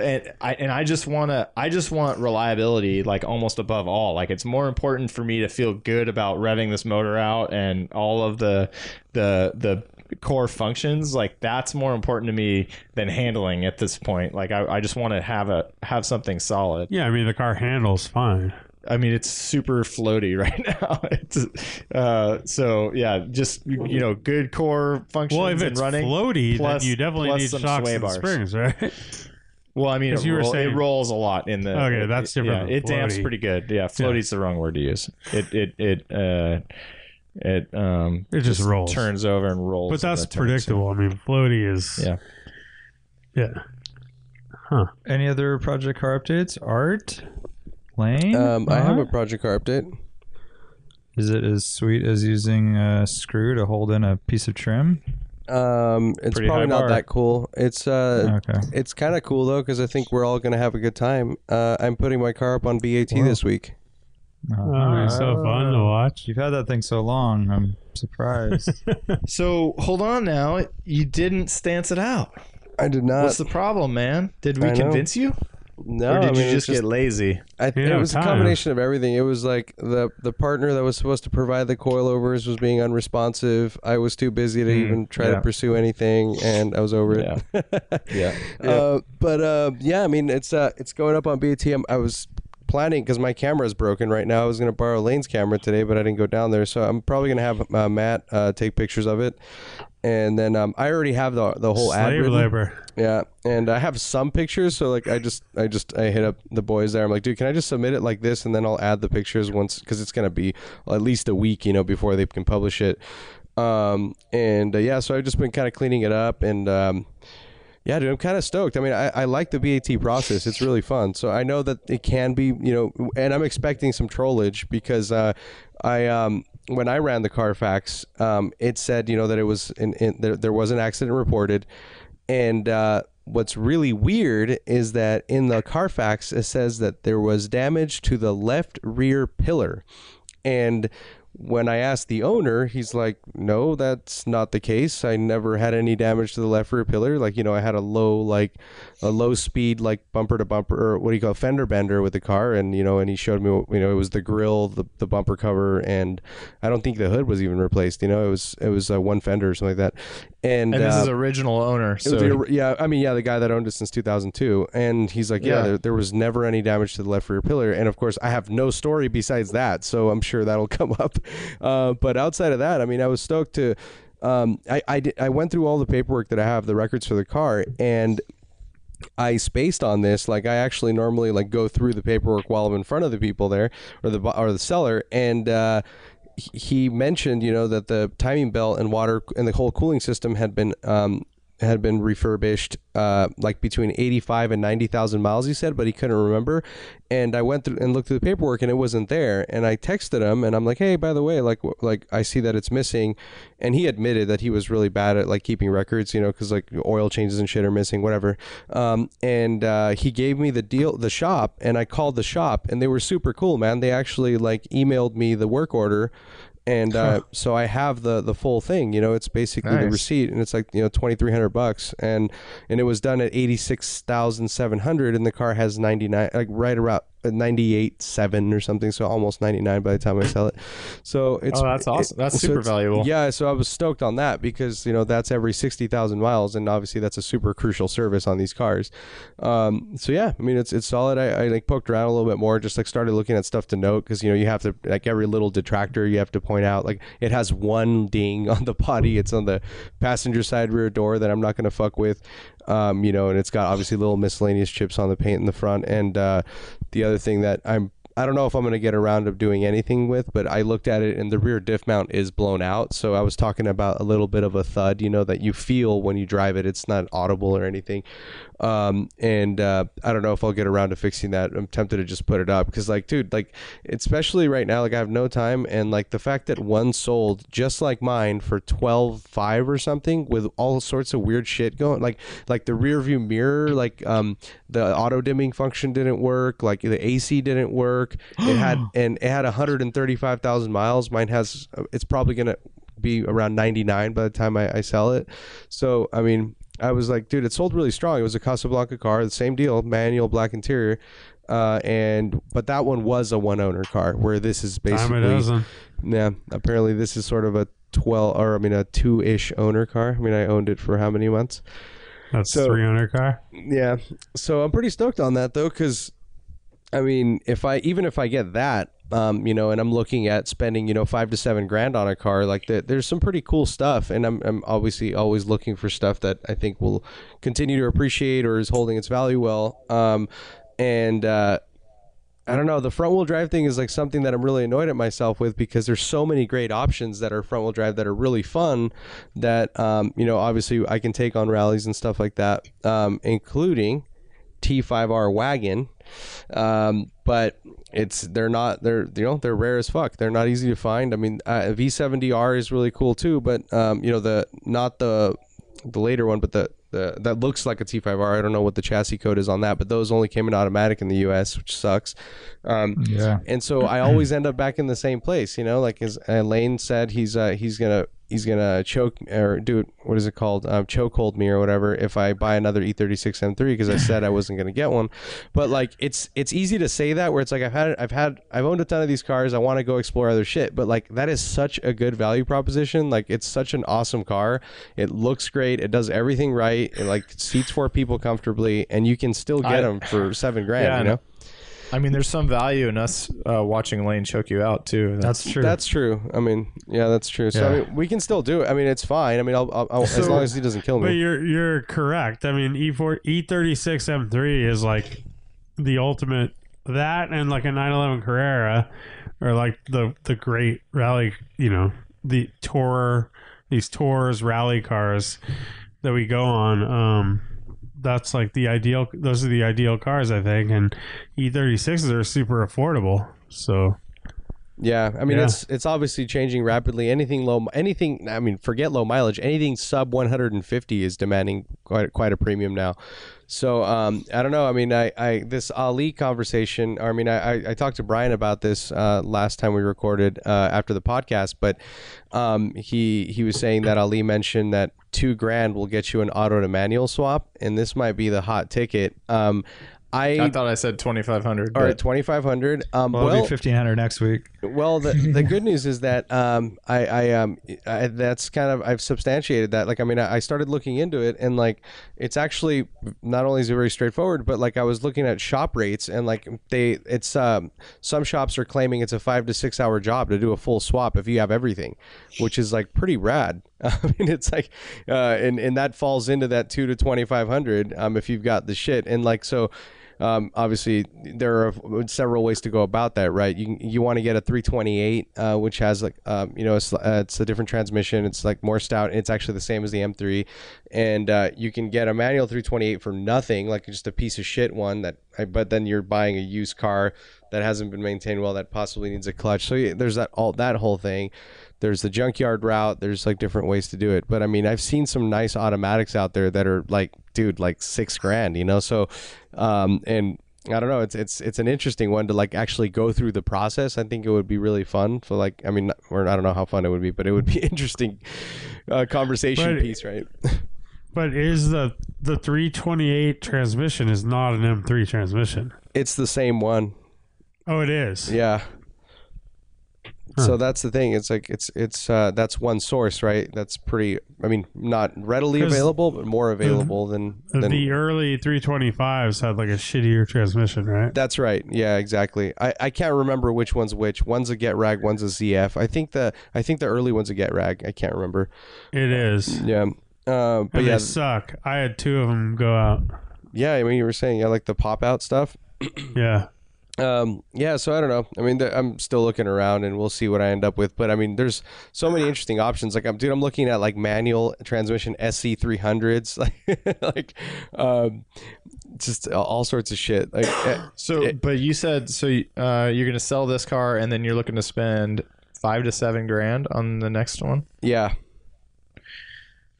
[SPEAKER 8] and I and I just want to I just want reliability like almost above all. Like it's more important for me to feel good about revving this motor out and all of the the the core functions like that's more important to me than handling at this point like i, I just want to have a have something solid
[SPEAKER 2] Yeah, I mean the car handles fine.
[SPEAKER 8] i mean it's super floaty right now it's uh so yeah just you know good core functions
[SPEAKER 2] Well, if
[SPEAKER 8] and
[SPEAKER 2] it's
[SPEAKER 8] running
[SPEAKER 2] floaty,
[SPEAKER 8] plus-
[SPEAKER 2] then you definitely
[SPEAKER 8] plus
[SPEAKER 2] need
[SPEAKER 8] some
[SPEAKER 2] shocks
[SPEAKER 8] sway
[SPEAKER 2] and
[SPEAKER 8] bars.
[SPEAKER 2] springs, right?
[SPEAKER 8] Well, I mean, it,
[SPEAKER 2] As you were
[SPEAKER 8] roll-
[SPEAKER 2] saying.
[SPEAKER 8] it rolls a lot in the.
[SPEAKER 2] Okay, that's different
[SPEAKER 8] Yeah,
[SPEAKER 2] than
[SPEAKER 8] it damps
[SPEAKER 2] floaty.
[SPEAKER 8] pretty good. Yeah, floaty's the wrong word to use. It it it uh, it um
[SPEAKER 2] It just rolls.
[SPEAKER 8] turns over and rolls.
[SPEAKER 2] But
[SPEAKER 8] in
[SPEAKER 2] that's
[SPEAKER 8] the turn, so-
[SPEAKER 2] predictable. I mean, floaty is
[SPEAKER 8] Yeah.
[SPEAKER 2] yeah.
[SPEAKER 7] Any other project car updates? Art? Lane?
[SPEAKER 6] Um, I have a
[SPEAKER 7] Not?
[SPEAKER 6] project car update.
[SPEAKER 7] Is it as sweet as using a screw to hold in a piece of trim?
[SPEAKER 6] Um, it's
[SPEAKER 8] Pretty high
[SPEAKER 6] probably not
[SPEAKER 8] bar.
[SPEAKER 6] that cool. It's uh,
[SPEAKER 7] Okay.
[SPEAKER 6] it's kind of cool though because I think we're all gonna have a good time. Uh, I'm putting my car up on BAT this week.
[SPEAKER 2] Oh, it's
[SPEAKER 6] uh,
[SPEAKER 2] so fun to watch.
[SPEAKER 7] Uh, You've had that thing so long. I'm surprised.
[SPEAKER 8] So hold on now. You didn't stance it out.
[SPEAKER 6] I did not.
[SPEAKER 8] What's the problem, man? Did we
[SPEAKER 6] Uh, I know.
[SPEAKER 8] convince you,
[SPEAKER 6] no,
[SPEAKER 8] or did
[SPEAKER 6] I mean,
[SPEAKER 8] you
[SPEAKER 6] it's
[SPEAKER 8] just, get lazy?
[SPEAKER 6] I,
[SPEAKER 2] Yeah,
[SPEAKER 6] it was
[SPEAKER 2] time.
[SPEAKER 6] a combination of everything. It was like the the partner that was supposed to provide the coilovers was being unresponsive. I was too busy to even try
[SPEAKER 8] Mm, yeah.
[SPEAKER 6] to pursue anything, and I was over it.
[SPEAKER 8] Yeah.
[SPEAKER 6] Uh, but uh, yeah, I mean, it's uh, it's going up on BAT. I'm, I was planning because my camera is broken right now. I was going to borrow Lane's camera today, but I didn't go down there, so I'm probably going to have uh, Matt uh, take pictures of it. And then um, I already have the the whole ad.
[SPEAKER 2] Slave
[SPEAKER 6] written.
[SPEAKER 2] labor.
[SPEAKER 6] Yeah, and I have some pictures, so like I just I just I hit up the boys there. I'm like, dude, can I just submit it like this, and then I'll add the pictures once because it's gonna be at least a week, you know, before they can publish it. Um, and uh, yeah, so I've just been kind of cleaning it up, and um, yeah, dude, I'm kind of stoked. I mean, I, I like the BAT process; it's really fun. So I know that it can be, you know, and I'm expecting some trollage because uh, I um, when I ran the Carfax, um, it said, you know, that it was in, in there, there was an accident reported, and uh, what's really weird is that in the Carfax it says that there was damage to the left rear pillar. And when I asked the owner, he's like, "No, that's not the case. I never had any damage to the left rear pillar. Like, you know, I had a low like a low speed like bumper to bumper or what do you call it, fender bender with the car and you know, and he showed me, you know, it was the grill, the, the bumper cover and I don't think the hood was even replaced, you know. It was it was uh, one fender or something like that. And,
[SPEAKER 8] And this
[SPEAKER 6] uh,
[SPEAKER 8] is original owner.
[SPEAKER 6] it was
[SPEAKER 8] So
[SPEAKER 6] the- yeah, I mean, yeah, the guy that owned it since 2002, and he's like, yeah,
[SPEAKER 8] Yeah.
[SPEAKER 6] There, there was never any damage to the left rear pillar, and of course, I have no story besides that, so I'm sure that'll come up. Uh, but outside of that, I mean, I was stoked to, um, I I, did, I went through all the paperwork that I have, the records for the car, and I spaced on this. Like I actually normally like go through the paperwork while I'm in front of the people there or the bu- or the seller, and uh, he- he mentioned you know that the timing belt and water and the whole cooling system had been um, had been refurbished uh, like between eighty five and ninety thousand miles. He said, but he couldn't remember. And I went through and looked through the paperwork, and it wasn't there. And I texted him, and I'm like, hey, by the way, like w- like I see that it's missing, and he admitted that he was really bad at like keeping records, you know, because like oil changes and shit are missing, whatever. Um, and uh, he gave me the deal, the shop, and I called the shop, and they were super cool, man. They actually like emailed me the work order, and uh, so I have the the full thing. You know, it's basically the
[SPEAKER 8] Nice.
[SPEAKER 6] receipt, and it's like you know twenty three hundred bucks, and and it was done at eighty six thousand seven hundred, and the car has ninety nine, like right around. 98 7 or something so almost 99 by the time i sell it so it's
[SPEAKER 8] Oh, that's
[SPEAKER 6] it-
[SPEAKER 8] awesome. That's super
[SPEAKER 6] it's-
[SPEAKER 8] valuable.
[SPEAKER 6] yeah, so I was stoked on that because you know that's every sixty thousand miles, and obviously that's a super crucial service on these cars. Um, so yeah, I mean it's it's solid. I, I like poked around a little bit more, just like started looking at stuff to note because you know you have to like every little detractor you have to point out. Like it has one ding on the body. It's on the passenger side rear door that I'm not gonna fuck with. Um, you know, and it's got obviously little miscellaneous chips on the paint in the front. And uh, the other thing that I'm I don't know if I'm going to get around of doing anything with, but I looked at it and the rear diff mount is blown out. So I was talking about a little bit of a thud, you know, that you feel when you drive it. It's not audible or anything. Um, and uh, I don't know if I'll get around to fixing that. I'm tempted to just put it up because, like, dude, like, especially right now, like, I have no time. And, like, the fact that one sold just like mine for 12 5 or something with all sorts of weird shit going, like, like the rear view mirror, like, um, the auto dimming function didn't work, like, the AC didn't work. It had, and it had 135,000 miles. Mine has, uh, it's probably going to, be around 99 by the time I, I sell it. So, I mean, I was like, dude, it sold really strong. It was a Casablanca car, the same deal, manual, black interior. Uh, and but that one was a one owner car, where this is
[SPEAKER 2] Time a
[SPEAKER 6] basically
[SPEAKER 2] dozen.
[SPEAKER 6] yeah. Apparently, this is sort of a twelve or I mean a two ish owner car. I mean, I owned it for how many months?
[SPEAKER 2] That's
[SPEAKER 6] So-
[SPEAKER 2] 300 car.
[SPEAKER 6] Yeah. So I'm pretty stoked on that though, because I mean, if I even if I get that, um, you know, and I'm looking at spending, you know, five to seven grand on a car, like that, there's some pretty cool stuff, and I'm I'm obviously always looking for stuff that I think will continue to appreciate or is holding its value well. Um, and uh, I don't know. The front wheel drive thing is like something that I'm really annoyed at myself with because there's so many great options that are front wheel drive that are really fun that, um, you know, obviously I can take on rallies and stuff like that, um, including T5R wagon. Um, but it's they're not they're you know they're rare as fuck. They're not easy to find. I mean, uh, V70R is really cool too, but um, you know the not the the later one, but the, the that looks like a T5R. I don't know what the chassis code is on that, but those only came in automatic in the U.S., which sucks. Um,
[SPEAKER 7] Yeah.
[SPEAKER 6] and so I always end up back in the same place, you know. Like as uh, Lane said, he's uh, he's gonna he's gonna choke or do it. What is it called? Um, choke hold me or whatever. If I buy another E E36 M3 because I said I wasn't gonna get one, but like it's it's easy to say that where it's like I've had I've had I've owned a ton of these cars. I want to go explore other shit, but like that is such a good value proposition. Like it's such an awesome car. It looks great. It does everything right. It like seats four people comfortably, and you can still get
[SPEAKER 8] I-
[SPEAKER 6] them for seven grand.
[SPEAKER 8] Yeah, I
[SPEAKER 6] you
[SPEAKER 8] know.
[SPEAKER 6] know.
[SPEAKER 8] I mean, there's some value in us uh, watching Lane choke you out too.
[SPEAKER 7] That's true.
[SPEAKER 6] That's true. I mean, yeah, that's true. So I
[SPEAKER 7] Yeah.
[SPEAKER 6] mean, we can still do it. I mean, it's fine. I mean, I'll, I'll, I'll as long as he doesn't kill
[SPEAKER 2] But
[SPEAKER 6] me.
[SPEAKER 2] you're you're correct. I mean, E E4 E36 M3 is like the ultimate that and like a 911 Carrera are like the the great rally, you know, the tour these tours rally cars that we go on um that's like the ideal those are the E ideal cars I think and E36s are super affordable. So
[SPEAKER 6] Yeah, I mean
[SPEAKER 2] Yeah.
[SPEAKER 6] it's it's obviously changing rapidly. Anything low, anything I mean, forget low mileage. Anything sub 150 is demanding quite quite a premium now. So um, I don't know. I mean, I, I this Ali conversation. I mean, I, I, I talked to Brian about this uh, last time we recorded uh, after the podcast, but um, he he was saying that Ali mentioned that two grand will get you an auto to manual swap, and this might be the hot ticket. Um, I,
[SPEAKER 8] I thought I said 2500.
[SPEAKER 6] or
[SPEAKER 8] but-
[SPEAKER 6] 2500. Um,
[SPEAKER 7] Well, it'll
[SPEAKER 6] well
[SPEAKER 7] be fifteen hundred next week.
[SPEAKER 6] well, the, the good news is that um, I, I, um, I that's kind of I've substantiated that. Like, I mean, I, I started looking into it, and like, it's actually not only is it very straightforward, but like I was looking at shop rates, and like they, it's um, some shops are claiming it's a five to six hour job to do a full swap if you have everything, which is like pretty rad. I mean, it's like, uh, and and that falls into that two to twenty five hundred um, if you've got the shit, and like so. Um, obviously, there are several ways to go about that, right? You can- you want to get a 328, uh, which has like um, you know it's, uh, it's a different transmission. It's like more stout. and It's actually the same as the M3, and uh, you can get a manual 328 for nothing, like just a piece of shit one that. But then you're buying a used car that hasn't been maintained well, that possibly needs a clutch. So yeah, there's that all that whole thing. There's the junkyard route. There's like different ways to do it. But I mean, I've seen some nice automatics out there that are like, dude, like six grand, you know. So um, and I don't know. It's it's it's an interesting one to like actually go through the process. I think it would be really fun for like I mean, or I don't know how fun it would be, but it would be interesting uh, conversation
[SPEAKER 2] But-
[SPEAKER 6] piece, right?
[SPEAKER 2] But is the the 328 transmission is not an M3 transmission?
[SPEAKER 6] It's the same one,
[SPEAKER 2] Oh, it is.
[SPEAKER 6] yeah. So that's the thing. It's like it's it's uh, that's one source, right? That's pretty. I mean, not readily
[SPEAKER 2] 'Cause
[SPEAKER 6] available, but more available than
[SPEAKER 2] The,
[SPEAKER 6] than
[SPEAKER 2] the early 325s had like a shittier transmission, right?
[SPEAKER 6] That's right. Yeah, exactly. I, I can't remember which one's which. One's a get rag, one's a ZF. I think the I think the early one's a get rag. I can't remember.
[SPEAKER 2] It is.
[SPEAKER 6] Yeah. Uh, but
[SPEAKER 2] And
[SPEAKER 6] yeah,
[SPEAKER 2] they suck. I had two of them go out.
[SPEAKER 6] yeah. I mean, you were saying yeah, like the pop out stuff.
[SPEAKER 2] Yeah.
[SPEAKER 6] Um, yeah. So I don't know. I mean, the, I'm still looking around, and we'll see what I end up with. But I mean, there's so many interesting options. Like, I'm dude, I'm looking at like manual transmission SC 300s, like, like, um, just all sorts of shit. Like, eh,
[SPEAKER 8] so,
[SPEAKER 6] it-
[SPEAKER 8] but you said so you- uh, you're going to sell this car and then you're looking to spend five to seven grand on the next one.
[SPEAKER 6] yeah.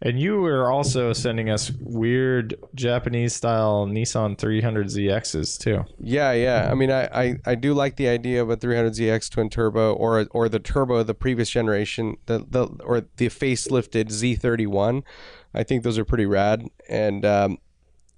[SPEAKER 8] And you were also sending us weird Japanese style Nissan 300 ZXs too.
[SPEAKER 6] Yeah, yeah. I mean, I, I, I do like the idea of a 300ZX twin turbo or or the turbo of the previous generation, the the or the facelifted Z31. I think those are pretty rad. And um,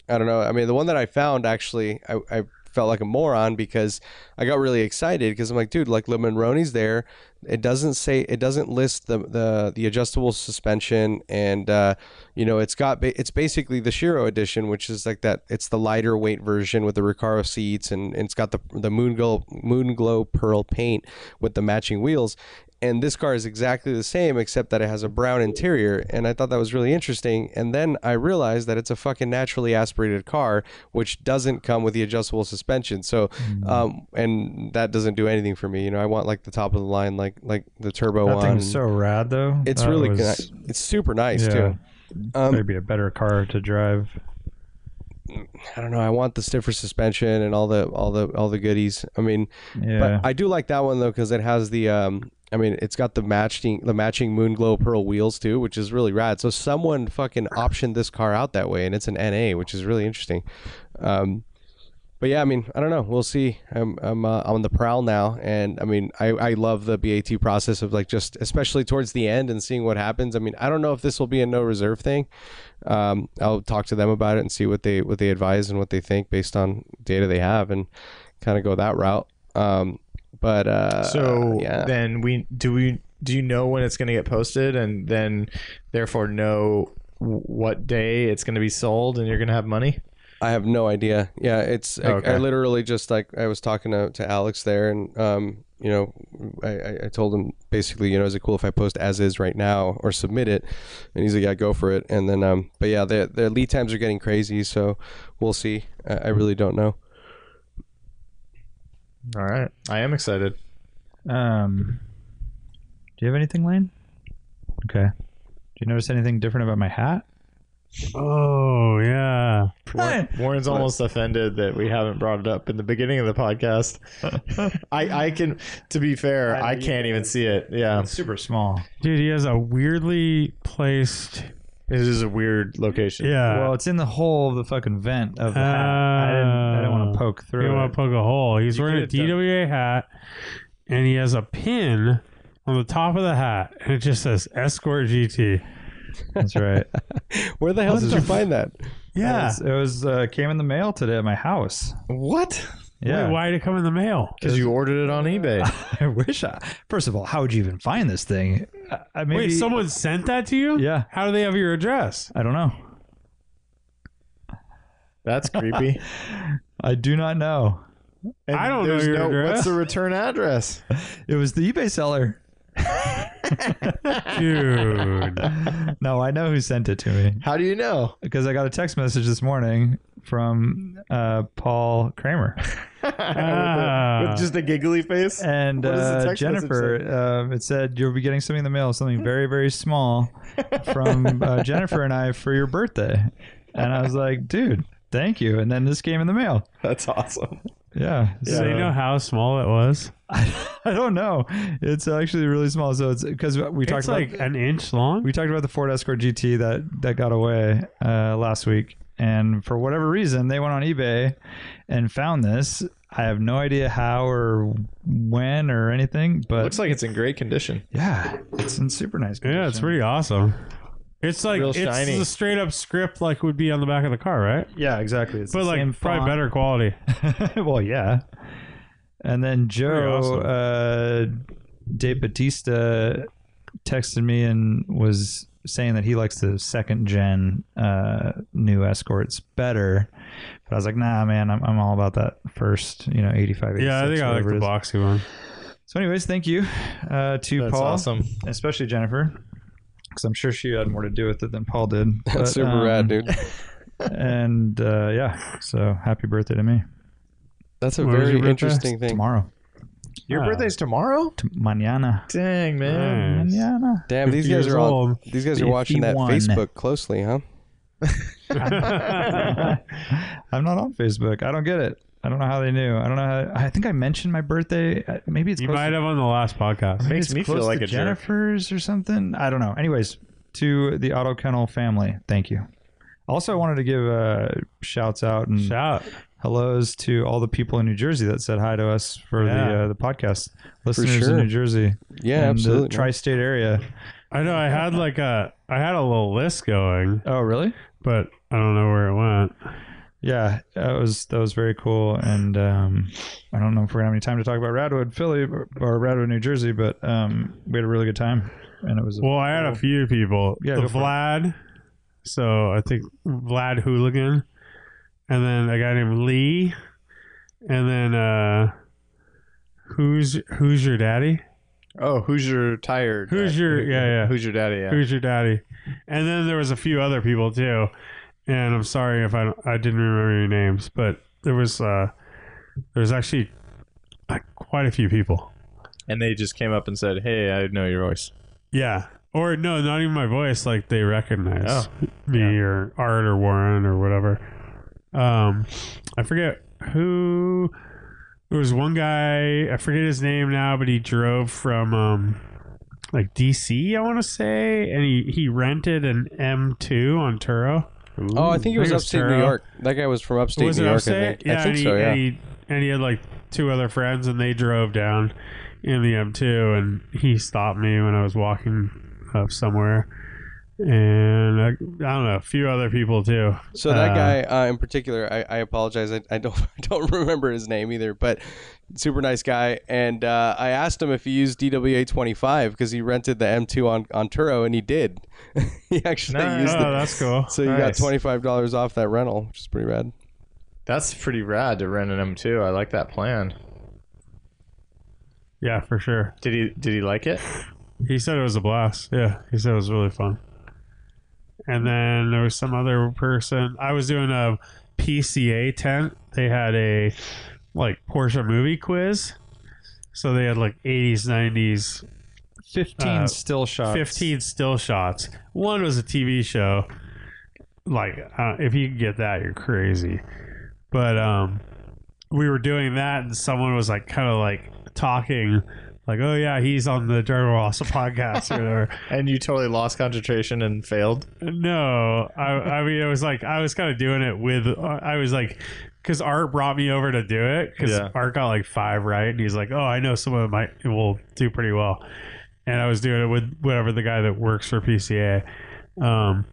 [SPEAKER 6] I don't know. I mean, the one that I found actually, I, I felt like a moron because I got really excited because I'm like, dude, like Le Monroney's there. It doesn't say it doesn't list the the, the adjustable suspension, and uh, you know, it's got ba- it's basically the Shiro edition, which is like that. It's the lighter weight version with the Recaro seats, and, and it's got the the moon glow moon glow pearl paint with the matching wheels. And this car is exactly the same, except that it has a brown interior. And I thought that was really interesting. And then I realized that it's a fucking naturally aspirated car, which doesn't come with the adjustable suspension. So,
[SPEAKER 7] Mm.
[SPEAKER 6] um, and that doesn't do anything for me. You know, I want like the top of the line, like like the turbo
[SPEAKER 7] That
[SPEAKER 6] on.
[SPEAKER 7] thing's so rad though.
[SPEAKER 6] it's
[SPEAKER 7] That
[SPEAKER 6] really
[SPEAKER 7] was
[SPEAKER 6] connect- it's super nice
[SPEAKER 7] Yeah.
[SPEAKER 6] too. Um,
[SPEAKER 7] maybe a better car to drive.
[SPEAKER 6] I don't know. I want the stiffer suspension and all the all the all the goodies. I mean,
[SPEAKER 7] Yeah.
[SPEAKER 6] but I do like that one though because it has the um. I mean, it's got the matching the matching moon glow pearl wheels too, which is really rad. So someone fucking optioned this car out that way, and it's an NA, which is really interesting. Um, but yeah, I mean, I don't know. We'll see. I'm I'm uh, on the prowl now, and I mean, I I love the BAT process of like just especially towards the end and seeing what happens. I mean, I don't know if this will be a no reserve thing. Um, I'll talk to them about it and see what they what they advise and what they think based on data they have, and kind of go that route. Um, but uh,
[SPEAKER 8] so
[SPEAKER 6] yeah,
[SPEAKER 8] then we do we do you know when it's going to get posted and then therefore know what day it's going to be sold and you're going to have money?
[SPEAKER 6] I have no idea. Yeah, it's I- I,
[SPEAKER 8] Okay.
[SPEAKER 6] literally just like I was talking to, to Alex there, and um, you know, I, I- I told him basically, you know, is it cool if I post as is right now or submit it? And he's like, yeah, go for it. And then um, but yeah, their their lead times are getting crazy, so we'll see. I, I really don't know.
[SPEAKER 8] All right. I am excited.
[SPEAKER 7] um, do you have anything, Lane? Okay. Do you notice anything different about my hat?
[SPEAKER 2] Oh yeah.
[SPEAKER 7] Brian,
[SPEAKER 8] Warren's almost offended that we haven't brought it up in the beginning of the podcast. I, I can, to be fair, I, can't even see it. Yeah,
[SPEAKER 7] it's super small.
[SPEAKER 2] Dude, he has a weirdly placed
[SPEAKER 8] this is a weird location.
[SPEAKER 2] Yeah.
[SPEAKER 7] well, it's in the hole of the fucking vent of the hat. I didn't, I didn't want
[SPEAKER 2] Oh.
[SPEAKER 7] to poke
[SPEAKER 2] He
[SPEAKER 7] through.
[SPEAKER 2] didn't want to
[SPEAKER 7] it.
[SPEAKER 2] poke a hole. He's
[SPEAKER 8] You
[SPEAKER 2] wearing a
[SPEAKER 8] could've done-
[SPEAKER 2] DWA hat, and he has a pin on the top of the hat, and it just says Escort GT.
[SPEAKER 7] That's right.
[SPEAKER 6] Where the hell did you find that?
[SPEAKER 7] It was, it was, uh, came in the mail today at my house.
[SPEAKER 8] What?
[SPEAKER 7] Yeah.
[SPEAKER 2] Wait, why did it come in the mail?
[SPEAKER 8] Because you ordered it on eBay.
[SPEAKER 7] I wish I. First of all, how would you even find this thing? I- I maybe,
[SPEAKER 2] Wait, someone sent that to you?
[SPEAKER 7] Yeah.
[SPEAKER 2] How do they have your address?
[SPEAKER 7] I don't know.
[SPEAKER 8] That's creepy.
[SPEAKER 7] I do not know.
[SPEAKER 8] And
[SPEAKER 2] I don't know
[SPEAKER 8] there's
[SPEAKER 2] your address.
[SPEAKER 8] What's the return address?
[SPEAKER 7] It was the eBay seller.
[SPEAKER 2] Dude.
[SPEAKER 7] No, I know who sent it to me
[SPEAKER 8] How do you know?
[SPEAKER 7] because I got a text message this morning from uh, Paul Kramer
[SPEAKER 2] Ah.
[SPEAKER 8] with just a giggly face.
[SPEAKER 7] and
[SPEAKER 8] What does the
[SPEAKER 7] uh,
[SPEAKER 8] text message
[SPEAKER 7] Jennifer. Um, it said you'll be getting something in the mail, something very very small from uh, Jennifer and I for your birthday. And I was like, dude, thank you. And then this came in the mail.
[SPEAKER 8] That's awesome.
[SPEAKER 7] Yeah,
[SPEAKER 2] Do they know how small it was?
[SPEAKER 7] I don't know. It's actually really small. So it's because we talked
[SPEAKER 2] It's
[SPEAKER 7] about
[SPEAKER 2] like an inch long.
[SPEAKER 7] we talked about the Ford Escort GT that that got away uh, last week, and for whatever reason, they went on eBay and found this. I have no idea how or when or anything, but
[SPEAKER 8] Looks like it's in great condition.
[SPEAKER 7] yeah, it's in super nice. Condition.
[SPEAKER 2] yeah, it's pretty awesome. It's like
[SPEAKER 8] Real
[SPEAKER 2] it's
[SPEAKER 8] shiny.
[SPEAKER 2] a straight up script like would be on the back of the car, right?
[SPEAKER 7] Yeah, exactly. It's
[SPEAKER 2] But
[SPEAKER 7] the
[SPEAKER 2] like
[SPEAKER 7] same
[SPEAKER 2] probably better quality.
[SPEAKER 7] better. well, yeah. And then Joe
[SPEAKER 2] awesome.
[SPEAKER 7] uh, De Batista texted me and was saying that he likes the second gen uh, new escorts better. But I was like, nah, man, I'm, I'm all about that first, you know, 85,
[SPEAKER 2] Yeah, I
[SPEAKER 7] 86,
[SPEAKER 2] think I like
[SPEAKER 7] whatever
[SPEAKER 2] the
[SPEAKER 7] it is.
[SPEAKER 2] boxy one.
[SPEAKER 7] So, anyways, thank you uh, to
[SPEAKER 8] That's
[SPEAKER 7] Paul,
[SPEAKER 8] awesome.
[SPEAKER 7] especially Jennifer, because I'm sure she had more to do with it than Paul did. But,
[SPEAKER 6] That's super
[SPEAKER 7] um,
[SPEAKER 6] rad, dude.
[SPEAKER 7] And uh, yeah, so happy birthday to me
[SPEAKER 6] That's a
[SPEAKER 2] Where was your
[SPEAKER 6] very
[SPEAKER 2] birthday?
[SPEAKER 6] interesting thing.
[SPEAKER 7] tomorrow.
[SPEAKER 8] Your
[SPEAKER 2] Ah.
[SPEAKER 8] birthday's tomorrow?
[SPEAKER 7] To mañana.
[SPEAKER 8] Dang, man.
[SPEAKER 2] Nice.
[SPEAKER 7] Mañana.
[SPEAKER 6] Damn, these
[SPEAKER 2] 50
[SPEAKER 6] guys
[SPEAKER 2] years
[SPEAKER 6] are all
[SPEAKER 2] old.
[SPEAKER 6] these guys are watching that
[SPEAKER 7] 51.
[SPEAKER 6] Facebook closely, huh?
[SPEAKER 7] I'm not on Facebook. I don't get it. I don't know how they knew. I don't know. How, I think I mentioned my birthday. Uh, Maybe it's
[SPEAKER 2] You
[SPEAKER 7] close
[SPEAKER 2] might
[SPEAKER 7] to-
[SPEAKER 2] have on the last podcast.
[SPEAKER 7] maybe
[SPEAKER 8] Makes
[SPEAKER 7] it's
[SPEAKER 8] me feel
[SPEAKER 7] close
[SPEAKER 8] like
[SPEAKER 7] to
[SPEAKER 8] a jerk.
[SPEAKER 7] Jennifer's or something. I don't know. Anyways, to the Auto Kennel family, thank you. Also, I wanted to give uh, shouts out
[SPEAKER 8] Mm.
[SPEAKER 7] and
[SPEAKER 2] Shout.
[SPEAKER 7] hellos to all the people in New Jersey that said hi to us for the
[SPEAKER 2] Yeah.
[SPEAKER 7] uh, the podcast. Listeners
[SPEAKER 6] sure.
[SPEAKER 7] in New Jersey
[SPEAKER 6] Yeah,
[SPEAKER 2] uh,
[SPEAKER 7] and
[SPEAKER 6] absolutely.
[SPEAKER 7] the tri-state area.
[SPEAKER 2] I know I had like a I had a little list going,
[SPEAKER 7] Oh, really?
[SPEAKER 2] but I don't know where it went.
[SPEAKER 7] yeah, that was that was very cool, and um, I don't know if we're gonna have any time to talk about Radwood, Philly, or, or Radwood, New Jersey, but um, we had a really good time, and it was
[SPEAKER 2] Well, I had a few people.
[SPEAKER 7] Yeah,
[SPEAKER 2] the
[SPEAKER 7] go for it.
[SPEAKER 2] Vlad. So I think Vlad Hooligan, and then a guy named Lee, and then uh, who's who's your daddy?
[SPEAKER 8] Oh, who's your tired?
[SPEAKER 2] Who's
[SPEAKER 8] dad?
[SPEAKER 2] your- yeah, yeah.
[SPEAKER 8] Who's your daddy? Yeah.
[SPEAKER 2] Who's your daddy? And then there was a few other people too. And I'm sorry if I don't- I didn't remember your names, but there was uh, there was actually uh, quite a few people.
[SPEAKER 8] and they just came up and said, "Hey, I know your voice."
[SPEAKER 2] Yeah. Or no, not even my voice. Like they recognize me or Art or Warren or whatever. Um, I forget who. There was one guy. I forget his name now, but he drove from um, like DC, I want to say, and he he rented an M2 on Turo.
[SPEAKER 6] oh, I think it was
[SPEAKER 2] Ooh.
[SPEAKER 6] upstate New
[SPEAKER 2] Turo.
[SPEAKER 6] York. That guy was from upstate
[SPEAKER 2] was
[SPEAKER 6] New
[SPEAKER 2] it
[SPEAKER 6] York, I
[SPEAKER 2] upstate?
[SPEAKER 6] think.
[SPEAKER 2] Yeah,
[SPEAKER 6] I think
[SPEAKER 2] and he,
[SPEAKER 6] so, yeah.
[SPEAKER 2] And he, and he had like two other friends, and they drove down in the M2, and he stopped me when I was walking up somewhere. And I, I don't know, a few other people too.
[SPEAKER 6] So that
[SPEAKER 2] Uh,
[SPEAKER 6] guy uh, in particular, I, I apologize. I, I don't I don't remember his name either, but super nice guy. And uh, I asked him if he used DWA twenty five because he rented the M two on on Turo, and he did. he actually used
[SPEAKER 2] Oh,
[SPEAKER 6] it.
[SPEAKER 2] that's cool.
[SPEAKER 6] So you got
[SPEAKER 8] nice.
[SPEAKER 6] twenty five dollars off that rental, which is pretty rad.
[SPEAKER 8] That's pretty rad to rent an M2. I like that plan.
[SPEAKER 2] Yeah, for sure.
[SPEAKER 8] Did he? Did he like it?
[SPEAKER 2] He said it was a blast. Yeah, he said it was really fun. And then there was some other person. I was doing a PCA tent. They had a like Porsche movie quiz. So they had like 80s, 90s,
[SPEAKER 7] fifteen
[SPEAKER 2] uh,
[SPEAKER 7] still shots.
[SPEAKER 2] 15 still shots. One was a TV show. like uh, if you can get that you're crazy but um we were doing that and someone was like kind of like talking like oh yeah he's on the Dragon Ball Awesome podcast or whatever
[SPEAKER 8] And you totally lost concentration and failed.
[SPEAKER 2] No, I, I mean, it was like I was kind of doing it with. I was like, because Art brought me over to do it because
[SPEAKER 8] Yeah.
[SPEAKER 2] Art got like five right, and he's like, "Oh, I know someone might will do pretty well," and I was doing it with whatever the guy that works for PCA, um,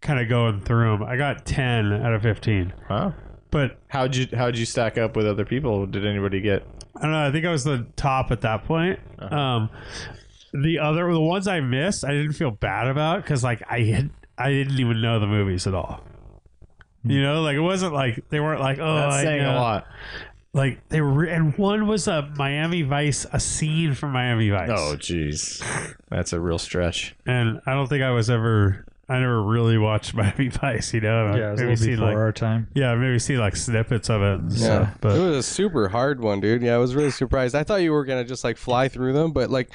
[SPEAKER 2] kind of going through them. I got ten out of fifteen,
[SPEAKER 8] Huh?
[SPEAKER 2] but
[SPEAKER 8] How'd you how'd you stack up with other people? Did anybody get
[SPEAKER 2] I don't know. I think I was the top at that point.
[SPEAKER 7] Uh-huh.
[SPEAKER 2] Um, the other the ones I missed, I didn't feel bad about because like I had, I didn't even know the movies at all.
[SPEAKER 7] Hmm.
[SPEAKER 2] You know, like it wasn't like they weren't like oh
[SPEAKER 8] that's
[SPEAKER 2] I
[SPEAKER 8] saying
[SPEAKER 2] know.
[SPEAKER 8] a lot?
[SPEAKER 2] Like they were, and one was a Miami Vice, a scene from Miami Vice.
[SPEAKER 8] Oh jeez. That's a real stretch.
[SPEAKER 2] and I don't think I was ever. I never really watched Miami Vice. You know,
[SPEAKER 7] Yeah, it was a
[SPEAKER 2] maybe
[SPEAKER 7] little
[SPEAKER 2] seen
[SPEAKER 7] before
[SPEAKER 2] like
[SPEAKER 7] our time.
[SPEAKER 2] yeah, maybe seen like snippets of it. And
[SPEAKER 6] Yeah,
[SPEAKER 2] stuff, but
[SPEAKER 6] it was a super hard one, dude. Yeah, I was really surprised. I thought you were gonna just like fly through them, but like,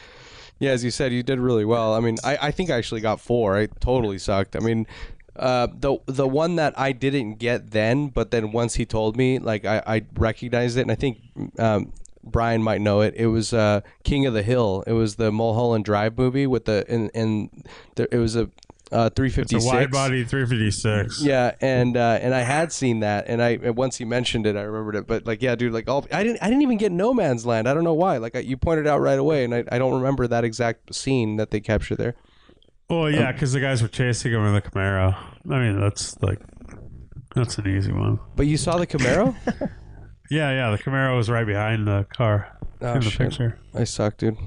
[SPEAKER 6] yeah, as you said, you did really well. I mean, I, I think I actually got four. I totally sucked. I mean, uh, the the one that I didn't get then, but then once he told me, like, I, I recognized it, and I think um, Brian might know it. It was uh, King of the Hill. It was the Mulholland Drive movie with the and and there, it was a. Uh, 356
[SPEAKER 2] it's a wide body 356.
[SPEAKER 6] yeah, and uh, and I had seen that, and I and once he mentioned it, I remembered it. But like, yeah, dude, like all I didn't I didn't even get No Man's Land. I don't know why. Like I, you pointed out right away, and I, I don't remember that exact scene that they captured there.
[SPEAKER 2] Well, yeah, because the guys were chasing him in the Camaro. I mean, that's like that's an easy one.
[SPEAKER 6] But you saw the Camaro.
[SPEAKER 2] Yeah, yeah, the Camaro was right behind the car
[SPEAKER 6] oh,
[SPEAKER 2] in the
[SPEAKER 6] shit.
[SPEAKER 2] picture.
[SPEAKER 6] I suck, dude.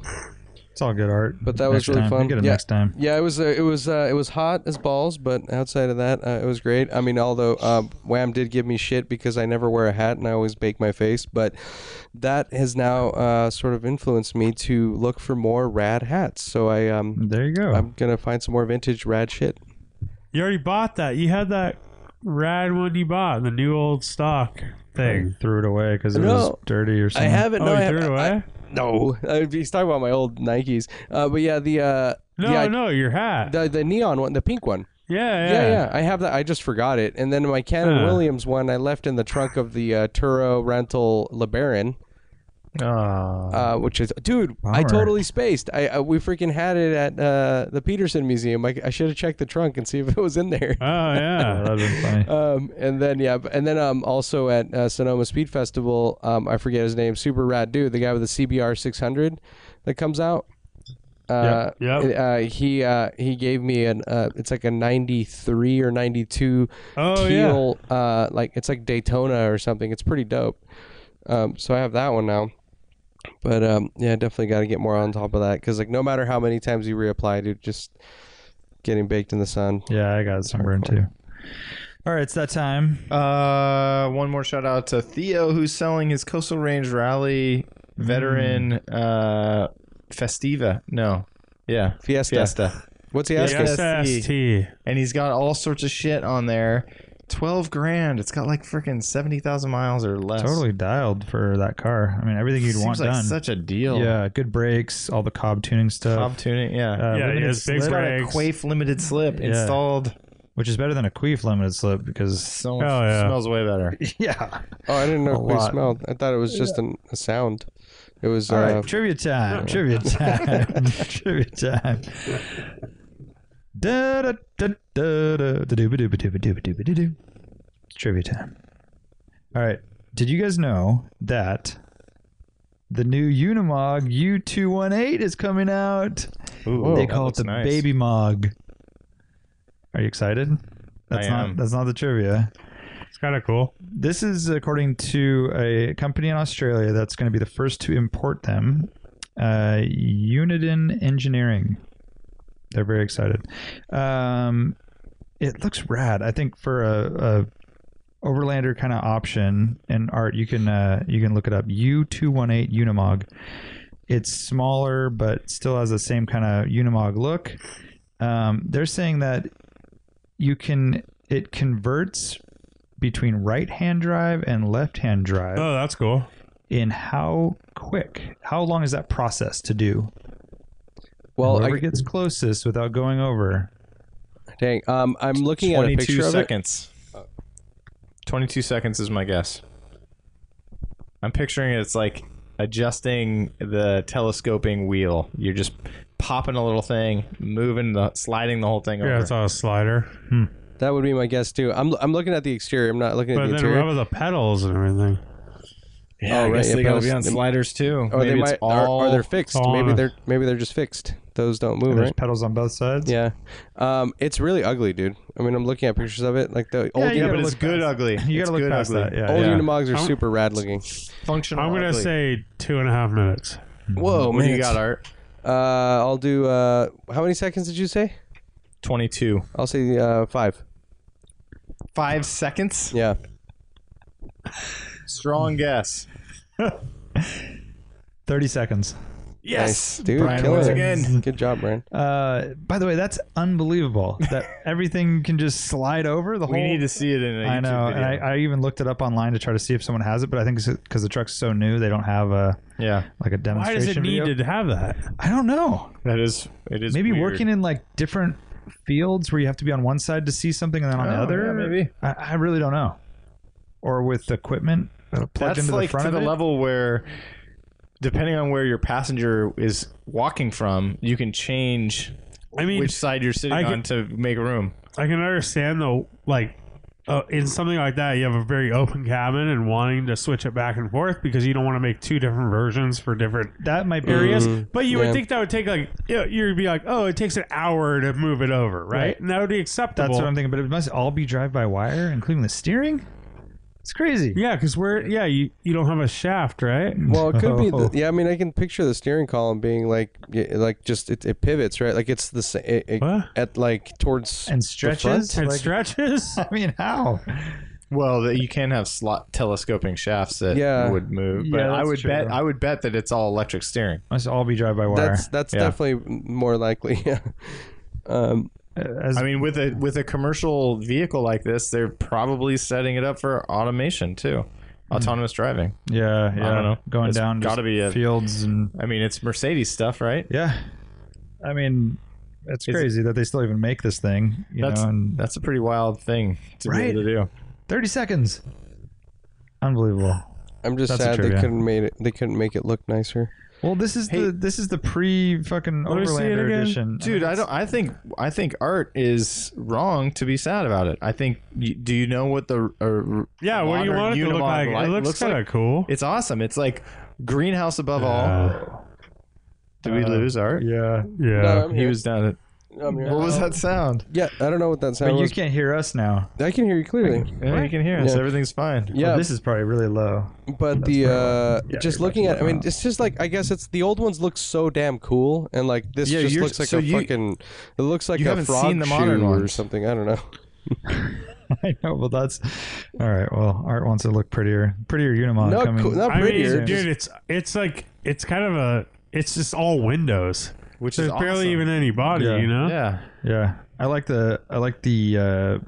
[SPEAKER 7] It's all good art.
[SPEAKER 6] But that was
[SPEAKER 7] Next
[SPEAKER 6] really
[SPEAKER 7] time.
[SPEAKER 6] fun.
[SPEAKER 7] We'll get it
[SPEAKER 6] Yeah.
[SPEAKER 7] next time.
[SPEAKER 6] Yeah, it was uh, it was uh, it was hot as balls, but outside of that, uh, it was great. I mean, although um, Wham did give me shit because I never wear a hat and I always bake my face, but that has now uh, sort of influenced me to look for more rad hats. So I um
[SPEAKER 7] There you go.
[SPEAKER 6] I'm gonna find some more vintage rad shit.
[SPEAKER 2] You already bought that. You had that rad one you bought, the new old stock thing.
[SPEAKER 7] Threw it away because it
[SPEAKER 6] No.
[SPEAKER 7] was dirty or
[SPEAKER 6] I
[SPEAKER 7] something.
[SPEAKER 6] haven't.
[SPEAKER 2] Oh,
[SPEAKER 6] No,
[SPEAKER 2] you
[SPEAKER 6] I have,
[SPEAKER 2] threw it
[SPEAKER 6] I-
[SPEAKER 2] away?
[SPEAKER 6] no, I- he's talking about my old Nikes. Uh, but yeah, the uh,
[SPEAKER 2] no,
[SPEAKER 6] yeah, I-
[SPEAKER 2] no, your hat.
[SPEAKER 6] the the neon one, the pink one.
[SPEAKER 2] yeah,
[SPEAKER 6] Yeah.
[SPEAKER 2] yeah,
[SPEAKER 6] yeah, I have that. I just forgot it. And then my Canon
[SPEAKER 2] Huh.
[SPEAKER 6] Williams one, I left in the trunk of the uh, Turo rental LeBaron. Uh, which is, dude, I
[SPEAKER 7] Bummer.
[SPEAKER 6] totally spaced. I, I we freaking had it at uh, the Peterson Museum. I, I should have checked the trunk and see if it was in there.
[SPEAKER 2] Oh, yeah.
[SPEAKER 7] That'd been funny.
[SPEAKER 6] um, and then yeah, b- and then um, also at uh, Sonoma Speed Festival, um, I forget his name, super rad dude, the guy with the CBR 600 that comes out. Uh,
[SPEAKER 2] Yep, yep.
[SPEAKER 6] Uh, he uh, he gave me an uh, it's like a 93 or 92
[SPEAKER 2] Oh, yeah.
[SPEAKER 6] teal uh, like it's like Daytona or something. It's pretty dope. Um, so I have that one now. But um, yeah, definitely got to get more on top of that because like no matter how many times you reapply, dude, just getting baked in the sun.
[SPEAKER 7] Yeah, I got sunburn too. All right, it's that time.
[SPEAKER 8] Uh, one more shout out to Theo, who's selling his Coastal Range Rally veteran uh, Festiva. No, yeah,
[SPEAKER 6] Fiesta.
[SPEAKER 8] Fiesta,
[SPEAKER 6] What's he asking?
[SPEAKER 2] Yes, SST.
[SPEAKER 8] and he's got all sorts of shit on there. Twelve grand. It's got like freaking seventy thousand miles or less.
[SPEAKER 7] Totally dialed for that car. I mean, everything you'd
[SPEAKER 8] Seems
[SPEAKER 7] want
[SPEAKER 8] like
[SPEAKER 7] done.
[SPEAKER 8] such a deal.
[SPEAKER 7] yeah, good brakes, all the Cobb tuning
[SPEAKER 8] Top
[SPEAKER 7] stuff,
[SPEAKER 8] tuning. Yeah.
[SPEAKER 7] Uh,
[SPEAKER 2] Yeah,
[SPEAKER 7] limited
[SPEAKER 2] he has big
[SPEAKER 7] slip,
[SPEAKER 8] Got a
[SPEAKER 2] brakes.
[SPEAKER 8] Quaif limited slip
[SPEAKER 7] Yeah.
[SPEAKER 8] installed.
[SPEAKER 7] which is better than a Queef limited slip because
[SPEAKER 8] So
[SPEAKER 2] Oh, yeah.
[SPEAKER 8] smells way better.
[SPEAKER 7] yeah.
[SPEAKER 6] Oh, I didn't know if we
[SPEAKER 7] lot.
[SPEAKER 6] smelled. I thought it was just an, a sound. It was.
[SPEAKER 7] All right,
[SPEAKER 6] uh,
[SPEAKER 7] trivia time. Trivia time. trivia time. Da da da da da da dooba dooba dooba dooba dooba doo doo. Trivia time. All right. Did you guys know that the new Unimog U218 is coming out?
[SPEAKER 8] Ooh,
[SPEAKER 7] they
[SPEAKER 8] Oh, that
[SPEAKER 7] call it
[SPEAKER 8] looks
[SPEAKER 7] the
[SPEAKER 8] nice.
[SPEAKER 7] baby mog. Are you excited? That's
[SPEAKER 8] I
[SPEAKER 7] not
[SPEAKER 8] am.
[SPEAKER 7] that's not the trivia.
[SPEAKER 2] It's kind of cool.
[SPEAKER 7] This is according to a company in Australia that's going to be the first to import them. Uh, Uniden Engineering. They're very excited. Um, it looks rad. I think for a, a overlander kind of option in art, you can uh, you can look it up. U two one eight Unimog. It's smaller, but still has the same kind of Unimog look. Um, they're saying that you can it converts between right hand drive and left hand drive
[SPEAKER 2] Oh, that's cool.
[SPEAKER 7] in how quick how long is that process to do
[SPEAKER 6] well,
[SPEAKER 7] whoever
[SPEAKER 6] I,
[SPEAKER 7] gets closest without going over
[SPEAKER 6] Dang. Um, I'm looking at a
[SPEAKER 8] 22
[SPEAKER 6] picture of it.
[SPEAKER 8] seconds. 22 seconds is my guess. I'm picturing it, it's like adjusting the telescoping wheel. You're just popping a little thing, moving the sliding the whole thing
[SPEAKER 2] Yeah,
[SPEAKER 8] over.
[SPEAKER 2] it's on a slider.
[SPEAKER 6] That would be my guess too. I'm I'm looking at the exterior. I'm not looking at
[SPEAKER 2] But
[SPEAKER 6] the
[SPEAKER 2] then what
[SPEAKER 6] interior.
[SPEAKER 2] about the pedals and everything?
[SPEAKER 6] oh, right, yeah,
[SPEAKER 8] gotta
[SPEAKER 6] pedals. They-
[SPEAKER 8] sliders too.
[SPEAKER 6] Or oh, they
[SPEAKER 8] Maybe
[SPEAKER 6] might
[SPEAKER 8] it's all
[SPEAKER 6] are, are they fixed?
[SPEAKER 2] all
[SPEAKER 6] Maybe
[SPEAKER 2] on a-
[SPEAKER 6] they're maybe they're just fixed. Those don't move,
[SPEAKER 7] There's
[SPEAKER 6] right?
[SPEAKER 7] pedals on both sides.
[SPEAKER 6] Yeah. Um, it's really ugly, dude. I mean, I'm looking at pictures of it. Like the old
[SPEAKER 8] yeah,
[SPEAKER 7] you gotta
[SPEAKER 8] but it's
[SPEAKER 7] look
[SPEAKER 8] good
[SPEAKER 7] past-
[SPEAKER 8] ugly.
[SPEAKER 7] You
[SPEAKER 8] it's
[SPEAKER 7] gotta look
[SPEAKER 8] good
[SPEAKER 7] past
[SPEAKER 8] ugly.
[SPEAKER 7] that. Yeah,
[SPEAKER 6] Old
[SPEAKER 7] yeah.
[SPEAKER 6] Unimogs are
[SPEAKER 2] I'm-
[SPEAKER 6] super rad looking.
[SPEAKER 8] Functional.
[SPEAKER 2] I'm going to
[SPEAKER 8] ugly.
[SPEAKER 2] say two and a half minutes.
[SPEAKER 6] Whoa,
[SPEAKER 8] What do
[SPEAKER 6] man.
[SPEAKER 8] you got, Art?
[SPEAKER 6] Uh, I'll do. Uh, how many seconds did you say?
[SPEAKER 8] 22.
[SPEAKER 6] I'll say uh, five.
[SPEAKER 8] Five seconds.
[SPEAKER 6] Yeah.
[SPEAKER 8] Strong guess.
[SPEAKER 7] Thirty seconds.
[SPEAKER 8] Yes,
[SPEAKER 6] Dude,
[SPEAKER 8] Brian
[SPEAKER 6] killing
[SPEAKER 8] once
[SPEAKER 6] it.
[SPEAKER 8] again.
[SPEAKER 6] Good job, Brian.
[SPEAKER 7] Uh, by the way, that's unbelievable that everything can just slide over the whole.
[SPEAKER 8] We need to see it in a
[SPEAKER 7] I
[SPEAKER 8] YouTube
[SPEAKER 7] know. And
[SPEAKER 8] video.
[SPEAKER 7] I, I even looked it up online to try to see if someone has it, but I think because the truck's so new, they don't have a
[SPEAKER 8] yeah,
[SPEAKER 7] like a
[SPEAKER 2] Why
[SPEAKER 7] demonstration.
[SPEAKER 2] does it need
[SPEAKER 7] video.
[SPEAKER 2] to have that?
[SPEAKER 7] I don't know.
[SPEAKER 8] that is it is
[SPEAKER 7] maybe
[SPEAKER 8] weird.
[SPEAKER 7] working in like different fields where you have to be on one side to see something and then on the
[SPEAKER 8] Oh,
[SPEAKER 7] other.
[SPEAKER 8] yeah, maybe.
[SPEAKER 7] I, I really don't know. Or with equipment uh, plugged
[SPEAKER 8] That's
[SPEAKER 7] into
[SPEAKER 8] like
[SPEAKER 7] the front
[SPEAKER 8] to
[SPEAKER 7] of
[SPEAKER 8] the
[SPEAKER 7] it.
[SPEAKER 8] level where, depending on where your passenger is walking from, you can change
[SPEAKER 2] I mean,
[SPEAKER 8] which side you're sitting
[SPEAKER 2] I
[SPEAKER 8] on to make room.
[SPEAKER 2] I can understand though, like uh, in something like that, you have a very open cabin and wanting to switch it back and forth because you don't want to make two different versions for different
[SPEAKER 7] that might be
[SPEAKER 2] areas.
[SPEAKER 8] Mm.
[SPEAKER 2] But you
[SPEAKER 6] Yeah.
[SPEAKER 2] would think that would take like you know, you'd be like, oh, it takes an hour to move it over, right?
[SPEAKER 7] Right.
[SPEAKER 2] And that would be acceptable.
[SPEAKER 7] That's what I'm thinking. But it must all be drive by wire, including the steering. It's crazy.
[SPEAKER 2] yeah, because we're yeah, you you don't have a shaft, right?
[SPEAKER 6] Well, it could be.
[SPEAKER 7] Oh.
[SPEAKER 6] The, yeah, I mean, I can picture the steering column being like, y- like just it, it pivots, right? Like it's the same it, it-
[SPEAKER 2] What?
[SPEAKER 6] at like towards. front?
[SPEAKER 7] And stretches.
[SPEAKER 2] It
[SPEAKER 7] like-
[SPEAKER 2] stretches.
[SPEAKER 7] I mean, how?
[SPEAKER 8] Well, that you can have slot telescoping shafts that
[SPEAKER 6] Yeah.
[SPEAKER 8] would move, but
[SPEAKER 7] Yeah,
[SPEAKER 8] I
[SPEAKER 7] that's
[SPEAKER 8] would
[SPEAKER 7] true.
[SPEAKER 8] bet I would bet that it's all electric steering.
[SPEAKER 7] Must all be drive by wire.
[SPEAKER 6] that's that's
[SPEAKER 8] Yeah.
[SPEAKER 6] definitely more likely. Yeah. Um,
[SPEAKER 7] Uh, As,
[SPEAKER 8] I mean, with a with a commercial vehicle like this, they're probably setting it up for automation too, autonomous driving.
[SPEAKER 7] yeah, yeah.
[SPEAKER 8] don't know.
[SPEAKER 7] Going
[SPEAKER 8] It's
[SPEAKER 7] down
[SPEAKER 8] gotta
[SPEAKER 7] just
[SPEAKER 8] be a-
[SPEAKER 7] fields and
[SPEAKER 8] I mean, it's Mercedes stuff, right?
[SPEAKER 7] yeah. I mean, it's
[SPEAKER 8] Is-
[SPEAKER 7] crazy that they still even make this thing. You
[SPEAKER 8] That's-
[SPEAKER 7] know, and
[SPEAKER 8] That's a pretty wild thing to be
[SPEAKER 7] Right.
[SPEAKER 8] able to do.
[SPEAKER 7] 30 seconds. Unbelievable.
[SPEAKER 6] I'm just
[SPEAKER 7] That's a
[SPEAKER 6] sad they
[SPEAKER 7] trivia.
[SPEAKER 6] couldn't made it. They couldn't make it look nicer.
[SPEAKER 7] Well, this is the this is the pre fucking
[SPEAKER 2] Let me see it
[SPEAKER 7] Overlander
[SPEAKER 2] again.
[SPEAKER 7] edition.
[SPEAKER 8] Dude, I don't. I think I think art is wrong to be sad about it. I think. y- Do you know what the? Uh,
[SPEAKER 2] Yeah, what do you
[SPEAKER 8] modern
[SPEAKER 2] want it to
[SPEAKER 8] Unimog
[SPEAKER 2] look like?
[SPEAKER 8] light
[SPEAKER 2] It looks, kind of
[SPEAKER 8] like?
[SPEAKER 2] cool.
[SPEAKER 8] It's awesome. It's like greenhouse above all. Do we
[SPEAKER 7] Uh,
[SPEAKER 8] lose art?
[SPEAKER 7] Yeah.
[SPEAKER 2] Yeah,
[SPEAKER 6] No, I'm
[SPEAKER 8] He
[SPEAKER 6] here.
[SPEAKER 8] was down. At,
[SPEAKER 6] I'm here.
[SPEAKER 8] what was that sound?
[SPEAKER 6] Yeah, I don't know what that
[SPEAKER 7] But
[SPEAKER 6] sound
[SPEAKER 7] you
[SPEAKER 6] was.
[SPEAKER 7] can't hear us now.
[SPEAKER 6] I can hear you clearly.
[SPEAKER 8] Yeah, you can hear us.
[SPEAKER 6] Yeah.
[SPEAKER 8] Everything's fine.
[SPEAKER 7] Well,
[SPEAKER 6] Yeah,
[SPEAKER 7] this is probably really low.
[SPEAKER 6] but the uh, just
[SPEAKER 7] you're
[SPEAKER 6] looking
[SPEAKER 7] right.
[SPEAKER 6] at, I mean, it's just like I guess it's the old ones look so damn cool, and like this
[SPEAKER 8] Yeah,
[SPEAKER 6] just
[SPEAKER 8] you're-
[SPEAKER 6] looks like
[SPEAKER 8] so
[SPEAKER 6] a
[SPEAKER 8] you-
[SPEAKER 6] fucking. It looks like
[SPEAKER 8] you
[SPEAKER 6] a
[SPEAKER 8] haven't
[SPEAKER 6] frog
[SPEAKER 8] seen the
[SPEAKER 6] shoe
[SPEAKER 8] modern
[SPEAKER 6] or
[SPEAKER 8] ones.
[SPEAKER 6] something. I don't know.
[SPEAKER 7] I know. Well, that's all right. Well, Art wants to look prettier. Prettier Unimog.
[SPEAKER 6] Not
[SPEAKER 7] coming.
[SPEAKER 6] cool- not
[SPEAKER 2] I mean,
[SPEAKER 6] prettier,
[SPEAKER 2] dude,
[SPEAKER 6] just-
[SPEAKER 2] it's it's like it's kind of a it's just all windows.
[SPEAKER 8] Which
[SPEAKER 2] There's
[SPEAKER 8] is awesome.
[SPEAKER 2] barely even any body,
[SPEAKER 7] Yeah.
[SPEAKER 2] you know.
[SPEAKER 8] Yeah.
[SPEAKER 7] Yeah. I like the I like the uh,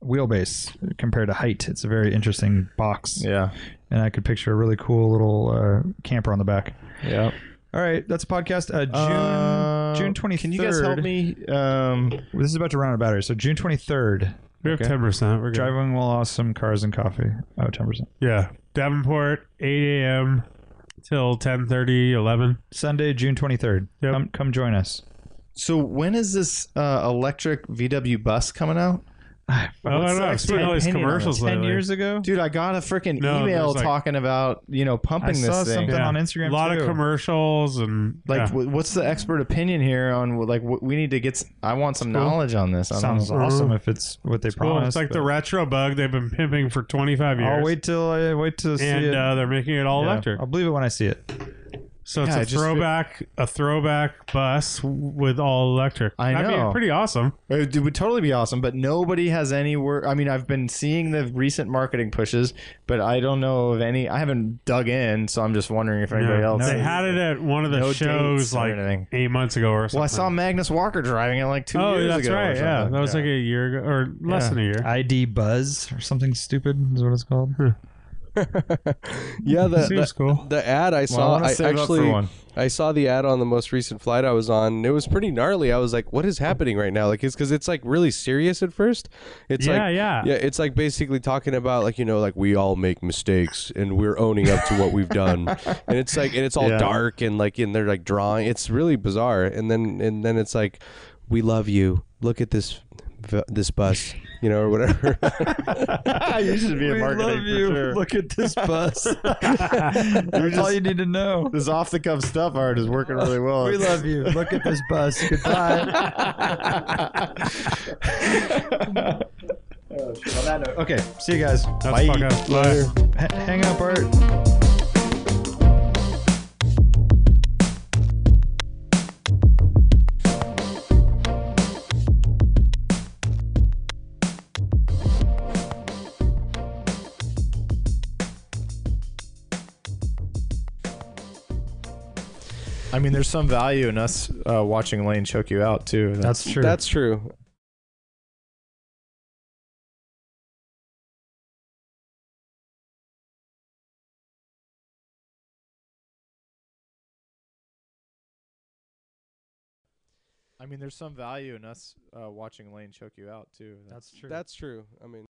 [SPEAKER 7] wheelbase compared to height. It's a very interesting box.
[SPEAKER 8] Yeah.
[SPEAKER 7] And I could picture a really cool little uh, camper on the back.
[SPEAKER 8] Yeah.
[SPEAKER 7] All right, that's a podcast. Uh, June
[SPEAKER 8] Uh,
[SPEAKER 7] June twenty third.
[SPEAKER 8] Can you guys help me? Um,
[SPEAKER 7] This is about to run out of battery. So June twenty third.
[SPEAKER 2] We have ten percent. We're good.
[SPEAKER 7] Driving while awesome cars and coffee. Oh, 10 percent.
[SPEAKER 2] Yeah. Davenport, 8 a.m. till 10 11.
[SPEAKER 7] Sunday, June twenty third.
[SPEAKER 2] Yep.
[SPEAKER 7] Come come join us.
[SPEAKER 8] so when is this uh, electric VW bus coming out?
[SPEAKER 2] Oh, I don't know. I've seen all these
[SPEAKER 8] opinion on
[SPEAKER 2] commercials
[SPEAKER 7] Ten
[SPEAKER 2] lately.
[SPEAKER 7] years ago.
[SPEAKER 8] Dude, I got a freaking
[SPEAKER 2] No,
[SPEAKER 8] email
[SPEAKER 2] there's like-
[SPEAKER 8] talking about you know pumping
[SPEAKER 7] I
[SPEAKER 8] this
[SPEAKER 7] saw
[SPEAKER 8] thing.
[SPEAKER 7] something on Instagram.
[SPEAKER 2] A lot
[SPEAKER 7] too.
[SPEAKER 2] of commercials and yeah.
[SPEAKER 8] Like, wh- what's the expert opinion here on wh- like what we need to get? s- I want some knowledge on this. I don't
[SPEAKER 7] Sounds
[SPEAKER 8] know.
[SPEAKER 7] awesome if it's what they
[SPEAKER 2] Well,
[SPEAKER 7] promised.
[SPEAKER 2] it's like the
[SPEAKER 7] but
[SPEAKER 2] retro bug they've been pimping for 25 years.
[SPEAKER 7] I'll wait till I wait to see
[SPEAKER 2] and
[SPEAKER 7] it.
[SPEAKER 2] uh, they're making it all
[SPEAKER 7] Yeah,
[SPEAKER 2] electric.
[SPEAKER 7] I'll believe it when I see it.
[SPEAKER 2] So it's
[SPEAKER 8] Yeah, I
[SPEAKER 2] a
[SPEAKER 8] just-
[SPEAKER 2] throwback, a throwback bus w- with all electric.
[SPEAKER 8] I
[SPEAKER 2] That'd be
[SPEAKER 8] know.
[SPEAKER 2] pretty awesome.
[SPEAKER 8] It would totally be awesome, but nobody has any word. I mean, I've been seeing the recent marketing pushes, but I don't know of any. I haven't dug in, so I'm just wondering if anybody
[SPEAKER 2] Yeah.
[SPEAKER 8] else.
[SPEAKER 2] they
[SPEAKER 8] has-
[SPEAKER 2] had it at one of the
[SPEAKER 8] No dates
[SPEAKER 2] shows
[SPEAKER 8] or
[SPEAKER 2] like
[SPEAKER 8] anything.
[SPEAKER 2] eight months ago or something.
[SPEAKER 8] Well, I saw Magnus Walker driving it like two
[SPEAKER 2] Oh,
[SPEAKER 8] years
[SPEAKER 2] that's
[SPEAKER 8] ago. or
[SPEAKER 2] right. Yeah,
[SPEAKER 8] something.
[SPEAKER 2] that was like a year ago or less
[SPEAKER 8] Yeah.
[SPEAKER 2] than a year.
[SPEAKER 7] ID Buzz or something stupid is what it's called.
[SPEAKER 6] yeah, the,
[SPEAKER 2] Seems
[SPEAKER 6] the,
[SPEAKER 2] cool.
[SPEAKER 6] the ad I saw,
[SPEAKER 8] wanna
[SPEAKER 6] I,
[SPEAKER 8] save up for
[SPEAKER 6] actually,
[SPEAKER 8] one.
[SPEAKER 6] I saw the ad on the most recent flight I was on. and It was pretty gnarly. I was like, "What is happening right now?" Like, it's because it's like really serious at first. It's
[SPEAKER 2] Yeah,
[SPEAKER 6] like,
[SPEAKER 2] yeah.
[SPEAKER 6] yeah, it's like basically talking about like you know, like we all make mistakes and we're owning up to what we've done. And it's like, and it's all dark and like, and they're like drawing. It's really bizarre. And then, and then it's like, "We love you. Look at this, v- this bus." You know, or whatever.
[SPEAKER 8] Ah, you should be a
[SPEAKER 7] we
[SPEAKER 8] marketing
[SPEAKER 7] love
[SPEAKER 8] for
[SPEAKER 7] you.
[SPEAKER 8] sure.
[SPEAKER 7] Look at this bus. That's all
[SPEAKER 8] just-
[SPEAKER 7] you need to know.
[SPEAKER 8] This off the cuff stuff art is working really well.
[SPEAKER 7] We love you. Look at this bus. Goodbye.
[SPEAKER 8] Oh, On that note,
[SPEAKER 7] Okay. See you guys.
[SPEAKER 2] That's fucking Bye.
[SPEAKER 7] H- hang up, Art.
[SPEAKER 8] I mean, there's some value in us uh, watching Lane choke you out too.
[SPEAKER 7] That's true.
[SPEAKER 6] That's true.
[SPEAKER 8] I mean, there's some value in us uh, watching Lane choke you out too.
[SPEAKER 7] That's true.
[SPEAKER 8] uh,
[SPEAKER 6] That's true. I mean.